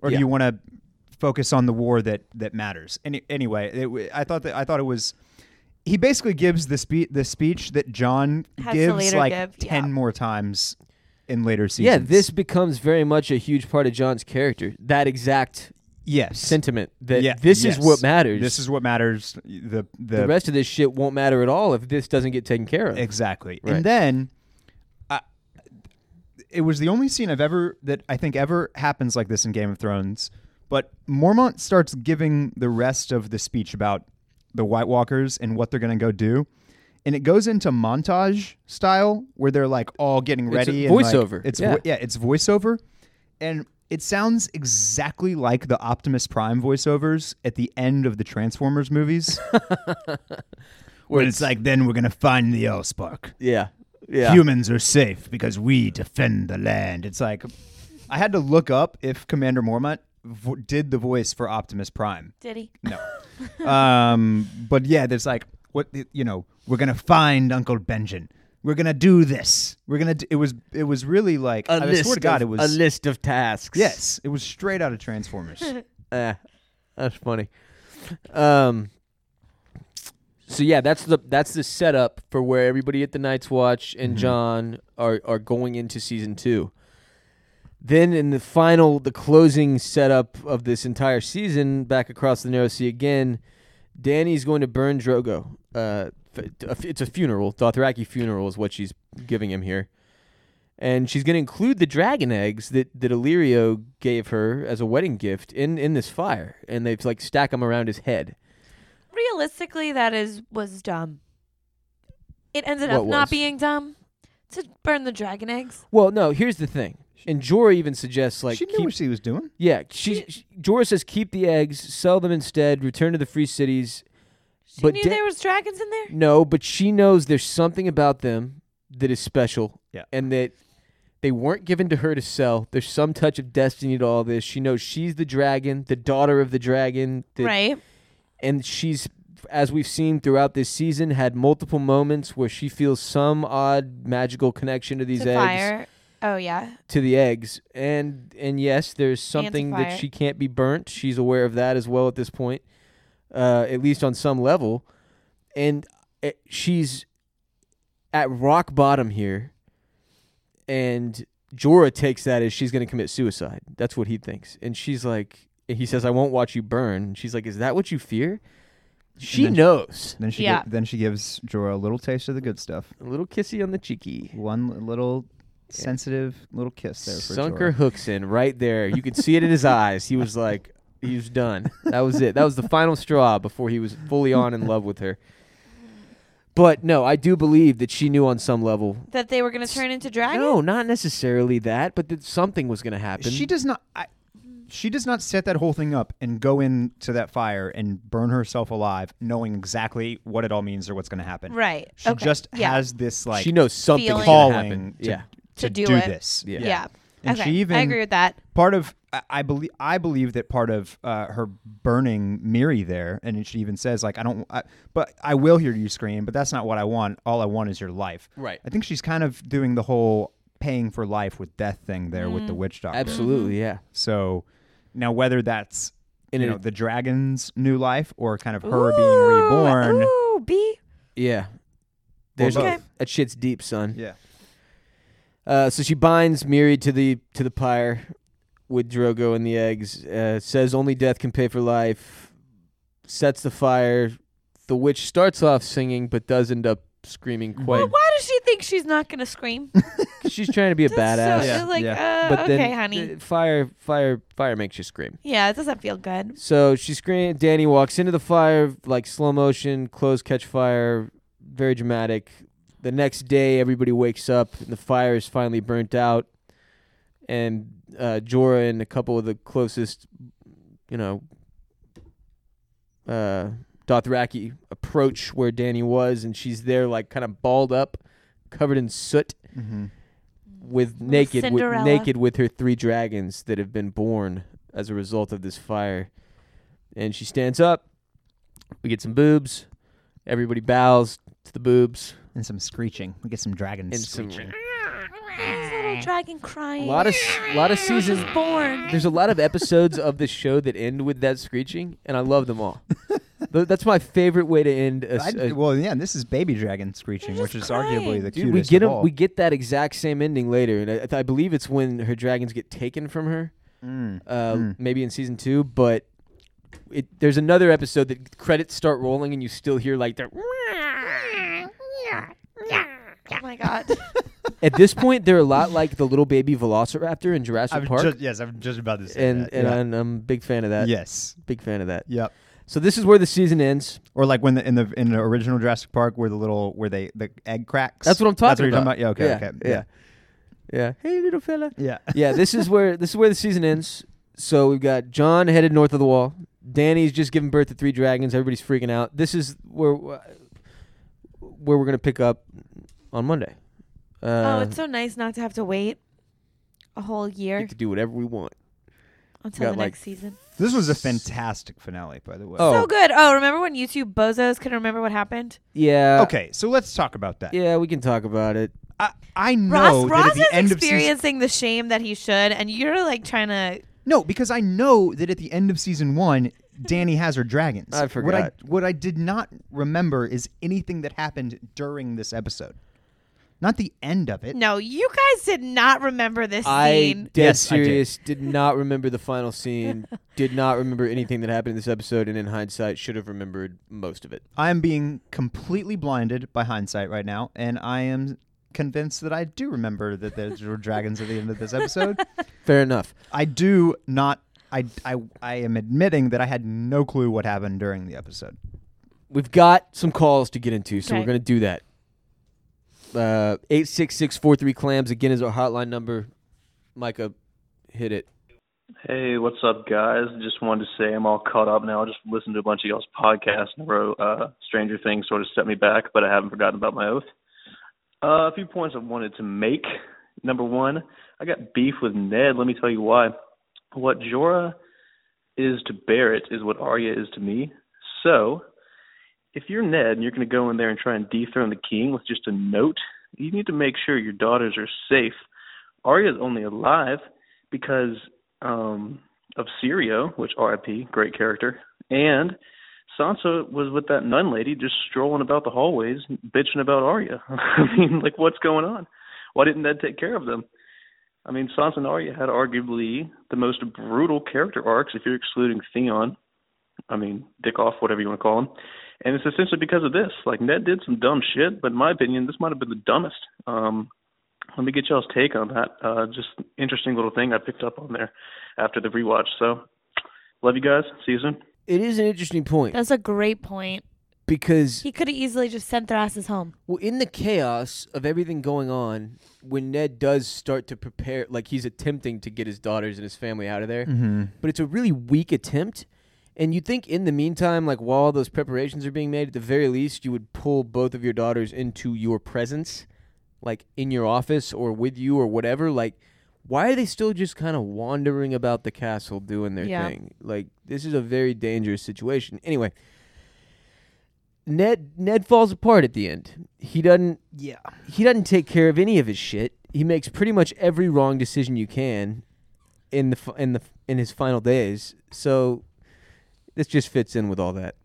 [SPEAKER 2] or
[SPEAKER 1] Yeah.
[SPEAKER 2] do you want to focus on the war that that matters? Any, anyway, it, w- I thought that I thought it was. He basically gives the speech the speech that John
[SPEAKER 3] Has to
[SPEAKER 2] gives
[SPEAKER 3] later
[SPEAKER 2] like
[SPEAKER 3] give,
[SPEAKER 2] ten
[SPEAKER 3] yeah.
[SPEAKER 2] more times in later seasons.
[SPEAKER 1] Yeah, this becomes very much a huge part of John's character. That exact
[SPEAKER 2] yes
[SPEAKER 1] sentiment that
[SPEAKER 2] Yeah,
[SPEAKER 1] this
[SPEAKER 2] yes.
[SPEAKER 1] is what matters.
[SPEAKER 2] This is what matters. The the,
[SPEAKER 1] the rest of this shit won't matter at all if this doesn't get taken care of.
[SPEAKER 2] exactly.
[SPEAKER 1] Right.
[SPEAKER 2] And then, I, it was the only scene I've ever that I think ever happens like this in Game of Thrones. But Mormont starts giving the rest of the speech about the White Walkers and what they're going to go do. And it goes into montage style where they're like all getting
[SPEAKER 1] It's
[SPEAKER 2] ready.
[SPEAKER 1] a
[SPEAKER 2] and, like,
[SPEAKER 1] voiceover,
[SPEAKER 2] it's
[SPEAKER 1] yeah.
[SPEAKER 2] vo- yeah, it's voiceover, and it sounds exactly like the Optimus Prime voiceovers at the end of the Transformers movies. Where it's like, then we're gonna find the Allspark.
[SPEAKER 1] yeah, yeah.
[SPEAKER 2] Humans are safe because we defend the land. It's like, I had to look up if Commander Mormont vo- did the voice for Optimus Prime.
[SPEAKER 3] Did he?
[SPEAKER 2] No, um, but yeah, there's like, what the- you know, we're gonna find Uncle Benjen. We're gonna do this. We're gonna. Do, it was. It was really like. I swear to God, it was.
[SPEAKER 1] a list of tasks.
[SPEAKER 2] Yes, it was straight out of Transformers.
[SPEAKER 1] Eh, that's funny. Um. So yeah, that's the that's the setup for where everybody at the Night's Watch and John are are going into season two. Then in the final, the closing setup of this entire season, back across the narrow sea again, Danny's going to burn Drogo. Uh, f- a f- it's a funeral, Dothraki funeral is what she's giving him here, and she's going to include the dragon eggs that that Illyrio gave her as a wedding gift in in this fire, and they've like stack them around his head.
[SPEAKER 3] Realistically, that is was dumb. It ended
[SPEAKER 1] What
[SPEAKER 3] up not
[SPEAKER 1] was?
[SPEAKER 3] being dumb to burn the dragon eggs.
[SPEAKER 1] Well, no, here's the thing, and Jorah even suggests like
[SPEAKER 2] she knew
[SPEAKER 1] keep-
[SPEAKER 2] what she was doing.
[SPEAKER 1] yeah, she, she Jorah says keep the eggs, sell them instead, return to the free cities,
[SPEAKER 3] She
[SPEAKER 1] But
[SPEAKER 3] knew
[SPEAKER 1] da-
[SPEAKER 3] there was dragons in there.
[SPEAKER 1] No, but she knows there's something about them that is special.
[SPEAKER 2] Yeah.
[SPEAKER 1] And that they weren't given to her to sell. There's some touch of destiny to all this. She knows she's the dragon, the daughter of the dragon. that-
[SPEAKER 3] right.
[SPEAKER 1] And she's, as we've seen throughout this season, had multiple moments where she feels some odd magical connection to these
[SPEAKER 3] To
[SPEAKER 1] eggs,
[SPEAKER 3] fire. Oh yeah.
[SPEAKER 1] to the eggs. And and yes, there's something
[SPEAKER 3] fire.
[SPEAKER 1] that she can't be burnt. She's aware of that as well at this point, uh, at least on some level. And uh, she's at rock bottom here, and Jorah takes that as she's going to commit suicide. That's what he thinks, and she's like, and he says, "I won't watch you burn." She's like, "Is that what you fear?" She
[SPEAKER 2] then she-
[SPEAKER 1] knows.
[SPEAKER 2] Then she.
[SPEAKER 3] Yeah.
[SPEAKER 2] gi- then she gives Jorah a little taste of the good stuff.
[SPEAKER 1] A little kissy on the cheeky.
[SPEAKER 2] One l- little sensitive little kiss there for
[SPEAKER 1] Sunk
[SPEAKER 2] Jorah.
[SPEAKER 1] her hooks in right there. You could see it in his eyes. He was like, he was done. That was it. That was the final straw before he was fully on in love with her. But no, I do believe that she knew on some level
[SPEAKER 3] That they were gonna turn into dragons.
[SPEAKER 1] No, not necessarily that, but that something was going to happen.
[SPEAKER 2] She does not. I, she does not set that whole thing up and go into that fire and burn herself alive, knowing exactly what it all means or what's going to happen.
[SPEAKER 3] Right.
[SPEAKER 2] She
[SPEAKER 3] okay.
[SPEAKER 2] just
[SPEAKER 3] yeah.
[SPEAKER 2] has this like
[SPEAKER 1] she knows something is gonna
[SPEAKER 2] calling
[SPEAKER 1] happen.
[SPEAKER 2] to,
[SPEAKER 1] Yeah.
[SPEAKER 3] To do
[SPEAKER 2] do,
[SPEAKER 3] it.
[SPEAKER 2] this.
[SPEAKER 1] Yeah.
[SPEAKER 3] Yeah.
[SPEAKER 2] And
[SPEAKER 3] okay.
[SPEAKER 2] she even
[SPEAKER 3] I agree with that.
[SPEAKER 2] part of I- I believe I believe that part of uh, her burning Miri there, and she even says like I don't, I, but I will hear you scream, but that's not what I want. All I want is your life.
[SPEAKER 1] Right.
[SPEAKER 2] I think she's kind of doing the whole paying for life with death thing there with the witch doctor.
[SPEAKER 1] Absolutely, yeah.
[SPEAKER 2] So now whether that's
[SPEAKER 1] And
[SPEAKER 2] you
[SPEAKER 1] it-
[SPEAKER 2] know the dragon's new life or kind of her being reborn.
[SPEAKER 3] Ooh, B.
[SPEAKER 1] Yeah. There's
[SPEAKER 2] both.
[SPEAKER 1] no- that shit's deep, son.
[SPEAKER 2] Yeah.
[SPEAKER 1] Uh, so she binds Miri to the to the pyre with Drogo and the eggs. Uh, says only death can pay for life. Sets the fire. The witch starts off singing, but does end up screaming quite.
[SPEAKER 3] But why does she think she's not gonna scream?
[SPEAKER 1] She's trying to be a badass.
[SPEAKER 3] So,
[SPEAKER 2] Yeah,
[SPEAKER 3] Like, uh,
[SPEAKER 1] But
[SPEAKER 3] okay,
[SPEAKER 1] then
[SPEAKER 3] honey.
[SPEAKER 1] the fire, fire, fire makes you scream.
[SPEAKER 3] yeah, it doesn't feel good.
[SPEAKER 1] So she screams. Danny walks into the fire like slow motion, clothes catch fire, very dramatic. The next day, everybody wakes up and the fire is finally burnt out. And uh, Jorah and a couple of the closest, you know, uh, Dothraki approach where Danny was, and she's there like kind of balled up, covered in soot
[SPEAKER 2] Mm-hmm.
[SPEAKER 1] with naked with,
[SPEAKER 3] Cinderella.
[SPEAKER 1] naked with her three dragons that have been born as a result of this fire. And she stands up. We get some boobs. Everybody bows to the boobs.
[SPEAKER 2] And some screeching. We get some dragons
[SPEAKER 1] And some-
[SPEAKER 2] screeching.
[SPEAKER 3] This little dragon
[SPEAKER 1] A
[SPEAKER 3] crying.
[SPEAKER 1] lot of s- lot of season.
[SPEAKER 3] born.
[SPEAKER 1] There's a lot of episodes of this show that end with that screeching, and I love them all. Th- That's my favorite way to end. A, s-
[SPEAKER 2] I-
[SPEAKER 1] a-
[SPEAKER 2] well, yeah, this is baby dragon screeching,
[SPEAKER 3] They're
[SPEAKER 2] which
[SPEAKER 3] just
[SPEAKER 2] is arguably the
[SPEAKER 3] crying.
[SPEAKER 1] dude,
[SPEAKER 2] cutest.
[SPEAKER 1] we get
[SPEAKER 2] of
[SPEAKER 1] 'em-
[SPEAKER 2] all.
[SPEAKER 1] we get that exact same ending later, and I, I believe it's when her dragons get taken from her.
[SPEAKER 2] Mm.
[SPEAKER 1] uh,
[SPEAKER 2] Mm.
[SPEAKER 1] maybe in season two, but it, there's another episode that credits start rolling and you still hear like the.
[SPEAKER 3] oh my god.
[SPEAKER 1] At this point, they're a lot like the little baby Velociraptor in Jurassic
[SPEAKER 2] I'm
[SPEAKER 1] Park,
[SPEAKER 2] just, yes, I'm just about to say
[SPEAKER 1] and
[SPEAKER 2] that.
[SPEAKER 1] and
[SPEAKER 2] yeah.
[SPEAKER 1] I'm, I'm a big fan of that.
[SPEAKER 2] yes,
[SPEAKER 1] big fan of that.
[SPEAKER 2] yep.
[SPEAKER 1] So this is where the season ends.
[SPEAKER 2] Or like when the in the in the original Jurassic Park, where the little where they the egg cracks.
[SPEAKER 1] That's what I'm
[SPEAKER 2] That's
[SPEAKER 1] talking
[SPEAKER 2] what you're
[SPEAKER 1] about.
[SPEAKER 2] talking about. Yeah. Okay.
[SPEAKER 1] yeah,
[SPEAKER 2] okay.
[SPEAKER 1] yeah, yeah. Hey, little fella.
[SPEAKER 2] Yeah.
[SPEAKER 1] yeah, this is where this is where the season ends. So we've got John headed north of the wall. Danny's just giving birth to three dragons. Everybody's freaking out. This is where where we're gonna pick up on Monday. Uh,
[SPEAKER 3] oh, it's so nice not to have to wait a whole
[SPEAKER 1] we
[SPEAKER 3] year
[SPEAKER 1] can do whatever we want.
[SPEAKER 3] until
[SPEAKER 1] got,
[SPEAKER 3] the
[SPEAKER 1] like,
[SPEAKER 3] next season.
[SPEAKER 2] This was a fantastic finale, by the way.
[SPEAKER 1] Oh.
[SPEAKER 3] So good. Oh, remember when YouTube bozos couldn't remember what happened?
[SPEAKER 1] Yeah.
[SPEAKER 2] Okay, so let's talk about that.
[SPEAKER 1] Yeah, we can talk about it.
[SPEAKER 2] I, I know
[SPEAKER 3] Ross,
[SPEAKER 2] that
[SPEAKER 3] Ross
[SPEAKER 2] at the
[SPEAKER 3] is
[SPEAKER 2] end of season
[SPEAKER 3] experiencing the shame that he should, and you're like trying to.
[SPEAKER 2] No, because I know that at the end of season one, Danny has her dragons.
[SPEAKER 1] I
[SPEAKER 2] What I
[SPEAKER 1] forgot.
[SPEAKER 2] what I did not remember is anything that happened during this episode, not the end of it.
[SPEAKER 3] No, you guys did not remember this
[SPEAKER 1] I
[SPEAKER 3] scene.
[SPEAKER 1] dead
[SPEAKER 2] Yes, I did.
[SPEAKER 1] serious did. not remember the final scene. did not remember anything that happened in this episode, and in hindsight, should have remembered most of it.
[SPEAKER 2] I am being completely blinded by hindsight right now, and I am convinced that I do remember that there were dragons at the end of this episode.
[SPEAKER 1] Fair enough.
[SPEAKER 2] I do not. I, I, I am admitting that I had no clue what happened during the episode.
[SPEAKER 1] We've got some calls to get into, so we're
[SPEAKER 3] Okay.
[SPEAKER 1] going to do that. Uh, 86643 clams again is our hotline number. Micah, hit it.
[SPEAKER 10] Hey, what's up, guys? Just wanted to say I'm all caught up now. I just listened to a bunch of y'all's podcasts in a row. Uh, Stranger Things sort of set me back, but I haven't forgotten about my oath. Uh, a few points I wanted to make. Number one, I got beef with Ned. Let me tell you why. What Jorah is to Barrett is what Arya is to me. So, if you're Ned and you're going to go in there and try and dethrone the king with just a note, you need to make sure your daughters are safe. Arya's only alive because um, of Sirio, which RIP, great character, and Sansa was with that nun lady just strolling about the hallways, bitching about Arya. I mean, like, what's going on? Why didn't Ned take care of them? I mean, Sansa and Arya had arguably the most brutal character arcs, if you're excluding Theon. I mean, dick off, whatever you want to call him. And it's essentially because of this. Like, Ned did some dumb shit, but in my opinion, this might have been the dumbest. Um, let me get y'all's take on that. Uh, just interesting little thing I picked up on there after the rewatch. So, love you guys. See you soon.
[SPEAKER 1] It is an interesting point.
[SPEAKER 3] That's a great point.
[SPEAKER 1] because
[SPEAKER 3] He could have easily just sent their asses home.
[SPEAKER 1] Well, in the chaos of everything going on, when Ned does start to prepare, like he's attempting to get his daughters and his family out of there,
[SPEAKER 2] Mhm.
[SPEAKER 1] but it's a really weak attempt. And you think in the meantime, like while all those preparations are being made, at the very least, you would pull both of your daughters into your presence, like in your office or with you or whatever. Like, why are they still just kind of wandering about the castle doing their
[SPEAKER 3] Yeah.
[SPEAKER 1] thing? Like, this is a very dangerous situation. Anyway, Ned Ned falls apart at the end. He doesn't
[SPEAKER 7] Yeah.
[SPEAKER 1] he doesn't take care of any of his shit. He makes pretty much every wrong decision you can in the fi- in the in his final days. So this just fits in with all that.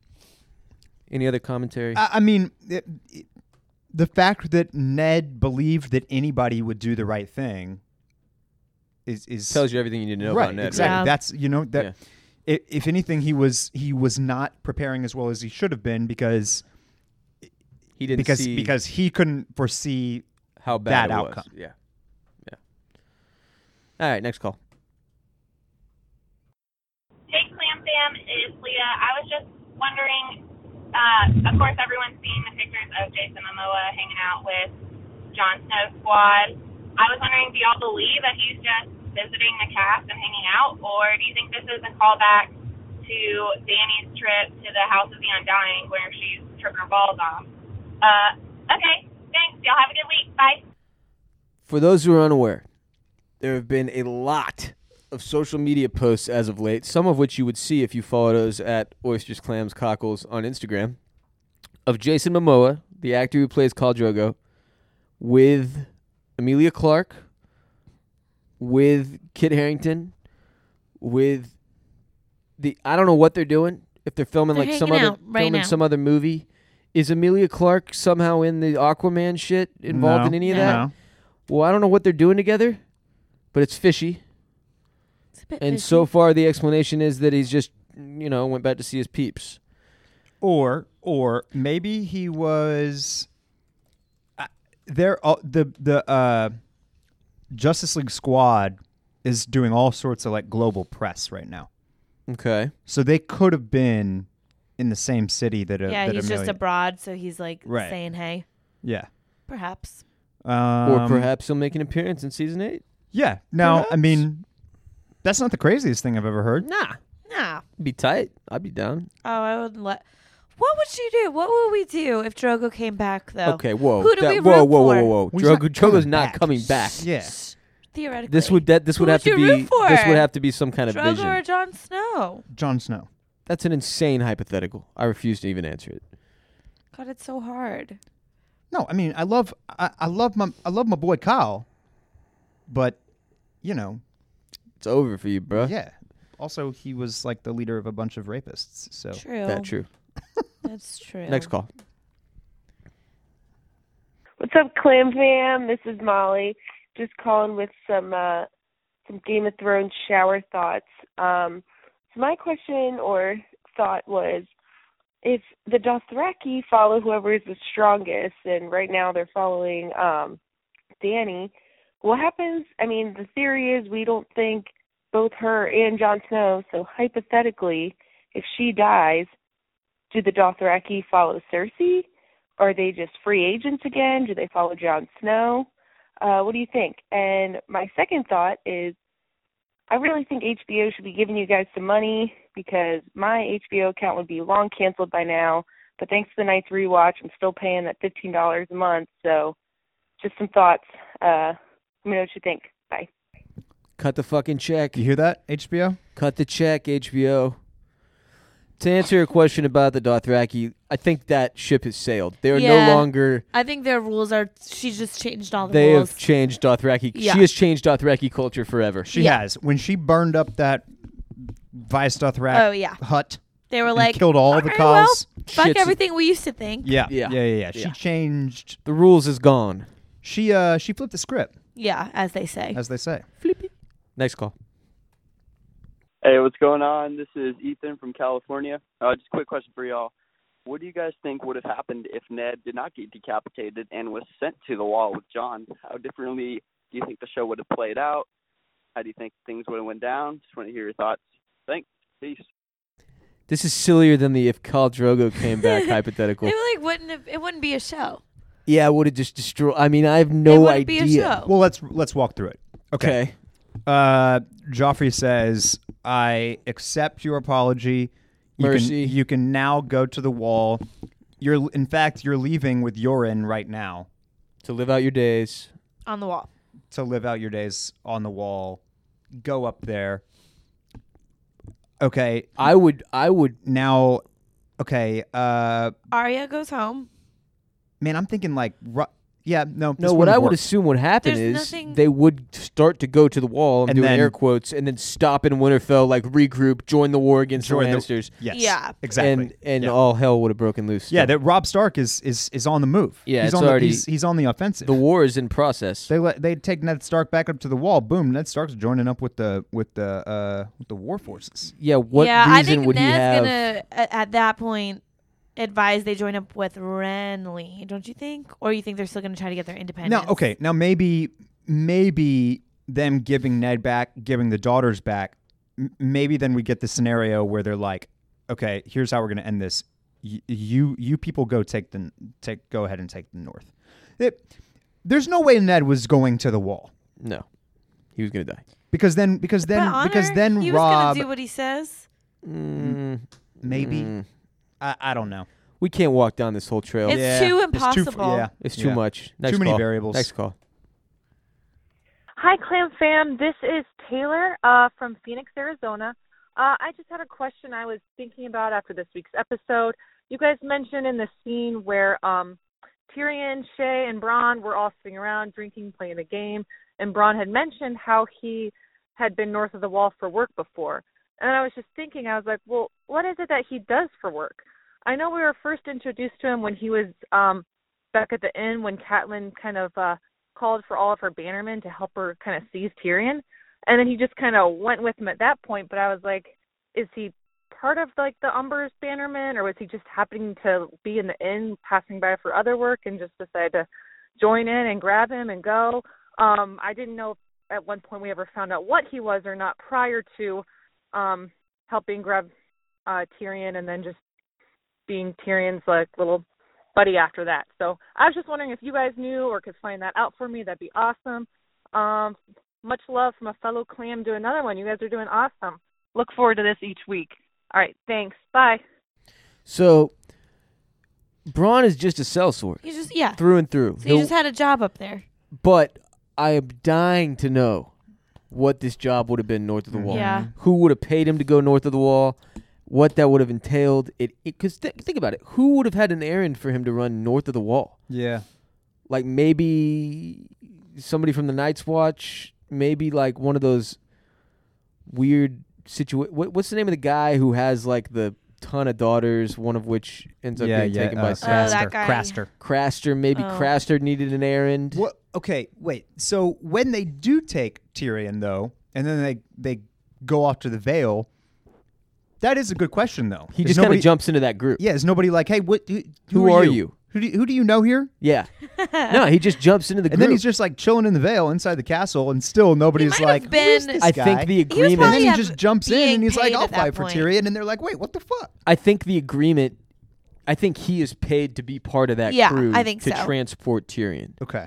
[SPEAKER 1] Any other commentary?
[SPEAKER 2] I, I mean, it, it- the fact that Ned believed that anybody would do the right thing is is
[SPEAKER 1] Tells you everything you need to know
[SPEAKER 2] right,
[SPEAKER 1] about Ned.
[SPEAKER 2] Exactly.
[SPEAKER 3] Yeah.
[SPEAKER 2] That's you know that.
[SPEAKER 1] Yeah.
[SPEAKER 2] i- If anything, he was he was not preparing as well as he should have been because
[SPEAKER 1] right? He didn't
[SPEAKER 2] because
[SPEAKER 1] see
[SPEAKER 2] because he couldn't foresee
[SPEAKER 1] how
[SPEAKER 2] that
[SPEAKER 1] bad it
[SPEAKER 2] outcome.
[SPEAKER 1] was. Yeah. Yeah. All right, next call.
[SPEAKER 11] Hey, Clam Fam, it's Leah. I was just wondering, uh, of course, everyone's seen the pictures of Jason Momoa hanging out with Jon Snow's squad. I was wondering, do y'all believe that he's just visiting the cast and hanging out, or do you think this is a callback to Danny's trip to the House of the Undying where she's tripping her balls off? Uh, okay, thanks. Y'all have a good week. Bye.
[SPEAKER 1] For those who are unaware, there have been a lot of social media posts as of late, some of which you would see if you followed us at Oysters, Clams, Cockles on Instagram, of Jason Momoa, the actor who plays Khal Drogo, with Amelia Clark, with Kit Harrington, with the I don't know what they're doing. If they're filming
[SPEAKER 3] They're
[SPEAKER 1] like some
[SPEAKER 3] hanging
[SPEAKER 1] other
[SPEAKER 3] out right
[SPEAKER 1] filming
[SPEAKER 3] now.
[SPEAKER 1] some other movie, is Amelia Clark somehow in the Aquaman shit involved
[SPEAKER 2] No,
[SPEAKER 1] in any of
[SPEAKER 3] No.
[SPEAKER 1] that?
[SPEAKER 2] No.
[SPEAKER 1] Well, I don't know what they're doing together, but it's fishy.
[SPEAKER 3] It's a bit
[SPEAKER 1] And
[SPEAKER 3] fishy.
[SPEAKER 1] so far, the explanation is that he's just, you know, went back to see his peeps.
[SPEAKER 2] or or maybe he was I- there all the the uh Justice League squad is doing all sorts of like global press right now.
[SPEAKER 1] Okay.
[SPEAKER 2] So they could have been in the same city that a,
[SPEAKER 3] yeah,
[SPEAKER 2] that
[SPEAKER 3] he's just
[SPEAKER 2] Amelia-
[SPEAKER 3] abroad, so he's like
[SPEAKER 2] Right.
[SPEAKER 3] saying, "Hey,
[SPEAKER 2] yeah.
[SPEAKER 3] perhaps."
[SPEAKER 2] Um,
[SPEAKER 1] or perhaps he'll make an appearance in season eight.
[SPEAKER 2] yeah. Now, I
[SPEAKER 1] perhaps.
[SPEAKER 2] mean, that's not the craziest thing I've ever heard.
[SPEAKER 1] Nah.
[SPEAKER 3] Nah.
[SPEAKER 1] Be tight. I'd be down.
[SPEAKER 3] Oh, I would let. What would she do? What would we do if Drogo came back though?
[SPEAKER 1] Okay, whoa.
[SPEAKER 3] Who do
[SPEAKER 1] That-
[SPEAKER 3] we
[SPEAKER 1] whoa,
[SPEAKER 3] root
[SPEAKER 1] whoa, whoa,
[SPEAKER 3] for?
[SPEAKER 1] whoa,
[SPEAKER 2] Well, he's
[SPEAKER 1] Drogo,
[SPEAKER 2] not
[SPEAKER 1] Drogo's
[SPEAKER 2] coming
[SPEAKER 1] not
[SPEAKER 2] back.
[SPEAKER 1] coming back.
[SPEAKER 2] Yeah.
[SPEAKER 3] Theoretically,
[SPEAKER 1] This would that this would
[SPEAKER 3] Who
[SPEAKER 1] have
[SPEAKER 3] would
[SPEAKER 1] to
[SPEAKER 3] you root
[SPEAKER 1] be this
[SPEAKER 3] for?
[SPEAKER 1] would have to be some kind of
[SPEAKER 3] Drogo
[SPEAKER 1] vision.
[SPEAKER 3] or Jon Snow?
[SPEAKER 2] Jon Snow.
[SPEAKER 1] That's an insane hypothetical. I refuse to even answer it.
[SPEAKER 3] God, it's so hard.
[SPEAKER 2] No, I mean, I love I, I love my I love my boy Kyle. But, you know,
[SPEAKER 1] It's over for you, bro.
[SPEAKER 2] yeah. Also, he was like the leader of a bunch of rapists. So
[SPEAKER 3] True.
[SPEAKER 1] That true.
[SPEAKER 3] That's true.
[SPEAKER 1] Next call.
[SPEAKER 11] What's up, Clam Fam? This is Molly. Just calling with some uh some Game of Thrones shower thoughts. Um so my question or thought was if the Dothraki follow whoever is the strongest and right now they're following um Danny, what happens I mean, the theory is we don't think both her and Jon Snow, so hypothetically, if she dies, do the Dothraki follow Cersei? are they just free agents again? Do they follow Jon Snow? Uh, what do you think? And my second thought is, I really think HBO should be giving you guys some money because my HBO account would be long canceled by now. But thanks to the night's rewatch, I'm still paying that fifteen dollars a month. So, just some thoughts. Uh, let me know what you think. Bye.
[SPEAKER 1] Cut the fucking check.
[SPEAKER 2] you hear that, HBO?
[SPEAKER 1] Cut the check, HBO. To answer your question about the Dothraki, I think that ship has sailed. They are
[SPEAKER 3] Yeah.
[SPEAKER 1] no longer.
[SPEAKER 3] I think their rules are. She just changed all the
[SPEAKER 1] They
[SPEAKER 3] rules.
[SPEAKER 1] have changed Dothraki.
[SPEAKER 3] Yeah.
[SPEAKER 1] She has changed Dothraki culture forever.
[SPEAKER 2] She
[SPEAKER 3] Yeah.
[SPEAKER 2] has. When she burned up that Vice Dothrak
[SPEAKER 3] oh yeah,
[SPEAKER 2] hut
[SPEAKER 3] they were
[SPEAKER 2] and
[SPEAKER 3] like
[SPEAKER 2] killed all the
[SPEAKER 3] "Alright, well,
[SPEAKER 2] Kyles.
[SPEAKER 3] fuck
[SPEAKER 1] Shit's-
[SPEAKER 3] everything we used to think.
[SPEAKER 2] yeah.
[SPEAKER 1] Yeah.
[SPEAKER 2] yeah, yeah, yeah, She
[SPEAKER 1] Yeah.
[SPEAKER 2] changed.
[SPEAKER 1] The rules is gone.
[SPEAKER 2] She uh she flipped the script,
[SPEAKER 3] Yeah, as they say.
[SPEAKER 2] as they say.
[SPEAKER 1] Next call.
[SPEAKER 12] Hey, what's going on? This is Ethan from California. Uh, just a quick question for y'all. What do you guys think would have happened if Ned did not get decapitated and was sent to the wall with John? How differently do you think the show would have played out? How do you think things would have went down? Just want to hear your thoughts. Thanks. Peace.
[SPEAKER 1] This is sillier than the if Khal Drogo came back hypothetical.
[SPEAKER 3] It like wouldn't have, it wouldn't be a show.
[SPEAKER 1] Yeah, would have just destroyed. I mean, I have no
[SPEAKER 3] wouldn't be a
[SPEAKER 1] idea.
[SPEAKER 3] show.
[SPEAKER 2] Well, let's let's walk through it. Okay. Uh, Joffrey says, "I accept your apology. You
[SPEAKER 1] Mercy.
[SPEAKER 2] Can, you can now go to the wall. You're in fact you're leaving with Yorin right now
[SPEAKER 1] to live out your days.
[SPEAKER 3] On the wall.
[SPEAKER 2] To live out your days on the wall. Go up there. Okay.
[SPEAKER 1] I would. I would
[SPEAKER 2] now. Okay. Uh,
[SPEAKER 3] Arya goes home.
[SPEAKER 2] man, I'm thinking like, ru- yeah, no. this
[SPEAKER 1] No, what I would
[SPEAKER 2] work.
[SPEAKER 1] assume would happen
[SPEAKER 3] There's
[SPEAKER 1] is
[SPEAKER 3] nothing-
[SPEAKER 1] they would start to go to the wall. I'm
[SPEAKER 2] And
[SPEAKER 1] doing
[SPEAKER 2] then-
[SPEAKER 1] air quotes, and then stop in Winterfell, like regroup, join the war against
[SPEAKER 2] Join
[SPEAKER 1] the
[SPEAKER 2] the-
[SPEAKER 1] Lannisters.
[SPEAKER 2] Yes.
[SPEAKER 3] Yeah.
[SPEAKER 2] Exactly.
[SPEAKER 1] And and
[SPEAKER 2] Yeah.
[SPEAKER 1] all hell would have broken loose.
[SPEAKER 2] Yeah,
[SPEAKER 1] still.
[SPEAKER 2] that Rob Stark is is is on the move.
[SPEAKER 1] Yeah,
[SPEAKER 2] he's
[SPEAKER 1] it's
[SPEAKER 2] on the,
[SPEAKER 1] already-
[SPEAKER 2] he's, he's on the offensive.
[SPEAKER 1] the war is in process.
[SPEAKER 2] they let, they take Ned Stark back up to the wall. Boom, Ned Stark's joining up with the with the uh with the war forces.
[SPEAKER 1] yeah, what
[SPEAKER 3] yeah,
[SPEAKER 1] reason
[SPEAKER 3] I think
[SPEAKER 1] would
[SPEAKER 3] Ned's
[SPEAKER 1] he have?
[SPEAKER 3] gonna a- at that point advise they join up with Renly, don't you think? Or you think they're still gonna try to get their independence?
[SPEAKER 2] Now, okay, now maybe maybe them giving Ned back, giving the daughters back, m- maybe then we get the scenario where they're like, okay, here's how we're going to end this. Y- you you people go take the take go ahead and take the north. It- there's no way Ned was going to the wall
[SPEAKER 1] No, he was gonna die.
[SPEAKER 2] because then because
[SPEAKER 3] But
[SPEAKER 2] then
[SPEAKER 3] Honor,
[SPEAKER 2] because then
[SPEAKER 3] he was
[SPEAKER 2] Rob
[SPEAKER 3] gonna do what he says.
[SPEAKER 1] Mm,
[SPEAKER 2] maybe
[SPEAKER 1] mm.
[SPEAKER 2] I, I don't know.
[SPEAKER 1] we can't walk down this whole trail.
[SPEAKER 3] It's too impossible.
[SPEAKER 2] yeah.
[SPEAKER 1] It's too
[SPEAKER 2] Yeah.
[SPEAKER 1] much. Next
[SPEAKER 2] Too many
[SPEAKER 1] call.
[SPEAKER 2] variables.
[SPEAKER 1] Next call.
[SPEAKER 13] Hi, Clam Fam. This is Taylor uh, from Phoenix, Arizona. Uh, I just had a question I was thinking about after this week's episode. You guys mentioned in the scene where um, Tyrion, Shay, and Bronn were all sitting around drinking, playing a game, and Bronn had mentioned how he had been north of the wall for work before. And I was just thinking, I was like, well, what is it that he does for work? I know we were first introduced to him when he was um, back at the inn when Catelyn kind of uh, called for all of her bannermen to help her kind of seize Tyrion, and then he just kind of went with him at that point. But I was like, is he part of like the Umber's bannermen, or was he just happening to be in the inn passing by for other work and just decided to join in and grab him and go? Um, I didn't know if at one point we ever found out what he was or not prior to um helping grab uh Tyrion and then just being Tyrion's like little buddy after that. So I was just wondering if you guys knew or could find that out for me. That'd be awesome. Um, much love from a fellow clam to another one. You guys are doing awesome. Look forward to this each week. All right, thanks. Bye.
[SPEAKER 1] So, Braun is just a sellsword
[SPEAKER 3] He just yeah.
[SPEAKER 1] through and through.
[SPEAKER 3] So he
[SPEAKER 1] He'll-
[SPEAKER 3] just had a job up there.
[SPEAKER 1] but I am dying to know what this job would have been north
[SPEAKER 2] Mm.
[SPEAKER 1] of the wall.
[SPEAKER 3] Yeah.
[SPEAKER 1] Who would have paid him to go north of the wall? What that would have entailed? It because th- think about it. Who would have had an errand for him to run north of the wall?
[SPEAKER 2] Yeah.
[SPEAKER 1] Like maybe somebody from the Night's Watch. Maybe like one of those weird situa- what, What's the name of the guy who has like the ton of daughters, one of which ends up
[SPEAKER 2] Yeah,
[SPEAKER 1] being
[SPEAKER 2] yeah,
[SPEAKER 1] taken
[SPEAKER 2] uh,
[SPEAKER 1] by
[SPEAKER 3] Oh,
[SPEAKER 1] Sam?
[SPEAKER 3] that guy.
[SPEAKER 2] Craster.
[SPEAKER 1] Craster. Maybe
[SPEAKER 3] Oh.
[SPEAKER 1] Craster needed an errand.
[SPEAKER 2] What? Okay, wait. So when they do take Tyrion, though, and then they they go off to the Vale, that is a good question, though.
[SPEAKER 1] He
[SPEAKER 2] Is
[SPEAKER 1] just kind
[SPEAKER 2] nobody-
[SPEAKER 1] of jumps into that group.
[SPEAKER 2] Yeah, is nobody like, hey, what? Who,
[SPEAKER 1] Who are
[SPEAKER 2] you?
[SPEAKER 1] you?
[SPEAKER 2] Who do you, who do you know here?
[SPEAKER 1] Yeah. no, he just jumps into the
[SPEAKER 2] And
[SPEAKER 1] group.
[SPEAKER 2] then he's just like chilling in the Vale inside the castle, and still nobody's
[SPEAKER 3] might have
[SPEAKER 2] like,
[SPEAKER 3] been-
[SPEAKER 2] Who's this
[SPEAKER 1] I
[SPEAKER 2] guy?
[SPEAKER 1] think the
[SPEAKER 3] was
[SPEAKER 1] agreement.
[SPEAKER 2] And then
[SPEAKER 3] probably
[SPEAKER 2] he
[SPEAKER 3] have
[SPEAKER 2] just jumps in
[SPEAKER 3] being
[SPEAKER 2] and he's like,
[SPEAKER 3] paid
[SPEAKER 2] "I'll
[SPEAKER 3] at that
[SPEAKER 2] fight for
[SPEAKER 3] point.
[SPEAKER 2] Tyrion," and they're like, "Wait, what the fuck?"
[SPEAKER 1] I think the agreement. I think he is paid to be part of that
[SPEAKER 3] Yeah,
[SPEAKER 1] crew
[SPEAKER 3] I think
[SPEAKER 1] to
[SPEAKER 3] so.
[SPEAKER 1] transport Tyrion
[SPEAKER 2] Okay,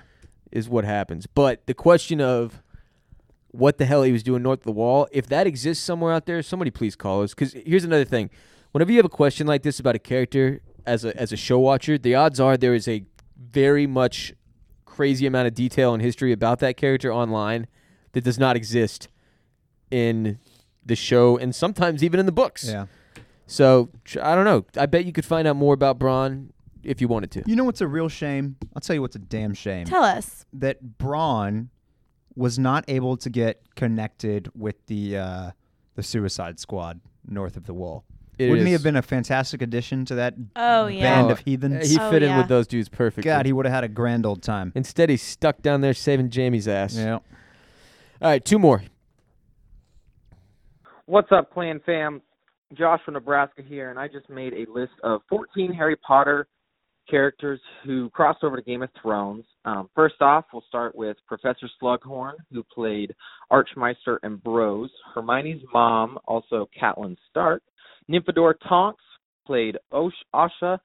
[SPEAKER 1] is what happens. But the question of what the hell he was doing north of the wall, if that exists somewhere out there, somebody please call us. Because here's another thing: whenever you have a question like this about a character as a as a show watcher, the odds are there is a very much crazy amount of detail and history about that character online that does not exist in the show and sometimes even in the books.
[SPEAKER 2] yeah.
[SPEAKER 1] So tr- I don't know. I bet you could find out more about Braun if you wanted to.
[SPEAKER 2] You know what's a real shame? I'll tell you what's a damn shame.
[SPEAKER 3] Tell us.
[SPEAKER 2] that Braun was not able to get connected with the uh, the Suicide Squad north of the wall.
[SPEAKER 1] It
[SPEAKER 2] Wouldn't he
[SPEAKER 1] is-
[SPEAKER 2] have been a fantastic addition to that
[SPEAKER 3] Oh yeah.
[SPEAKER 2] band
[SPEAKER 1] Oh,
[SPEAKER 2] of heathens?
[SPEAKER 1] He
[SPEAKER 3] Oh,
[SPEAKER 1] fit in
[SPEAKER 3] yeah.
[SPEAKER 1] with those dudes perfectly.
[SPEAKER 2] God, he would have had a grand old time.
[SPEAKER 1] Instead, he's stuck down there saving Jamie's ass.
[SPEAKER 2] Yeah.
[SPEAKER 1] All right, two more.
[SPEAKER 14] What's up, Clan Fam? Josh from Nebraska here, and I just made a list of 14 Harry Potter characters who crossed over to Game of Thrones. Um, first off, we'll start with Professor Slughorn, who played Archmeister Ambrose, Hermione's mom, also Catelyn Stark, Nymphador Tonks played Osh- Asha.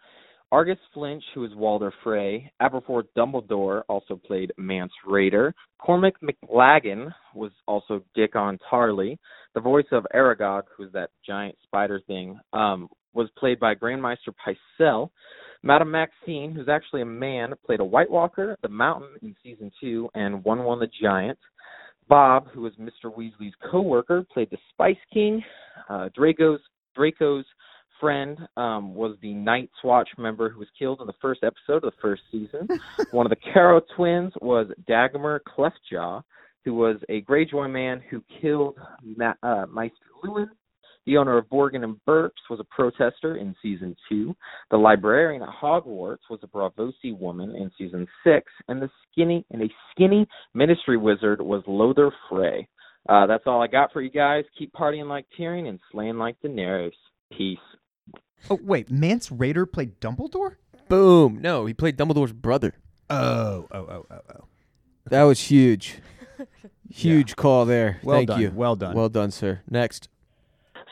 [SPEAKER 14] Argus Flinch, who is Walder Frey. Aberforth Dumbledore also played Mance Raider. Cormac McLagan was also Dick on Tarley. The voice of Aragog, who's that giant spider thing, um, was played by Grandmeister Picel. Madame Maxine, who's actually a man, played a White Walker, the Mountain in season two, and One One the Giant. Bob, who was Mr. Weasley's co-worker, played the Spice King. Uh, Draco's Draco's friend um, was the Night Swatch member who was killed in the first episode of the first season. One of the Caro twins was Dagmar Cleftjaw, who was a Greyjoy man who killed Ma- uh, Meister Lewin. The owner of Borgin and Burps was a protester in season two. The librarian at Hogwarts was a Bravosi woman in season six, and the skinny and a skinny ministry wizard was Lothar Frey. Uh, that's all I got for you guys. Keep partying like Tyrion and slaying like Daenerys. Peace.
[SPEAKER 2] Oh wait, Mance Raider played Dumbledore.
[SPEAKER 1] Boom. No, he played Dumbledore's brother.
[SPEAKER 2] Oh, oh, oh, oh, oh.
[SPEAKER 1] That was huge. Huge call there.
[SPEAKER 2] Well
[SPEAKER 1] Thank
[SPEAKER 2] done,
[SPEAKER 1] you.
[SPEAKER 2] well done.
[SPEAKER 1] Well done, sir. Next.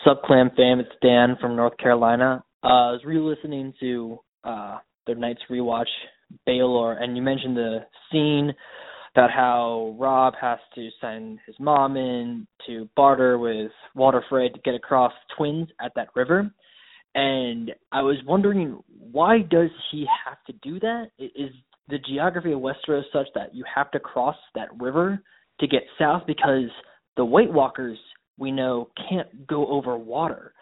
[SPEAKER 15] Sup, Clam Fam? It's Dan from North Carolina. Uh, I was re-listening to uh, the night's rewatch, Baylor, and you mentioned the scene about how Rob has to send his mom in to barter with Walter Frey to get across twins at that river. And I was wondering, why does he have to do that? I- Is the geography of Westeros such that you have to cross that river to get south because the White Walkers we know can't go over water.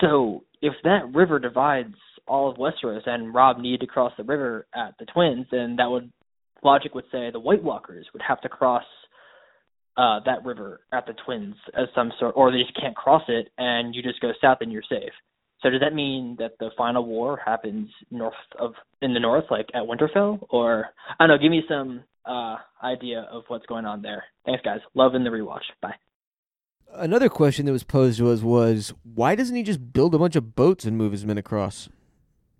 [SPEAKER 15] So if that river divides all of Westeros and Rob needed to cross the river at the Twins, then that would logic would say the White Walkers would have to cross uh, that river at the Twins as some sort, or they just can't cross it, and you just go south and you're safe. So does that mean that the final war happens north of in the north, like at Winterfell, or I don't know? Give me some uh, idea of what's going on there. Thanks, guys. Love in the rewatch. Bye.
[SPEAKER 1] Another question that was posed to us was why doesn't he just build a bunch of boats and move his men across?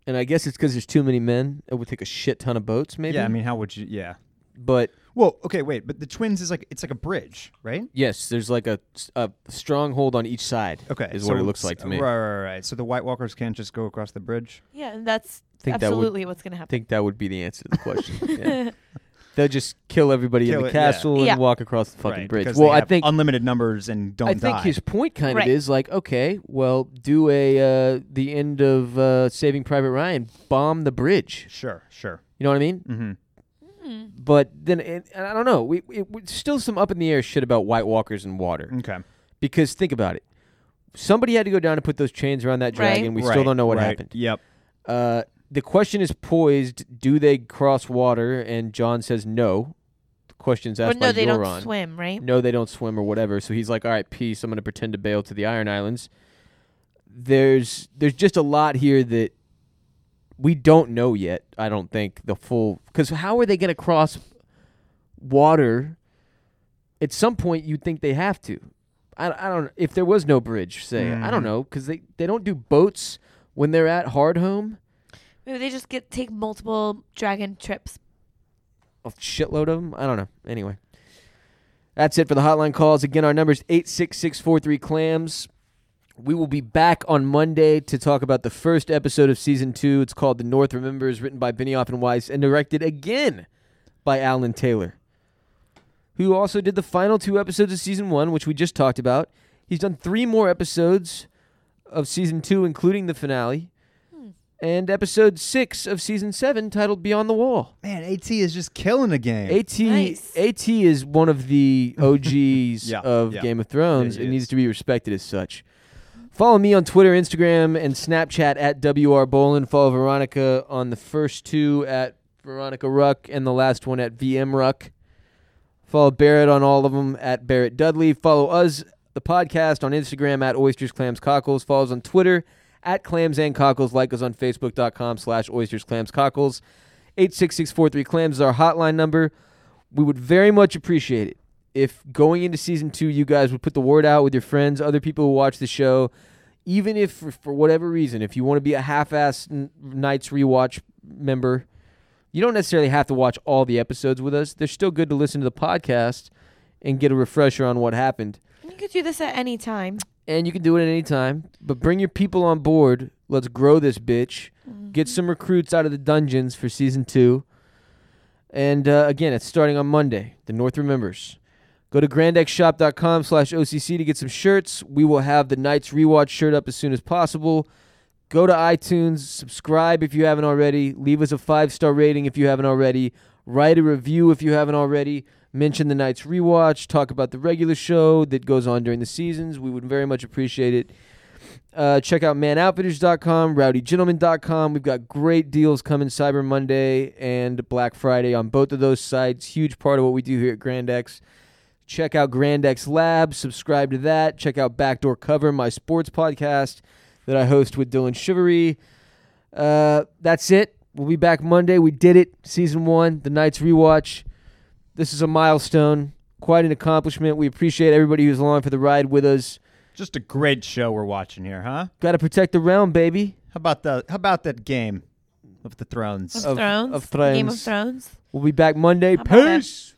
[SPEAKER 1] And I guess it's because there's too many men. It would take a shit ton of boats, maybe.
[SPEAKER 2] Yeah, I mean, how would you? Yeah.
[SPEAKER 1] But
[SPEAKER 2] Well, okay, wait, but the twins is like it's like a bridge, right?
[SPEAKER 1] yes, there's like a, a stronghold on each side.
[SPEAKER 2] Okay,
[SPEAKER 1] is what
[SPEAKER 2] so-
[SPEAKER 1] it looks like to me.
[SPEAKER 2] Right, right, right. So the White Walkers can't just go across the bridge.
[SPEAKER 3] Yeah, and that's
[SPEAKER 1] Think that would-
[SPEAKER 3] absolutely what's going to happen.
[SPEAKER 1] Think that would be the answer to the question. Yeah. They'll just kill everybody in
[SPEAKER 2] Kill
[SPEAKER 1] the
[SPEAKER 2] it, yeah.
[SPEAKER 1] castle
[SPEAKER 3] Yeah.
[SPEAKER 1] and walk across the fucking
[SPEAKER 2] Right,
[SPEAKER 1] bridge.
[SPEAKER 2] because
[SPEAKER 1] Well,
[SPEAKER 2] they
[SPEAKER 1] I
[SPEAKER 2] have
[SPEAKER 1] think
[SPEAKER 2] unlimited numbers and don't
[SPEAKER 1] I think
[SPEAKER 2] die.
[SPEAKER 1] his point kind
[SPEAKER 3] Right.
[SPEAKER 1] of is like, okay, well, do a uh, the end of uh, Saving Private Ryan, bomb the bridge.
[SPEAKER 2] Sure, sure.
[SPEAKER 1] You know what I mean?
[SPEAKER 2] Mm-hmm.
[SPEAKER 1] But then, and, and I don't know. We it, we- still some up in the air shit about White Walkers and water.
[SPEAKER 2] Okay.
[SPEAKER 1] Because think about it, somebody had to go down and put those chains around that
[SPEAKER 3] Right.
[SPEAKER 1] dragon. We
[SPEAKER 2] Right,
[SPEAKER 1] still don't know what
[SPEAKER 2] right,
[SPEAKER 1] happened.
[SPEAKER 2] Yep.
[SPEAKER 1] Uh, the question is poised: Do they cross water? And John says no. The question's
[SPEAKER 3] Or
[SPEAKER 1] asked
[SPEAKER 3] no,
[SPEAKER 1] by
[SPEAKER 3] they
[SPEAKER 1] Euron.
[SPEAKER 3] don't swim, right?
[SPEAKER 1] No, they don't swim or whatever. So he's like, "All right, peace. I'm going to pretend to bail to the Iron Islands." There's there's just a lot here that we don't know yet. I don't think the full because how are they going to cross water? At some point, you'd think they have to. I, I don't if there was no bridge, say I don't
[SPEAKER 3] Mm.
[SPEAKER 2] Mhm.
[SPEAKER 1] know because they they don't do boats when they're at Hardhome.
[SPEAKER 3] Maybe they just get take multiple dragon trips.
[SPEAKER 1] a shitload of them. I don't know. Anyway, that's it for the hotline calls. Again, our number is 86643 clams. We will be back on Monday to talk about the first episode of season two. It's called The North Remembers, written by Benioff and Weiss, and directed again by Alan Taylor, who also did the final two episodes of season one, which we just talked about. He's done three more episodes of season two, including the finale, and episode six of season seven, titled Beyond the Wall.
[SPEAKER 2] Man, AT is just killing the game.
[SPEAKER 1] AT
[SPEAKER 3] Nice.
[SPEAKER 1] AT is one of the OGs
[SPEAKER 2] Yeah,
[SPEAKER 1] of
[SPEAKER 2] yeah.
[SPEAKER 1] Game of Thrones.
[SPEAKER 2] Yeah,
[SPEAKER 1] It,
[SPEAKER 2] he
[SPEAKER 1] needs to be respected as such. Follow me on Twitter, Instagram, and Snapchat at WR Bolin. Follow Veronica on the first two at Veronica Ruck and the last one at VM Ruck. Follow Barrett on all of them at Barrett Dudley. Follow us, the podcast, on Instagram at Oysters, Clams, Cockles. Follow us on Twitter at Clams and Cockles. Like us on Facebook.com slash Oysters, Clams, Cockles. 86643-CLAMS is our hotline number. We would very much appreciate it if going into season two, you guys would put the word out with your friends, other people who watch the show. Even if, for, for whatever reason, if you want to be a half-ass n- Nights Rewatch member, you don't necessarily have to watch all the episodes with us. They're still good to listen to the podcast and get a refresher on what happened.
[SPEAKER 3] You could do this at any time.
[SPEAKER 1] and you can do it at any time. But bring your people on board. Let's grow this bitch. Get some recruits out of the dungeons for season two. And uh, again, it's starting on Monday. The North remembers. Go to grandexshop.com slash OCC to get some shirts. We will have the Knights Rewatch shirt up as soon as possible. Go to iTunes, subscribe if you haven't already, leave us a five star rating if you haven't already, write a review if you haven't already, mention the Knights Rewatch, talk about the regular show that goes on during the seasons. We would very much appreciate it. Uh, check out manoutfitters.com, rowdygentleman.com. We've got great deals coming Cyber Monday and Black Friday on both of those sites. Huge part of what we do here at Grand X. Check out Grand X Lab, subscribe to that. Check out Backdoor Cover, my sports podcast that I host with Dylan Shivery. Uh, that's it. We'll be back Monday. We did it. Season one, the Knights rewatch. This is a milestone, quite an accomplishment. We appreciate everybody who's along for the ride with us.
[SPEAKER 2] Just a great show we're watching here, huh?
[SPEAKER 1] Got to protect the realm, baby.
[SPEAKER 2] How about the How about that game of the thrones?
[SPEAKER 1] Of Of- Thrones? of Thrones.
[SPEAKER 3] Game of Thrones.
[SPEAKER 1] We'll be back Monday.
[SPEAKER 3] about that?
[SPEAKER 1] Peace.